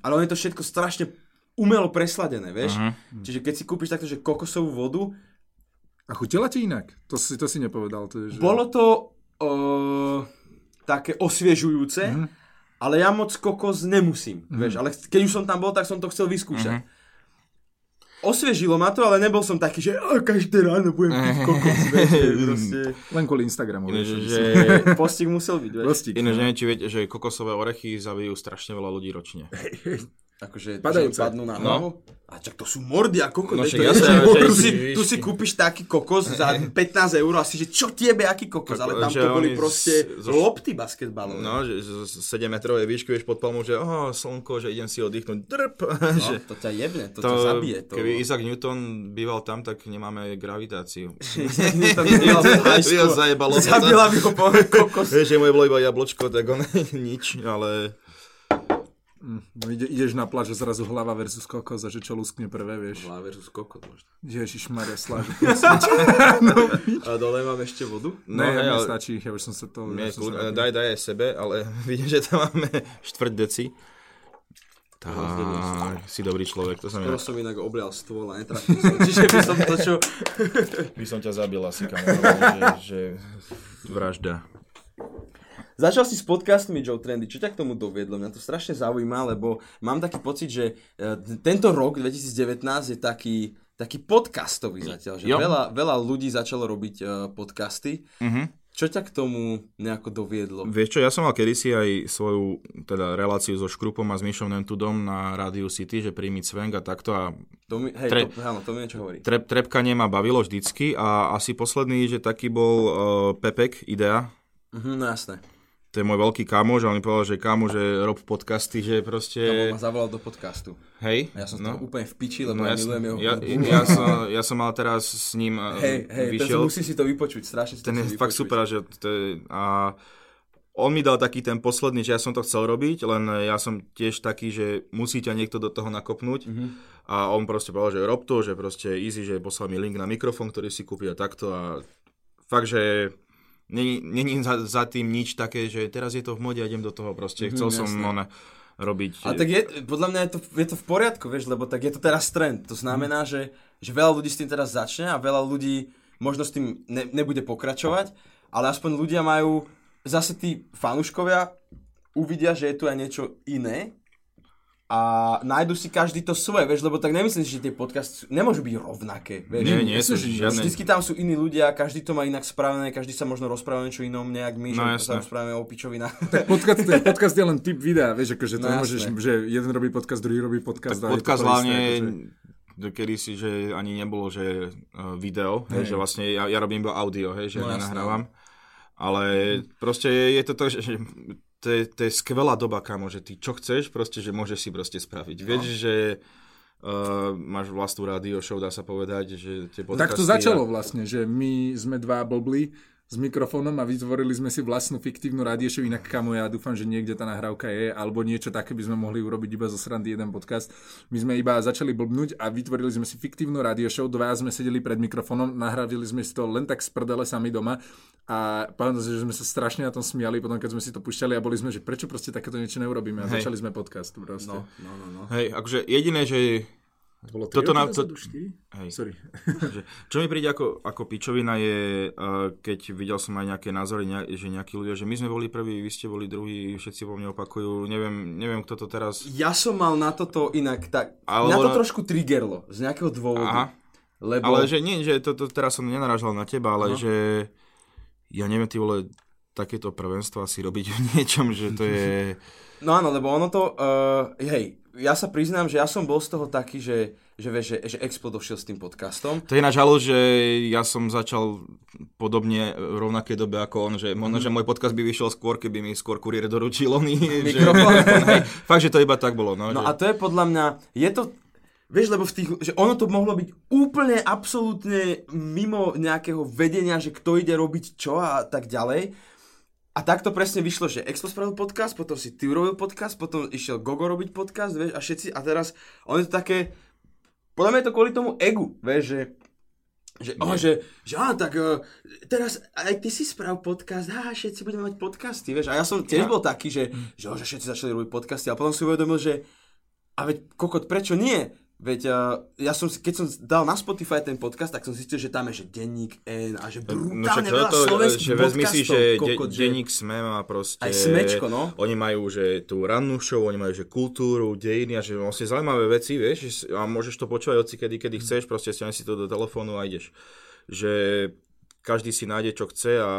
[SPEAKER 2] Ale on je to všetko strašne umelo presladené, vieš?
[SPEAKER 1] Aha.
[SPEAKER 2] Čiže keď si kúpiš takto, že kokosovú vodu,
[SPEAKER 1] No.
[SPEAKER 3] A chutila ti inak? To si, to si nepovedal. To je, že...
[SPEAKER 2] bolo to uh, také osviežujúce,
[SPEAKER 1] Mhm.
[SPEAKER 2] ale ja moc kokos nemusím, vieš? Ale chc- keď už som tam bol, tak som to chcel
[SPEAKER 1] Mhm.
[SPEAKER 2] vyskúšať. Osviežilo ma to, ale nebol som taký, že "A, každé ráno budem piť kokos, vieš? že
[SPEAKER 1] Mhm.
[SPEAKER 2] Proste,
[SPEAKER 3] Len kvôli Instagramu. vieš,
[SPEAKER 1] Ináč, že,
[SPEAKER 2] postih musel byť, vieš?
[SPEAKER 3] Prostík.
[SPEAKER 1] ináč, neviem, či viete, že kokosové orechy zabijú strašne veľa ľudí ročne.
[SPEAKER 2] Akože,
[SPEAKER 3] Padajúce.
[SPEAKER 2] že padnú na
[SPEAKER 1] No.
[SPEAKER 2] hlavu? A čak to sú mordy a kokos.
[SPEAKER 1] No
[SPEAKER 2] vieš,
[SPEAKER 1] však
[SPEAKER 2] to
[SPEAKER 1] jasné,
[SPEAKER 2] je-
[SPEAKER 1] ale to je-
[SPEAKER 2] tu, si,
[SPEAKER 1] víš,
[SPEAKER 2] tu si kúpiš taký kokos za 15 eur a si, že čo tiebe, aký kokos, ale tam
[SPEAKER 1] Že
[SPEAKER 2] to boli
[SPEAKER 1] oni z-
[SPEAKER 2] proste
[SPEAKER 1] zo-
[SPEAKER 2] lopty basketbalové.
[SPEAKER 1] No, že z 7 metrovej výšky vieš pod palmou, že oho, slnko, že idem si oddychnúť, drp.
[SPEAKER 2] No,
[SPEAKER 1] že,
[SPEAKER 2] to ťa jebne, to, ťa zabije. To.
[SPEAKER 1] Keby Isaac Newton býval tam, tak nemáme gravitáciu.
[SPEAKER 2] Isaac Newton býval v Thajsku.
[SPEAKER 1] Ja zajebalo. to.
[SPEAKER 2] Zabila by ho po- kokos.
[SPEAKER 1] Vieš, že mu je bolo iba jablčko, tak on nič, ale...
[SPEAKER 3] No, ide, ideš na pláž a zrazu hlava versus kokos a že čo luskne prvé, vieš.
[SPEAKER 2] Hlava versus kokos možno.
[SPEAKER 3] Ježišmarja, sláž.
[SPEAKER 2] A dole mám ešte vodu?
[SPEAKER 3] No,
[SPEAKER 1] hej,
[SPEAKER 3] ne, mne
[SPEAKER 1] ale-
[SPEAKER 3] stačí, ja už som sa to... ja
[SPEAKER 1] Mne je
[SPEAKER 3] som
[SPEAKER 1] kľud,
[SPEAKER 3] sa-
[SPEAKER 1] daj, daj aj sebe, ale vidím, že tam máme štvrť deci. Tá, si dobrý človek, to sa mi...
[SPEAKER 2] Skoro som inak oblial stôl a netrafil som. Čiže by som to čo...
[SPEAKER 1] By som ťa zabil asi, kamarát, že, že... Vražda.
[SPEAKER 2] Začal si s podcastmi Joe Trendy, čo ťa k tomu doviedlo? Mňa to strašne zaujíma, lebo mám taký pocit, že e, tento rok 2019 je taký, taký podcastový zatiaľ, že
[SPEAKER 1] Jo.
[SPEAKER 2] veľa, veľa ľudí začalo robiť e, podcasty.
[SPEAKER 1] Mhm.
[SPEAKER 2] Čo ťa k tomu nejako doviedlo?
[SPEAKER 1] Vieš čo, ja som mal kedysi aj svoju teda, reláciu so Škrupom a s Mišom Nentudom na Radio City, že príjmi cvenk a takto a
[SPEAKER 2] To mi, hej,
[SPEAKER 1] Tre-
[SPEAKER 2] to, áno, to mi niečo hovorí.
[SPEAKER 1] trep, trepkanie ma bavilo vždycky a asi posledný, že taký bol uh, Pepek, Idea,
[SPEAKER 2] Mhm, no jasné.
[SPEAKER 1] to je môj veľký kamoš a on mi povedal, že kámo, že rob podcasty, že
[SPEAKER 2] Lebo
[SPEAKER 1] proste...
[SPEAKER 2] ma zavolal do podcastu.
[SPEAKER 1] Hej?
[SPEAKER 2] A ja som no.
[SPEAKER 1] E- no.
[SPEAKER 2] to úplne v piči, lebo
[SPEAKER 1] No,
[SPEAKER 2] ja
[SPEAKER 1] ja, som,
[SPEAKER 2] milujem jeho
[SPEAKER 1] ja,
[SPEAKER 2] hudbu.
[SPEAKER 1] ja, som, ja som mal teraz s ním uh,
[SPEAKER 2] Hej, hej, ten
[SPEAKER 1] vyšiel.
[SPEAKER 2] si- musí si to vypočuť, strašne si
[SPEAKER 1] Ten
[SPEAKER 2] to
[SPEAKER 1] je
[SPEAKER 2] musí
[SPEAKER 1] fakt
[SPEAKER 2] vypočuť.
[SPEAKER 1] super, že to je, a on mi dal taký ten posledný, že ja som to chcel robiť, len ja som tiež taký, že musí ťa niekto do toho nakopnúť
[SPEAKER 2] Mhm.
[SPEAKER 1] mm-hmm. a on proste povedal, že rob to, že proste easy, že poslal mi link na mikrofón, ktorý si kúpil a takto a fakt, že není, není za, za tým nič také, že teraz je to v mode a idem do toho proste. Chcel mm-hmm, som on, robiť...
[SPEAKER 2] Mhm, A tak je, podľa mňa je to, je to v poriadku, vieš, lebo tak je to teraz trend. To znamená,
[SPEAKER 1] Hm.
[SPEAKER 2] že, že veľa ľudí s tým teraz začne a veľa ľudí možno s tým ne, nebude pokračovať, ale aspoň ľudia majú, zase tí fanúškovia uvidia, že je tu aj niečo iné a nájdu si každý to svoje, vieš, lebo tak nemyslím si, že tie podcasty sú- nemôžu byť rovnaké, vieš.
[SPEAKER 1] nie, nie,
[SPEAKER 3] myslím,
[SPEAKER 1] sú
[SPEAKER 3] že
[SPEAKER 1] žiadne...
[SPEAKER 2] Vždycky tam sú iní ľudia, každý to má inak spravené, každý sa možno rozpráva o niečo inom, nejak my,
[SPEAKER 1] No,
[SPEAKER 2] že sa
[SPEAKER 1] jasné.
[SPEAKER 2] rozprávame o pičovinách.
[SPEAKER 3] Podcast, ten podcast je len typ videa, vieš, akože to
[SPEAKER 2] No,
[SPEAKER 3] nemôžeš,
[SPEAKER 2] jasné.
[SPEAKER 3] že jeden robí podcast, druhý robí podcast. a je to
[SPEAKER 1] Podcast
[SPEAKER 3] to isté,
[SPEAKER 1] hlavne,
[SPEAKER 3] akože.
[SPEAKER 1] kedy si, že ani nebolo, že eh, video, hej, že vlastne ja, ja robím iba audio, hej, že
[SPEAKER 2] No
[SPEAKER 1] no, ja
[SPEAKER 2] jasné.
[SPEAKER 1] nahrávam. Ale proste je, je to to, že, že to, je, to je skvelá doba, kamo, že ty čo chceš, proste, že môžeš si proste spraviť. No. Vieš, že uh, máš
[SPEAKER 3] No
[SPEAKER 1] vlastnú rádio show, dá sa povedať, že tie podcasty...
[SPEAKER 3] Tak to začalo vlastne, že my sme dva blbli s mikrofónom a vytvorili sme si vlastnú fiktívnu radiešov, inak kamo ja dúfam, že niekde tá nahrávka je, alebo niečo také by sme mohli urobiť iba zo srandy jeden podcast. My sme iba začali blbnúť a vytvorili sme si fiktívnu radiešov, dva sme sedeli pred mikrofónom, nahrávili sme si to len tak z prdele sami doma a pamätám si, že sme sa strašne na tom smiali, potom keď sme si to pušťali a boli sme, že prečo proste takéto niečo neurobíme a
[SPEAKER 1] Hej.
[SPEAKER 3] začali sme podcast proste.
[SPEAKER 2] No, no, no, no.
[SPEAKER 1] Hej, akože jediné, že...
[SPEAKER 3] To bolo toto
[SPEAKER 1] Toto
[SPEAKER 3] na...
[SPEAKER 1] na- to-
[SPEAKER 3] To...
[SPEAKER 1] Hej.
[SPEAKER 3] Sorry.
[SPEAKER 1] Že, čo mi príde ako, ako pičovina je, uh, keď videl som aj nejaké názory, ne, že nejakí ľudia, že my sme boli prví, vy ste boli druhí, všetci po mne opakujú, neviem, neviem kto to teraz...
[SPEAKER 2] Ja som mal na toto inak tak... na
[SPEAKER 1] Alebo
[SPEAKER 2] to
[SPEAKER 1] na-
[SPEAKER 2] trošku triggerlo, z nejakého dôvodu.
[SPEAKER 1] Aha.
[SPEAKER 2] Lebo...
[SPEAKER 1] Ale že nie, že to, to teraz som nenarážal na teba, ale že ja neviem, ty vole, takéto prvenstvo asi robiť v niečom, že to je...
[SPEAKER 2] No áno, lebo ono to, uh, hej, ja sa priznám, že ja som bol z toho taký, že, že vieš, že, že Expo došiel s tým podcastom.
[SPEAKER 1] To je na žalu, že ja som začal podobne v rovnakej dobe ako on, že možno,
[SPEAKER 2] Mhm.
[SPEAKER 1] že môj podcast by vyšiel skôr, keby mi skôr kuriér doručil oný. že-
[SPEAKER 2] Mikrofón.
[SPEAKER 1] Hej, Fakt, že to iba tak bolo. No,
[SPEAKER 2] No
[SPEAKER 1] že...
[SPEAKER 2] a to je podľa mňa, je to, vieš, lebo v tých, že ono to mohlo byť úplne, absolútne mimo nejakého vedenia, že kto ide robiť čo a tak ďalej. A tak to presne vyšlo, že Expo spravil podcast, potom si ty urobil podcast, potom išiel Gogo robiť podcast, vieš, a všetci, a teraz, ono je to také, podľa mňa je to kvôli tomu egu, vieš, že že, oh, že, že á, tak uh, teraz aj ty si sprav podcast, á, všetci budeme mať podcasty, vieš. A ja som tiež bol taký, že,
[SPEAKER 1] Mm.
[SPEAKER 2] že, oh, že všetci začali robiť podcasty a potom si uvedomil, že a veď kokot, prečo nie? Veď uh, ja som, si- keď som dal na Spotify ten podcast, tak som zistil, že tam je že denník N a
[SPEAKER 1] No,
[SPEAKER 2] že brutálne veľa slovenských
[SPEAKER 1] eh, že vezmi
[SPEAKER 2] podcastov,
[SPEAKER 1] si, že de,
[SPEAKER 2] kokot,
[SPEAKER 1] denník SME má proste...
[SPEAKER 2] Aj Smečko, no.
[SPEAKER 1] Oni majú, že tú rannú show, oni majú, že kultúru, dejiny a že vlastne zaujímavé veci, vieš, že s- a môžeš to počúvať hoci kedy, kedy chceš, proste stiahneš si to do telefónu a ideš. Že každý si nájde, čo chce a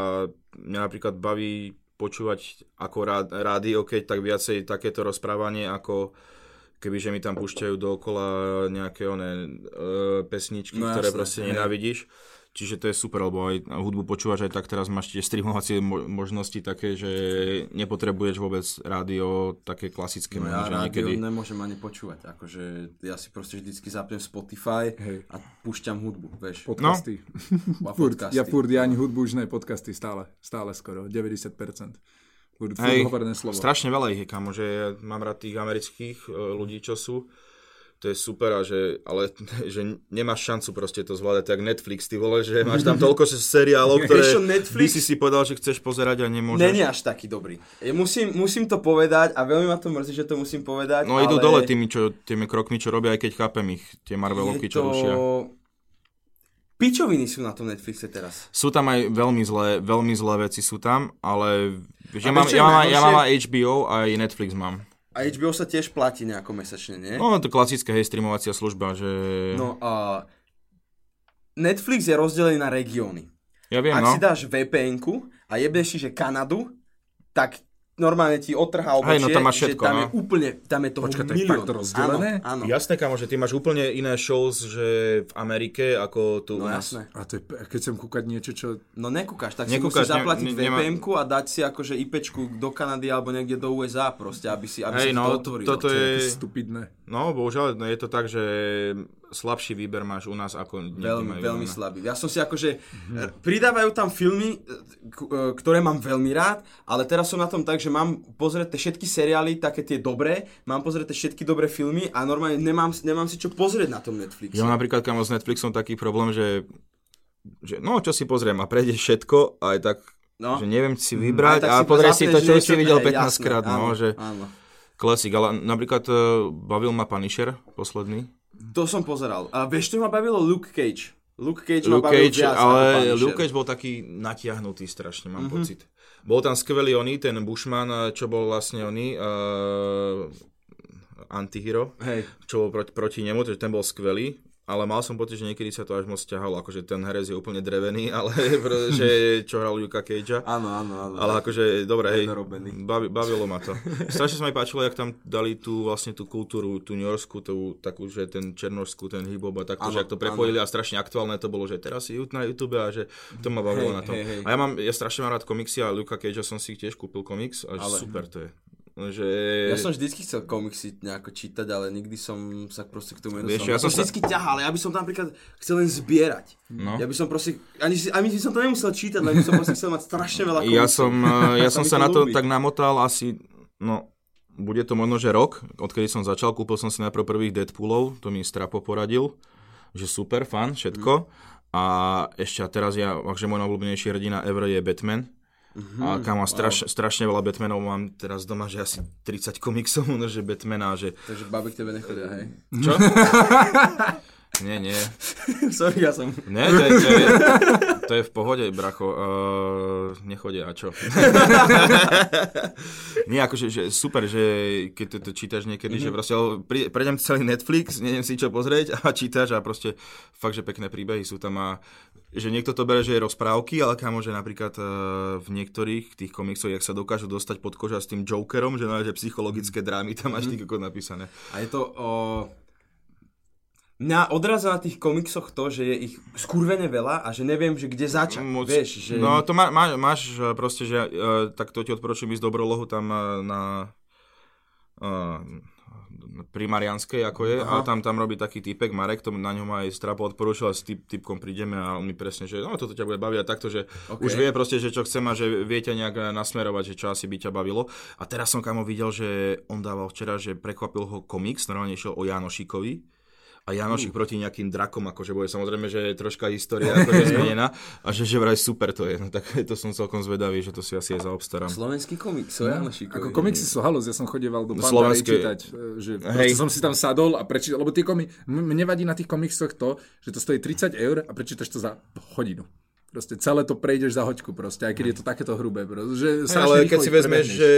[SPEAKER 1] mňa napríklad baví počúvať ako rá- rádio, keď tak viacej takéto rozprávanie ako kebyže mi tam púšťajú dookola nejaké one e, pesničky,
[SPEAKER 2] No
[SPEAKER 1] no, ktoré
[SPEAKER 2] jasné,
[SPEAKER 1] proste
[SPEAKER 2] hej.
[SPEAKER 1] nenávidíš. Čiže to je super, lebo aj hudbu počúvaš aj tak, teraz máš tie streamovacie mo- možnosti také, že nepotrebuješ vôbec rádio také klasické.
[SPEAKER 2] No
[SPEAKER 1] možno,
[SPEAKER 2] ja
[SPEAKER 1] že
[SPEAKER 2] rádio
[SPEAKER 1] niekedy...
[SPEAKER 2] nemôžem ani počúvať, akože ja si proste vždycky zapnem Spotify
[SPEAKER 3] Hej.
[SPEAKER 2] a púšťam hudbu, vieš.
[SPEAKER 3] Podcasty.
[SPEAKER 2] A
[SPEAKER 3] Furt,
[SPEAKER 2] podcasty.
[SPEAKER 3] ja furt, ja ani hudbu už ne, podcasty stále, stále skoro, 90%. Furt, furt
[SPEAKER 1] Hej,
[SPEAKER 3] hovorené slovo.
[SPEAKER 1] strašne veľa ich je, kamo, že ja mám rád tých amerických e, ľudí, čo sú. To je super, a že, ale že nemáš šancu proste to zvládať, tak Netflix, ty vole, že máš tam toľko že seriálov, ktoré
[SPEAKER 2] Vieš čo, Netflix-
[SPEAKER 1] by si si povedal, že chceš pozerať a nemôžeš.
[SPEAKER 2] Není až taký dobrý. Ja Musím, musím to povedať a veľmi ma to mrzí, že to musím povedať.
[SPEAKER 1] No idú
[SPEAKER 2] ale
[SPEAKER 1] dole tými, čo, tými krokmi, čo robia, aj keď chápem ich, tie Marvelovky,
[SPEAKER 2] je
[SPEAKER 1] čo rušia.
[SPEAKER 2] Pičoviny sú na tom Netflixe teraz.
[SPEAKER 1] Sú tam aj veľmi zlé, veľmi zlé veci sú tam, ale
[SPEAKER 2] A
[SPEAKER 1] že mám,
[SPEAKER 2] vieš, čo
[SPEAKER 1] ja,
[SPEAKER 2] je
[SPEAKER 1] mám, aj- ja
[SPEAKER 2] najhoršie?
[SPEAKER 1] mám aj HBO, aj Netflix mám.
[SPEAKER 2] A HBO sa tiež platí nejako mesačne, nie?
[SPEAKER 1] No to klasické, hej, streamovacia služba, že...
[SPEAKER 2] No a... Netflix je rozdelený na regióny.
[SPEAKER 1] ja viem,
[SPEAKER 2] Ak
[SPEAKER 1] no.
[SPEAKER 2] si dáš vpn a jebneš si, že Kanadu, tak normálne ti otrhá obočie,
[SPEAKER 1] Hej, no tam máš všetko,
[SPEAKER 2] že tam
[SPEAKER 1] no.
[SPEAKER 2] je úplne, tam je toho
[SPEAKER 3] Počkaj, to je
[SPEAKER 2] milión.
[SPEAKER 3] fakt rozdelené?
[SPEAKER 2] Áno, áno.
[SPEAKER 1] Jasné, kamo, že ty máš úplne iné shows, že v Amerike, ako
[SPEAKER 2] No
[SPEAKER 1] tu u nás.
[SPEAKER 2] jasné.
[SPEAKER 3] A to je, keď chcem kúkať niečo, čo...
[SPEAKER 2] No nekúkaš, tak nekúkaš,
[SPEAKER 1] Nekúkaš,
[SPEAKER 2] si musíš
[SPEAKER 1] ne-
[SPEAKER 2] zaplatiť
[SPEAKER 1] ne-
[SPEAKER 2] ne,
[SPEAKER 1] nemá-
[SPEAKER 2] vpn a dať si akože IPčku do Kanady alebo niekde do USA proste, aby si, aby si
[SPEAKER 1] Hej, no,
[SPEAKER 2] to otvoril. To
[SPEAKER 1] toto je-
[SPEAKER 3] Také stupidné.
[SPEAKER 1] No, bohužiaľ, no, je to tak, že slabší výber máš u nás ako niekde
[SPEAKER 2] Veľmi,
[SPEAKER 1] majú
[SPEAKER 2] veľmi
[SPEAKER 1] iné.
[SPEAKER 2] slabý. Ja som si akože... r- Pridávajú tam filmy, e, k- e, ktoré mám veľmi rád, ale teraz som na tom tak, že mám pozrieť všetky seriály, také tie dobré, mám pozrieť všetky dobré filmy a normálne nemám, nemám si čo pozrieť na tom Netflixe.
[SPEAKER 1] Ja mám napríklad kamo s Netflixom taký problém, že, že no, čo si pozriem a prejde všetko, aj tak,
[SPEAKER 2] No.
[SPEAKER 1] no. že neviem si
[SPEAKER 2] Aj
[SPEAKER 1] vybrať
[SPEAKER 2] tak
[SPEAKER 1] a
[SPEAKER 2] si
[SPEAKER 1] pozrieš si to,
[SPEAKER 2] zapneš
[SPEAKER 1] čo už si
[SPEAKER 2] niečo-
[SPEAKER 1] videl
[SPEAKER 2] hej,
[SPEAKER 1] 15
[SPEAKER 2] jasné,
[SPEAKER 1] krát, no,
[SPEAKER 2] áno,
[SPEAKER 1] že
[SPEAKER 2] Áno.
[SPEAKER 1] klasik, ale napríklad eh, bavil ma Punisher posledný.
[SPEAKER 2] To som pozeral. A vieš, čo ma bavilo? Luke Cage. Luke Cage ma
[SPEAKER 1] Luke
[SPEAKER 2] bavil
[SPEAKER 1] Cage,
[SPEAKER 2] viac ako Mhm.
[SPEAKER 1] ale
[SPEAKER 2] Punisher.
[SPEAKER 1] Luke Cage bol taký natiahnutý strašne, mám mm-hmm. pocit. Bol tam skvelý oný, ten Bushman, eh, čo bol vlastne oný, uh, antihero,
[SPEAKER 2] Hej.
[SPEAKER 1] čo bol proti, proti nemu, takže ten bol skvelý. Ale mal som pocit, že niekedy sa to až moc ťahalo, akože ten herec je úplne drevený, ale pr- že čo hral Luka Cagea.
[SPEAKER 2] Áno, áno, áno.
[SPEAKER 1] Ale akože, dobre, hej,
[SPEAKER 2] Nedorobený.
[SPEAKER 1] bavi, bavilo ma to. Strašne sa mi páčilo, jak tam dali tú vlastne tú kultúru, tú ňorskú, tú takú, že ten černorskú, ten hip-hop a takto,
[SPEAKER 2] Áno,
[SPEAKER 1] že ak to prepojili a strašne aktuálne to bolo, že teraz si jut na YouTube a že to ma bavilo
[SPEAKER 2] Hej,
[SPEAKER 1] na tom.
[SPEAKER 2] hej, hej.
[SPEAKER 1] A ja mám, ja strašne mám rád komiksy a Luka Cage som si tiež kúpil komiks a že super to je. Že...
[SPEAKER 2] Ja
[SPEAKER 1] E,
[SPEAKER 2] som vždycky chcel komiksy nejako čítať, ale nikdy som sa proste k tomu
[SPEAKER 1] Vieš,
[SPEAKER 2] nedostal.
[SPEAKER 1] ja
[SPEAKER 2] Ja som
[SPEAKER 1] som sa-
[SPEAKER 2] vždycky ťahal, ale ja by som tam napríklad chcel len zbierať.
[SPEAKER 1] No.
[SPEAKER 2] Ja by som proste, ani, si, ani by som to nemusel čítať, len by som proste chcel mať strašne veľa komiksov.
[SPEAKER 1] Ja som, eh, ja
[SPEAKER 2] Sa
[SPEAKER 1] som
[SPEAKER 2] mi
[SPEAKER 1] sa
[SPEAKER 2] to
[SPEAKER 1] na to
[SPEAKER 2] ľúbi.
[SPEAKER 1] tak namotal asi, no, bude to možno, že rok, odkedy som začal, kúpil som si najprv prvých Deadpoolov, to mi Strapo poradil, že super, fan, všetko. A ešte a teraz ja, takže môj najobľúbenejší hrdina ever je Batman. A kam mám straš, strašne veľa Batmanov, mám teraz doma, že asi 30 komiksov, no, že Batmana, že...
[SPEAKER 2] Takže babi k tebe nechodia, hej.
[SPEAKER 1] Čo? nie, nie.
[SPEAKER 2] Sorry, ja som...
[SPEAKER 1] Ne, to je, to je, to je v pohode, bracho. Uh, nechodia, a čo? Nie, akože že super, že keď to, to čítaš niekedy, mm-hmm. že proste ale pri, prejdem celý Netflix, neviem si čo pozrieť a čítaš a proste fakt, že pekné príbehy sú tam a že niekto to bere, že je rozprávky, ale kámo, že napríklad eh, v niektorých tých komiksoch, jak sa dokážu dostať pod koža s tým Jokerom, že, no, že psychologické drámy tam máš mm-hmm. napísané.
[SPEAKER 2] A je to... O... Mňa odrazá na tých komiksoch to, že je ich skurvene veľa a že neviem, že kde začať.
[SPEAKER 1] moc...
[SPEAKER 2] Vieš, že...
[SPEAKER 1] No to má, má, máš e, proste, že e, tak to ti odporúčam ísť dobrolohu tam e, na e, pri Marianskej, ako je, a tam, tam robí taký typek, Marek, to na ňom aj strapo odporúčil a s typ, typkom prídeme a on mi presne, že no toto ťa bude baviť a takto, že okay. už vie proste, že čo chcem a že vie ťa nejak e, nasmerovať, že čo asi by ťa bavilo. A teraz som kamo videl, že on dával včera, že prekvapil ho komiks, normálne išiel o Janošikovi, a Janošik proti nejakým drakom, akože bude samozrejme, že je troška história akože zmenená a že, že vraj super to je, no tak to som celkom zvedavý, že to si asi aj zaobstarám.
[SPEAKER 2] Slovenský komiks,
[SPEAKER 1] No.
[SPEAKER 2] o Janošíkovi.
[SPEAKER 3] Ako komiksy sú halus, ja som chodieval do Pandarej
[SPEAKER 1] Slovenské-
[SPEAKER 3] čítať, e, že proste som si tam sadol a prečítal, lebo tie komi... m- mne vadí na tých komiksoch to, že to stojí 30 eur a prečítaš to za hodinu. Proste celé to prejdeš za hoďku proste, aj keď je to takéto hrubé. Proste, že strašne
[SPEAKER 1] Ale
[SPEAKER 3] rýchlo
[SPEAKER 1] keď
[SPEAKER 3] ich
[SPEAKER 1] si vezmeš,
[SPEAKER 3] prebehneš.
[SPEAKER 1] že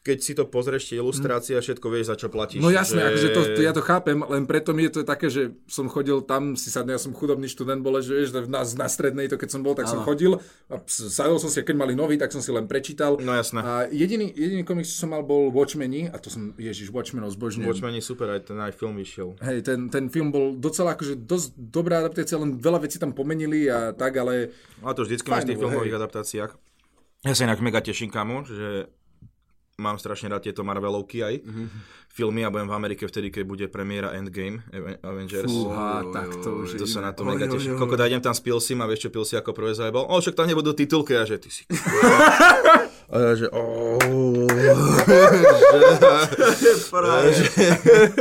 [SPEAKER 1] keď si to pozrieš, tie ilustrácie a všetko vieš, za čo platíš.
[SPEAKER 3] No jasné, akože to, to, ja to chápem, len preto mi je to také, že som chodil tam, si sadne, ja som chudobný študent, bol, že vieš, na, na strednej to, keď som bol, tak som chodil a ps- sadol som si, a keď mali nový, tak som si len prečítal.
[SPEAKER 1] No jasné.
[SPEAKER 3] A jediný, jediný komiks, čo som mal, bol Watchmeni, a to som, ježiš, Watchmenov zbožňujem.
[SPEAKER 1] Watchmeni super, aj ten aj film vyšiel.
[SPEAKER 3] Hej, ten, ten film bol docela akože dosť dobrá adaptácia, len veľa vecí tam pomenili a tak, ale
[SPEAKER 1] A to vždycky máš v tých
[SPEAKER 3] Fajn,
[SPEAKER 1] filmových
[SPEAKER 3] hej.
[SPEAKER 1] adaptáciách. Ja sa inak mega teším, kamo, že mám strašne rád tieto Marvelovky aj
[SPEAKER 3] Mhm.
[SPEAKER 1] filmy a budem v Amerike vtedy, keď bude premiéra Endgame Aven- Avengers.
[SPEAKER 3] Fúha, tak to už je
[SPEAKER 1] To sa
[SPEAKER 3] iné.
[SPEAKER 1] na to mega teším. Koľko idem tam s Pilsim a vieš čo Pilsi ako prvé zajebal? O, však tam nebudú titulky a že ty si... A ja že... "Ó, že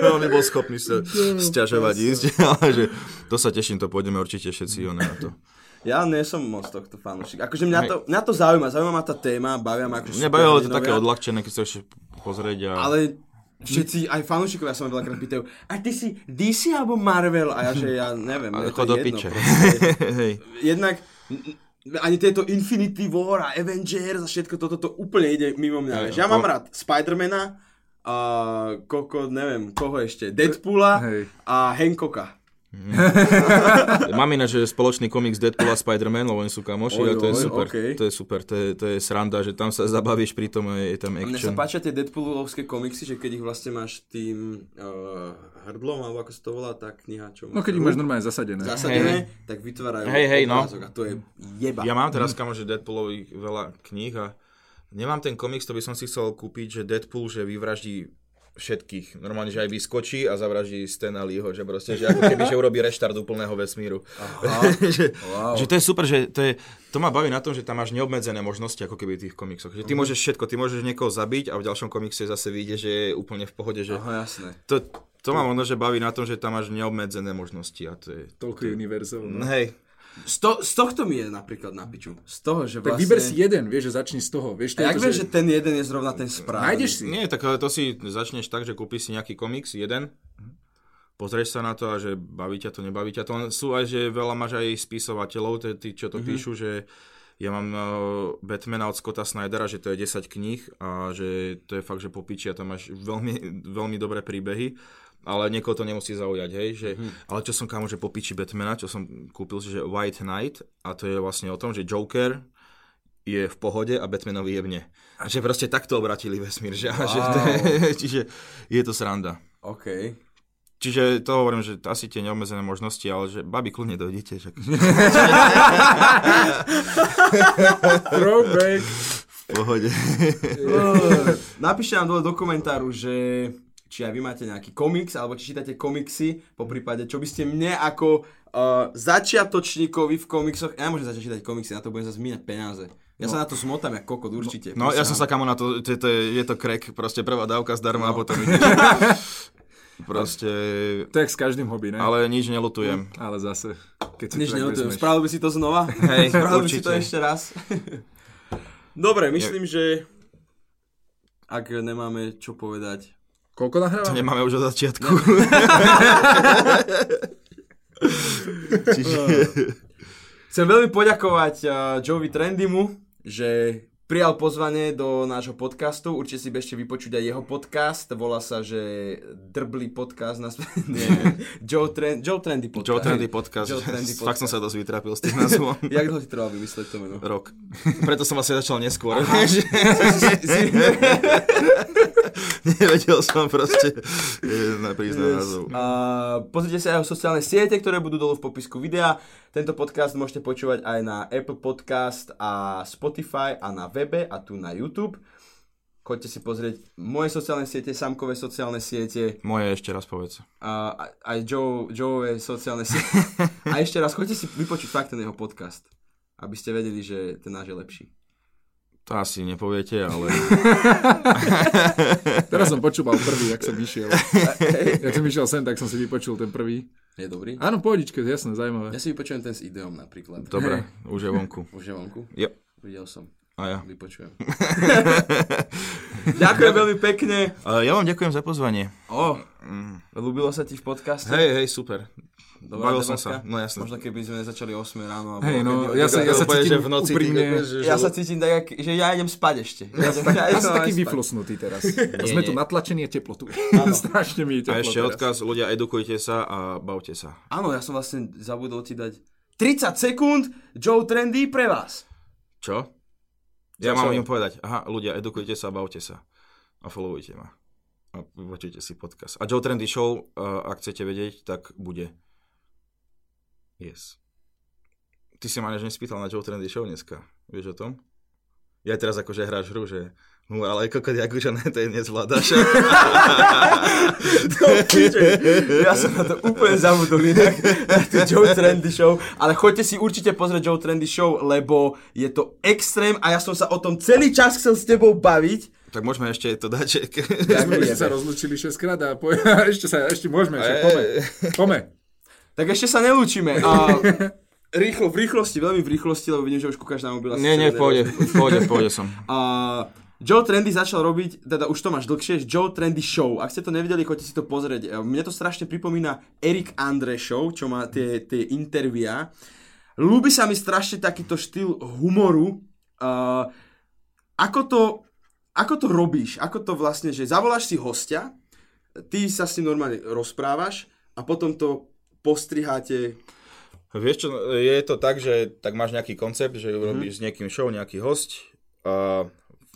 [SPEAKER 1] on nebol schopný sa sťažovať ísť, ale že to sa teším, to pôjdeme určite všetci one na to.
[SPEAKER 2] Ja nie som moc tohto fanúšik. Akože mňa to, mňa to zaujíma, zaujíma ma tá téma, bavia ma akože ako
[SPEAKER 1] Mňa bavilo to
[SPEAKER 2] superhrdinovia,
[SPEAKER 1] také odľahčené, keď sa ešte pozrieť a...
[SPEAKER 2] no Ale všetci, aj fanúšikovia sa ma veľakrát pýtajú, a ty si DC alebo Marvel? A ja že ja neviem, mne je to
[SPEAKER 1] Chod do
[SPEAKER 2] jedno
[SPEAKER 1] piče.
[SPEAKER 2] proste.
[SPEAKER 1] Hej.
[SPEAKER 2] Jednak n- n- ani tieto Infinity War a Avengers a všetko toto to úplne ide mimo mňa. vieš. Ja
[SPEAKER 1] to-
[SPEAKER 2] mám rád Spidermana, a koko, neviem, koho ešte, Deadpoola
[SPEAKER 3] Hej.
[SPEAKER 2] a Hancocka.
[SPEAKER 1] Mám ináč že spoločný komiks Deadpool a Spider-Man, lebo oni sú kamoši
[SPEAKER 2] Oj,
[SPEAKER 1] a to je
[SPEAKER 2] oj,
[SPEAKER 1] super.
[SPEAKER 2] okej.
[SPEAKER 1] To je super, to je, to je sranda, že tam sa zabavíš, pritom je, je tam
[SPEAKER 2] A Mne sa
[SPEAKER 1] action.
[SPEAKER 2] páčia tie Deadpoolovské komiksy, že keď ich vlastne máš tým uh, hrdlom, alebo ako sa to volá tá kniha, čo
[SPEAKER 3] No keď ich máš normálne zasadené.
[SPEAKER 2] zasadené, tak vytvárajú
[SPEAKER 1] Hej, hej, no.
[SPEAKER 2] obrázok a to je jeba.
[SPEAKER 1] Ja mám teraz kamo, že Deadpoolových veľa kníh a nemám ten komiks, to by som si chcel kúpiť, že Deadpool, že vyvraždí všetkých. Normálne, že aj vyskočí a zavraždí Stena Leeho, že proste, že ako keby, že urobí reštart úplného vesmíru. že, wow. že, to je super, že to, je, to ma baví na tom, že tam máš neobmedzené možnosti, ako keby v tých komiksoch. Že ty môžeš všetko, ty môžeš niekoho zabiť a v ďalšom komikse zase vyjde, že je úplne v pohode, že
[SPEAKER 2] Aha, jasné.
[SPEAKER 1] to, to ma možno, že baví na tom, že tam máš neobmedzené možnosti a to je...
[SPEAKER 3] Toľko univerzov. No.
[SPEAKER 1] Hej,
[SPEAKER 2] Z, to, z tohto mi je napríklad na piču. Z toho, že
[SPEAKER 3] Tak
[SPEAKER 2] vlastne...
[SPEAKER 3] vyber si jeden, vieš, že začni z toho. Vieš, to
[SPEAKER 2] A
[SPEAKER 3] je
[SPEAKER 2] jak
[SPEAKER 3] to,
[SPEAKER 2] vieš, že ten jeden je zrovna ten správny?
[SPEAKER 3] nájdeš si.
[SPEAKER 1] Nie, tak ale to si začneš tak, že kúpiš si nejaký komiks, jeden, pozrieš sa na to a že baví ťa to, nebaví ťa to. Len Sú aj, že veľa máš aj spisovateľov, to je tí, čo to mm-hmm. píšu, že ja mám eh, Batmana od Scotta Snydera, že to je 10 kníh a že to je fakt, že popiči a tam máš veľmi, veľmi dobré príbehy, ale niekoho to nemusí zaujať, hej, že, ale čo som kámo, že popiči Batmana, čo som kúpil, že White Knight a to je vlastne o tom, že Joker je v pohode a Batmanovi jebne. A že proste takto obratili vesmír, že, wow. že to je, čiže je to sranda.
[SPEAKER 2] OK.
[SPEAKER 1] Čiže to hovorím, že asi tie neobmedzené možnosti, ale že babi kľudne dojdete. Že...
[SPEAKER 3] Throwback.
[SPEAKER 1] pohode.
[SPEAKER 2] Napíšte nám dole do komentáru, že či aj vy máte nejaký komiks, alebo či čítate komiksy, po prípade, čo by ste mne ako uh, začiatočníkovi v komiksoch, ja nemôžem začať čítať komiksy, na to budem zase míňať peniaze. Ja sa na to smotám, ako kokot, určite.
[SPEAKER 1] No ja
[SPEAKER 2] prosím
[SPEAKER 1] som
[SPEAKER 2] vás.
[SPEAKER 1] sa kamo na to, to, to je, je to krek, proste prvá dávka zdarma no. a potom ideš. proste,
[SPEAKER 3] To je jak s každým hobby, ne? Ale,
[SPEAKER 1] ale nič nelutujem.
[SPEAKER 3] ale zase, keď si
[SPEAKER 2] Nič
[SPEAKER 3] to tak
[SPEAKER 2] nelutujem,
[SPEAKER 3] vezmeš.
[SPEAKER 2] spravil by si to znova?
[SPEAKER 1] Hej,
[SPEAKER 2] spravil by si
[SPEAKER 1] určite.
[SPEAKER 2] to ešte raz. Dobre, myslím, že ak nemáme čo povedať.
[SPEAKER 3] Koľko
[SPEAKER 1] To
[SPEAKER 3] nahrávame?
[SPEAKER 1] nemáme už od začiatku. Čiže...
[SPEAKER 2] Chcem veľmi poďakovať uh, Joey Trendymu, že prijal pozvanie do nášho podcastu. Určite si bežte vypočuť aj jeho podcast. Volá sa, že Drblý podcast na sp- Nie. Joe, Trend, Joe Trendy podcast.
[SPEAKER 1] Joe Trendy podcast.
[SPEAKER 2] Joe Trendy
[SPEAKER 1] Fakt som
[SPEAKER 2] podcast.
[SPEAKER 1] sa dosť vytrápil s tým názvom.
[SPEAKER 2] Jak dlho ti trvalo vymysleť to meno?
[SPEAKER 1] Rok. Preto som vlastne začal neskôr. Nevedel som proste eh, na prísť na názov.
[SPEAKER 2] A pozrite sa aj o sociálne siete, ktoré budú dolu v popisku videa. Tento podcast môžete počúvať aj na Apple Podcast a Spotify a na webe a tu na YouTube. Choďte si pozrieť moje sociálne siete, samkové sociálne siete,
[SPEAKER 1] Moje ešte raz povedz.
[SPEAKER 2] a a- aj Joe, Joeové sociálne siete. A ešte raz, choďte si vypočuť fakt ten jeho podcast, aby ste vedeli, že ten náš je lepší.
[SPEAKER 1] To asi nepoviete, ale...
[SPEAKER 3] Teraz som počúval prvý, jak som išiel. Jak som išiel sem, tak som si vypočul ten prvý.
[SPEAKER 2] Je dobrý?
[SPEAKER 3] Áno, pohodičke, jasné,
[SPEAKER 2] Ja
[SPEAKER 3] zaujímavé.
[SPEAKER 2] si vypočujem ten s ideom napríklad.
[SPEAKER 1] Dobre, už je vonku.
[SPEAKER 2] Už je vonku?
[SPEAKER 1] Jo.
[SPEAKER 2] Videl som.
[SPEAKER 1] A ja.
[SPEAKER 2] Vypočujem. Ďakujem veľmi pekne.
[SPEAKER 1] Ale ja vám ďakujem za pozvanie.
[SPEAKER 2] O,
[SPEAKER 3] Mm.
[SPEAKER 2] ľúbilo sa ti v podcaste?
[SPEAKER 1] Hej, hej, super.
[SPEAKER 2] Dobrá
[SPEAKER 1] bavil som
[SPEAKER 2] debatka?
[SPEAKER 1] sa, no jasne.
[SPEAKER 2] Možno keby sme začali 8 ráno. alebo
[SPEAKER 3] Hej, no,
[SPEAKER 2] kedy-
[SPEAKER 3] ja sa, ja sa
[SPEAKER 1] Úplne, že
[SPEAKER 3] cítim
[SPEAKER 1] v noci, ty
[SPEAKER 3] úprimne,
[SPEAKER 1] kokos, že-
[SPEAKER 2] ja sa cítim tak, jak- že ja idem spať ešte. Ja, som- ja,
[SPEAKER 3] ja
[SPEAKER 2] idem
[SPEAKER 3] som taký
[SPEAKER 2] spať.
[SPEAKER 3] vyflosnutý teraz. A sme tu natlačení a teplo tu. Strašne mi je teplo
[SPEAKER 1] A ešte
[SPEAKER 3] teraz.
[SPEAKER 1] odkaz, ľudia, edukujte sa a bavte sa.
[SPEAKER 2] Áno, ja som vlastne zabudol ti dať 30 sekúnd Joe Trendy pre vás.
[SPEAKER 1] Čo? Ja
[SPEAKER 2] čo?
[SPEAKER 1] mám im povedať. Aha, ľudia, edukujte sa, bavte sa. A followujte ma. A počujte si podcast. A Joe Trendy Show, eh, ak chcete vedieť, tak bude. Yes. Ty si ma než nespýtal na Joe Trendy Show dneska. Vieš o tom? Ja teraz akože hráš hru, že no ale kokot, jak už ne, to je nezvládáš.
[SPEAKER 2] Ja som na to úplne zabudol inak, na tú Joe Trendy Show, ale choďte si určite pozrieť Joe Trendy Show, lebo je to extrém a ja som sa o tom celý čas chcel s tebou baviť.
[SPEAKER 1] tak môžeme ešte to dať, ček.
[SPEAKER 3] Ja sme už sa rozlúčili 6 krát a, po... a ešte sa, ešte môžeme, však pome. Pome.
[SPEAKER 2] Tak ešte sa nelúčime. A rýchlo, v rýchlosti, veľmi v rýchlosti, lebo vidím, že už kúkaš na mobil. asi
[SPEAKER 1] Nie,
[SPEAKER 2] sa
[SPEAKER 1] nie, v pohode,
[SPEAKER 2] nerozumiem.
[SPEAKER 1] v pohode, v pohode som.
[SPEAKER 2] A Joe Trendy začal robiť, teda už to máš dlhšie, Joe Trendy Show. Ak ste to nevideli, choďte si to pozrieť. E, Mne to strašne pripomína Erik Andre Show, čo má tie, tie intervia. Ľúbi sa mi strašne takýto štýl humoru. Uh, ako, to, ako to robíš? Ako to vlastne, že zavoláš si hostia, ty sa s ním normálne rozprávaš a potom to postriháte
[SPEAKER 1] Vieš čo, je to tak, že tak máš nejaký koncept, že robíš s niekým show, nejaký host a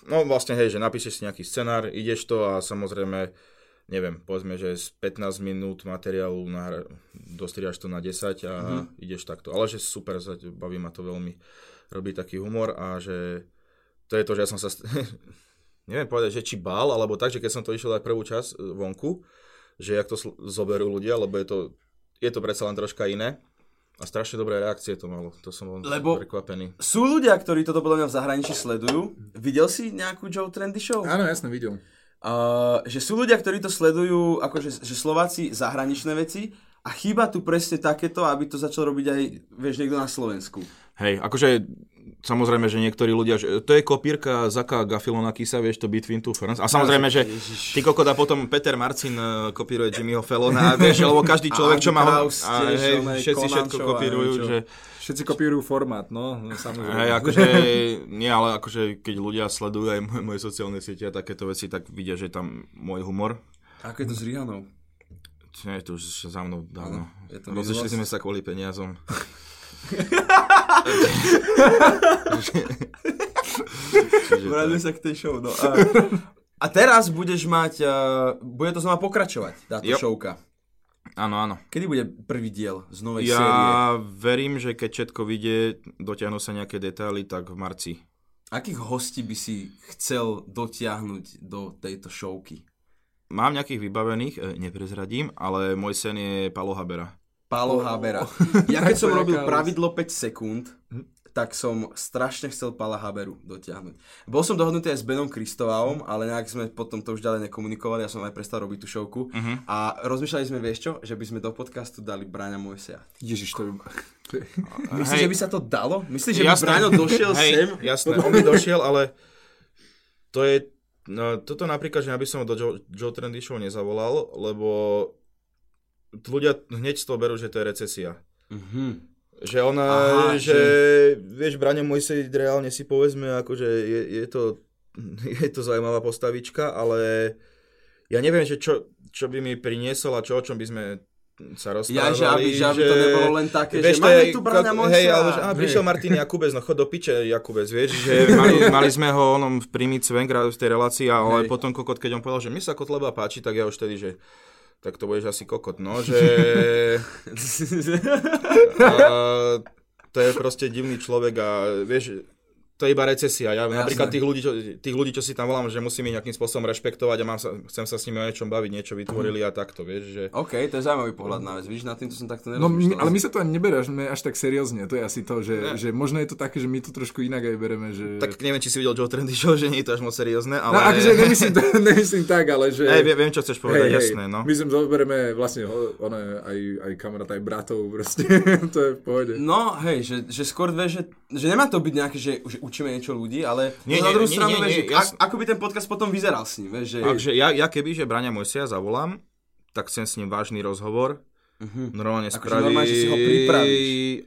[SPEAKER 1] no vlastne hej, že napíšeš si nejaký scenár, ideš to a samozrejme, neviem, povedzme, že z 15 minút materiálu nahra- dostriaš to na 10 a ideš takto. Ale že super, za- baví ma to veľmi robiť taký humor a že to je to, že ja som sa, st- neviem povedať, že či bál, alebo tak, že keď som to išiel aj prvú čas vonku, že jak to sl- zoberú ľudia, lebo je to, je to predsa len troška iné. A strašne dobré reakcie to malo, to som bol
[SPEAKER 2] Lebo-
[SPEAKER 1] prekvapený.
[SPEAKER 2] Sú ľudia, ktorí toto podľa mňa v zahraničí sledujú. Videl si nejakú Joe Trendy show?
[SPEAKER 3] Áno, jasne, videl.
[SPEAKER 2] Uh, že sú ľudia, ktorí to sledujú, akože že Slováci zahraničné veci a chýba tu presne takéto, aby to začal robiť aj, vieš, niekto na Slovensku.
[SPEAKER 1] Hej, akože samozrejme, že niektorí ľudia, že to je kopírka Zaka Gafilona Kisa, vieš to Between Two Ferns. A samozrejme, že ty kokoda potom Peter Marcin eh, kopíruje Jimmyho Felona, vieš, lebo každý
[SPEAKER 2] A
[SPEAKER 1] človek, čo má...
[SPEAKER 2] Andy
[SPEAKER 1] ho-
[SPEAKER 2] Kraus
[SPEAKER 1] A
[SPEAKER 2] tiež,
[SPEAKER 1] hej,
[SPEAKER 2] onej
[SPEAKER 1] všetci
[SPEAKER 2] Conan
[SPEAKER 1] všetko
[SPEAKER 2] Show a
[SPEAKER 1] kopírujú,
[SPEAKER 2] neviem čo.
[SPEAKER 1] že...
[SPEAKER 3] Všetci kopírujú formát, no, no samozrejme.
[SPEAKER 1] Hej, akože, nie, ale akože keď ľudia sledujú aj moje, moje sociálne siete a takéto veci, tak vidia, že je tam môj humor.
[SPEAKER 2] Ako je to s Rihanou?
[SPEAKER 1] Nie, to už za mnou dávno.
[SPEAKER 2] Áno, je to
[SPEAKER 1] Rozišli
[SPEAKER 2] minulost.
[SPEAKER 1] sme sa kvôli peniazom. Čiže
[SPEAKER 2] Vráťme
[SPEAKER 1] tak.
[SPEAKER 2] sa k tej show, no. A, a teraz budeš mať, uh, bude to znova pokračovať, táto
[SPEAKER 1] Jo.
[SPEAKER 2] showka.
[SPEAKER 1] Áno, áno.
[SPEAKER 2] Kedy bude prvý diel z novej série?
[SPEAKER 1] Ja verím, že keď všetko vyjde, dotiahnu sa nejaké detaily, tak v marci.
[SPEAKER 2] Akých hostí by si chcel dotiahnuť do tejto showky?
[SPEAKER 1] Mám nejakých vybavených, e, neprezradím, ale môj sen je Palo Habera.
[SPEAKER 2] Pálo
[SPEAKER 3] Oh.
[SPEAKER 2] Habera. Ja keď
[SPEAKER 3] Tak to
[SPEAKER 2] som
[SPEAKER 3] je
[SPEAKER 2] robil
[SPEAKER 3] chaos.
[SPEAKER 2] pravidlo 5 sekúnd,
[SPEAKER 1] Mhm.
[SPEAKER 2] tak som strašne chcel Pala Haberu dotiahnuť. Bol som dohodnutý aj s Benom Kristovaom, ale nejak sme potom to už ďalej nekomunikovali, ja som aj prestal robiť tú šovku.
[SPEAKER 1] Mhm.
[SPEAKER 2] A rozmýšľali sme, vieš čo, že by sme do podcastu dali Braňa Mojsea.
[SPEAKER 3] Ježiš, to je... to je-
[SPEAKER 2] Myslíš,
[SPEAKER 1] Hej.
[SPEAKER 2] že by sa to dalo? Myslíš, že by Braňo došiel
[SPEAKER 1] Hej,
[SPEAKER 2] sem?
[SPEAKER 1] Jasné, No, on by došiel, ale to je... No, toto napríklad, že ja by som ho do Joe, Joe Trendy Show nezavolal, lebo t- ľudia hneď z toho berú, že to je recesia.
[SPEAKER 2] Mhm.
[SPEAKER 1] Že ona,
[SPEAKER 2] Aha,
[SPEAKER 1] že, vieš, Braňo Mojsej reálne si povedzme, akože je, je, to, je to zaujímavá postavička, ale ja neviem, že čo, čo by mi priniesol a čo, o čom by sme sa
[SPEAKER 2] Ja,
[SPEAKER 1] rozprávali.
[SPEAKER 2] že aby, že aby to nebolo len také, že
[SPEAKER 1] Vieš, to
[SPEAKER 2] máme
[SPEAKER 1] je
[SPEAKER 2] tu Braňa
[SPEAKER 1] ko-
[SPEAKER 2] Mojsea.
[SPEAKER 1] Hej, ale že, á, prišiel Martin Jakubec, no chod do piče Jakubec, vieš, že mali, mali sme ho onom v prími cvenk v tej relácii, ale
[SPEAKER 2] Hej.
[SPEAKER 1] potom kokot, keď on povedal, že mne sa Kotleba páči, tak ja už tedy, že tak to budeš asi kokot, no, že a, to je proste divný človek a vieš, to je iba recesia. Ja napríklad tých ľudí, čo, tých ľudí, čo si tam volám, že musím ich nejakým spôsobom rešpektovať a mám sa, chcem sa s nimi o niečom baviť, niečo vytvorili a takto, vieš, že...
[SPEAKER 2] OK, to je zaujímavý pohľad na vec. Vidíš, nad týmto som takto
[SPEAKER 3] No, my,
[SPEAKER 2] nerozmýšľal.
[SPEAKER 3] ale my sa to ani neberáme až tak seriózne, to je asi to, že, že možno je to také, že my to trošku inak aj bereme, že...
[SPEAKER 1] Tak neviem, či si videl Joe Trendy Show, že nie je to až moc seriózne, ale...
[SPEAKER 3] No akože nemyslím, to, nemyslím tak, ale že...
[SPEAKER 1] Hej, viem, viem, čo chceš povedať, jasné, no.
[SPEAKER 3] My sem zoberieme vlastne ho- ono, je aj, aj kamarát, aj bratov proste, to je v pohode.
[SPEAKER 2] No, hej, že, že skôr dve, že, že nemá to byť nejaké, že, že učíme niečo ľudí, ale
[SPEAKER 1] Nie,
[SPEAKER 2] na
[SPEAKER 1] nie,
[SPEAKER 2] druhú
[SPEAKER 1] nie,
[SPEAKER 2] stranu,
[SPEAKER 1] nie,
[SPEAKER 2] vieš,
[SPEAKER 1] nie,
[SPEAKER 2] že
[SPEAKER 1] jasné.
[SPEAKER 2] ak- ako by ten podcast potom vyzeral s ním, vieš, že...
[SPEAKER 1] Takže ja, ja keby, že Braňa Mojsia zavolám, tak chcem s ním vážny rozhovor.
[SPEAKER 2] Mhm.
[SPEAKER 1] Normálne
[SPEAKER 2] Akože
[SPEAKER 1] spraví...
[SPEAKER 2] normálne, že si ho pripravíš.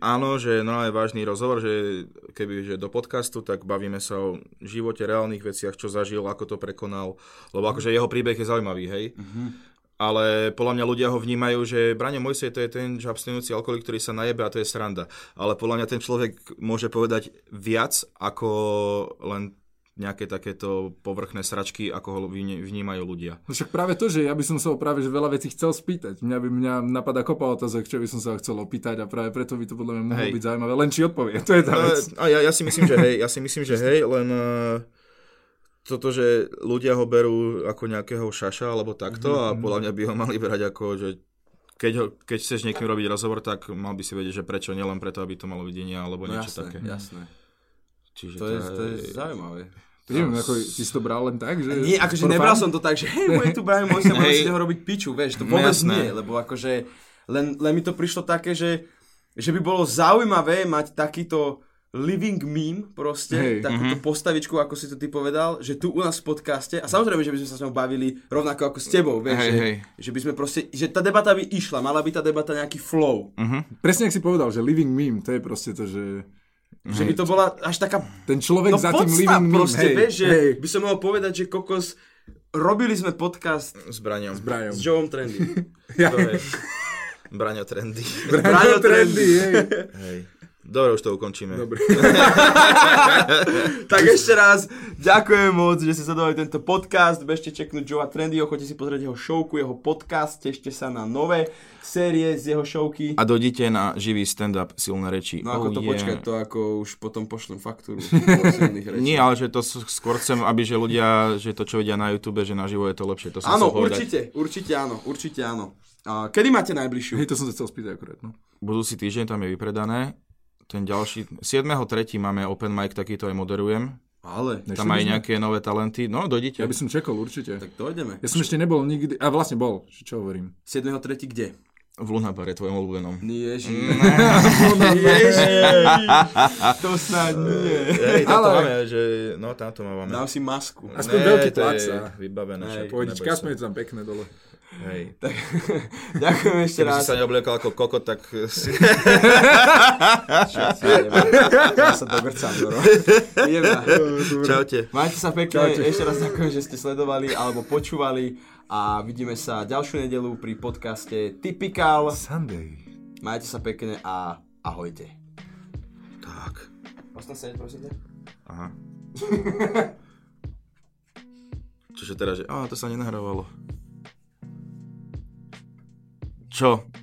[SPEAKER 1] Áno, že normálne vážny rozhovor, že keby že do podcastu, tak bavíme sa o živote, reálnych veciach, čo zažil, ako to prekonal. Lebo akože jeho príbeh je zaujímavý, hej.
[SPEAKER 2] Mhm.
[SPEAKER 1] Ale podľa mňa ľudia ho vnímajú, že Braňo Mojsej to je ten žabstinujúci alkoholik, ktorý sa najebe a to je sranda. Ale podľa mňa ten človek môže povedať viac ako len nejaké takéto povrchné sračky, ako ho vní- vnímajú ľudia.
[SPEAKER 3] No však práve to, že ja by som sa ho práve že veľa vecí chcel spýtať. Mňa by mňa napadá kopa otázok, čo by som sa ho chcel opýtať a práve preto by to podľa mňa mohlo
[SPEAKER 1] Hej.
[SPEAKER 3] byť zaujímavé. Len či odpovie, to je tá
[SPEAKER 1] No,
[SPEAKER 3] vec.
[SPEAKER 1] a ja, ja si myslím, že hej, ja si myslím, že hej, len eh, toto, že ľudia ho berú ako nejakého šaša alebo takto
[SPEAKER 2] Mhm,
[SPEAKER 1] a podľa mňa by ho mali brať ako, že keď, ho, keď chceš niekým robiť rozhovor, tak mal by si vedieť, že prečo, nielen preto, aby to malo videnia alebo
[SPEAKER 2] No,
[SPEAKER 1] niečo
[SPEAKER 2] jasné,
[SPEAKER 1] také.
[SPEAKER 2] jasné.
[SPEAKER 1] Čiže
[SPEAKER 2] To je, to je zaujímavé.
[SPEAKER 3] Neviem, ako si si to bral len tak, že...
[SPEAKER 2] Nie, akože
[SPEAKER 3] for
[SPEAKER 2] nebral
[SPEAKER 3] fun?
[SPEAKER 2] som to tak, že hej, bude tu Brian Mojsa, budem
[SPEAKER 1] Hej.
[SPEAKER 2] si ho robiť piču, vieš, to
[SPEAKER 1] No
[SPEAKER 2] vôbec
[SPEAKER 1] jasné.
[SPEAKER 2] nie, lebo akože len, len mi to prišlo také, že, že by bolo zaujímavé mať takýto living meme proste,
[SPEAKER 3] Hej.
[SPEAKER 2] hey,
[SPEAKER 1] mhm.
[SPEAKER 2] takúto postavičku, ako si to ty povedal, že tu u nás v podcaste, a samozrejme, že by sme sa s ňou bavili rovnako ako s tebou, vieš,
[SPEAKER 1] Hej,
[SPEAKER 2] že,
[SPEAKER 1] hej.
[SPEAKER 2] že by sme proste, že tá debata by išla, mala by tá debata nejaký flow,
[SPEAKER 3] Presne, ak si povedal, že living meme, to je proste to, že...
[SPEAKER 1] Mhm.
[SPEAKER 2] že by to bola až taká
[SPEAKER 3] Ten človek
[SPEAKER 2] No
[SPEAKER 3] za tým
[SPEAKER 2] podsta
[SPEAKER 3] living meme,
[SPEAKER 2] proste,
[SPEAKER 3] hej,
[SPEAKER 2] vieš, že
[SPEAKER 3] hej,
[SPEAKER 2] by som mohol povedať, že kokos, robili sme podcast
[SPEAKER 1] Zbraňom.
[SPEAKER 3] Brian.
[SPEAKER 2] s Joeom Trendy.
[SPEAKER 3] Ja,
[SPEAKER 1] To je Braňo trendy.
[SPEAKER 3] Brian trendy, hej.
[SPEAKER 1] Hej. Dobre, už to ukončíme.
[SPEAKER 3] Dobre.
[SPEAKER 2] tak ešte raz, ďakujem moc, že ste sledovali tento podcast, bežte čeknúť Joea Trendyho, choďte si pozrieť jeho showku, jeho podcast, tešte sa na nové série z jeho showky.
[SPEAKER 1] A dojdite na živý stand-up silné reči.
[SPEAKER 2] No ako
[SPEAKER 1] Oh,
[SPEAKER 2] to
[SPEAKER 1] yeah.
[SPEAKER 2] počkať, to ako už potom pošlem faktúru. silných rečí.
[SPEAKER 1] Nie, ale že to s- skôr chcem, aby že ľudia, že to, čo vidia na YouTube, že naživo je to lepšie. To som
[SPEAKER 2] Áno,
[SPEAKER 1] chcel povedať.
[SPEAKER 2] určite, určite áno, určite áno. A kedy máte najbližšiu?
[SPEAKER 3] Hej, to som sa chcel spýtať akurát, no.
[SPEAKER 1] Budúci týždeň tam je vypredané. Ten ďalší, 7.3. máme open mic, takýto aj moderujem.
[SPEAKER 2] Ale,
[SPEAKER 1] Tam aj nejaké nové talenty. No, dojdite.
[SPEAKER 3] Ja by som čekol určite.
[SPEAKER 2] tak dojdeme.
[SPEAKER 3] Ja som ešte nebol nikdy, a vlastne bol, že čo hovorím.
[SPEAKER 2] 7.3. kde?
[SPEAKER 1] V Lunabare, tvojom obľúbenom.
[SPEAKER 2] Ježiš. Mm. Ježiš. To snáď nie.
[SPEAKER 1] Hej,
[SPEAKER 3] tam to Ale- máme,
[SPEAKER 1] že... No, tam to máme.
[SPEAKER 2] Dám si masku.
[SPEAKER 3] Aspoň veľký tlac. a-
[SPEAKER 1] vybavené.
[SPEAKER 2] Hej. všetko,
[SPEAKER 3] Pohodička, sme tam pekné dole.
[SPEAKER 1] Hej.
[SPEAKER 2] Tak, ďakujem ešte
[SPEAKER 1] Keby
[SPEAKER 2] raz.
[SPEAKER 1] si sa neobliekal ako kokot, tak si...
[SPEAKER 2] Ja sa dogrcam, bro. Idem na.
[SPEAKER 1] Čaute.
[SPEAKER 2] Majte sa pekne, ešte raz ďakujem, že ste sledovali alebo počúvali a vidíme sa ďalšiu nedelu pri podcaste Typical.
[SPEAKER 3] Sunday.
[SPEAKER 2] Majte sa pekne a ahojte.
[SPEAKER 1] Tak.
[SPEAKER 2] Ostan sa prosím ťa.
[SPEAKER 1] Aha. Čože teraz, že... Á, to sa nenahrávalo. Čo?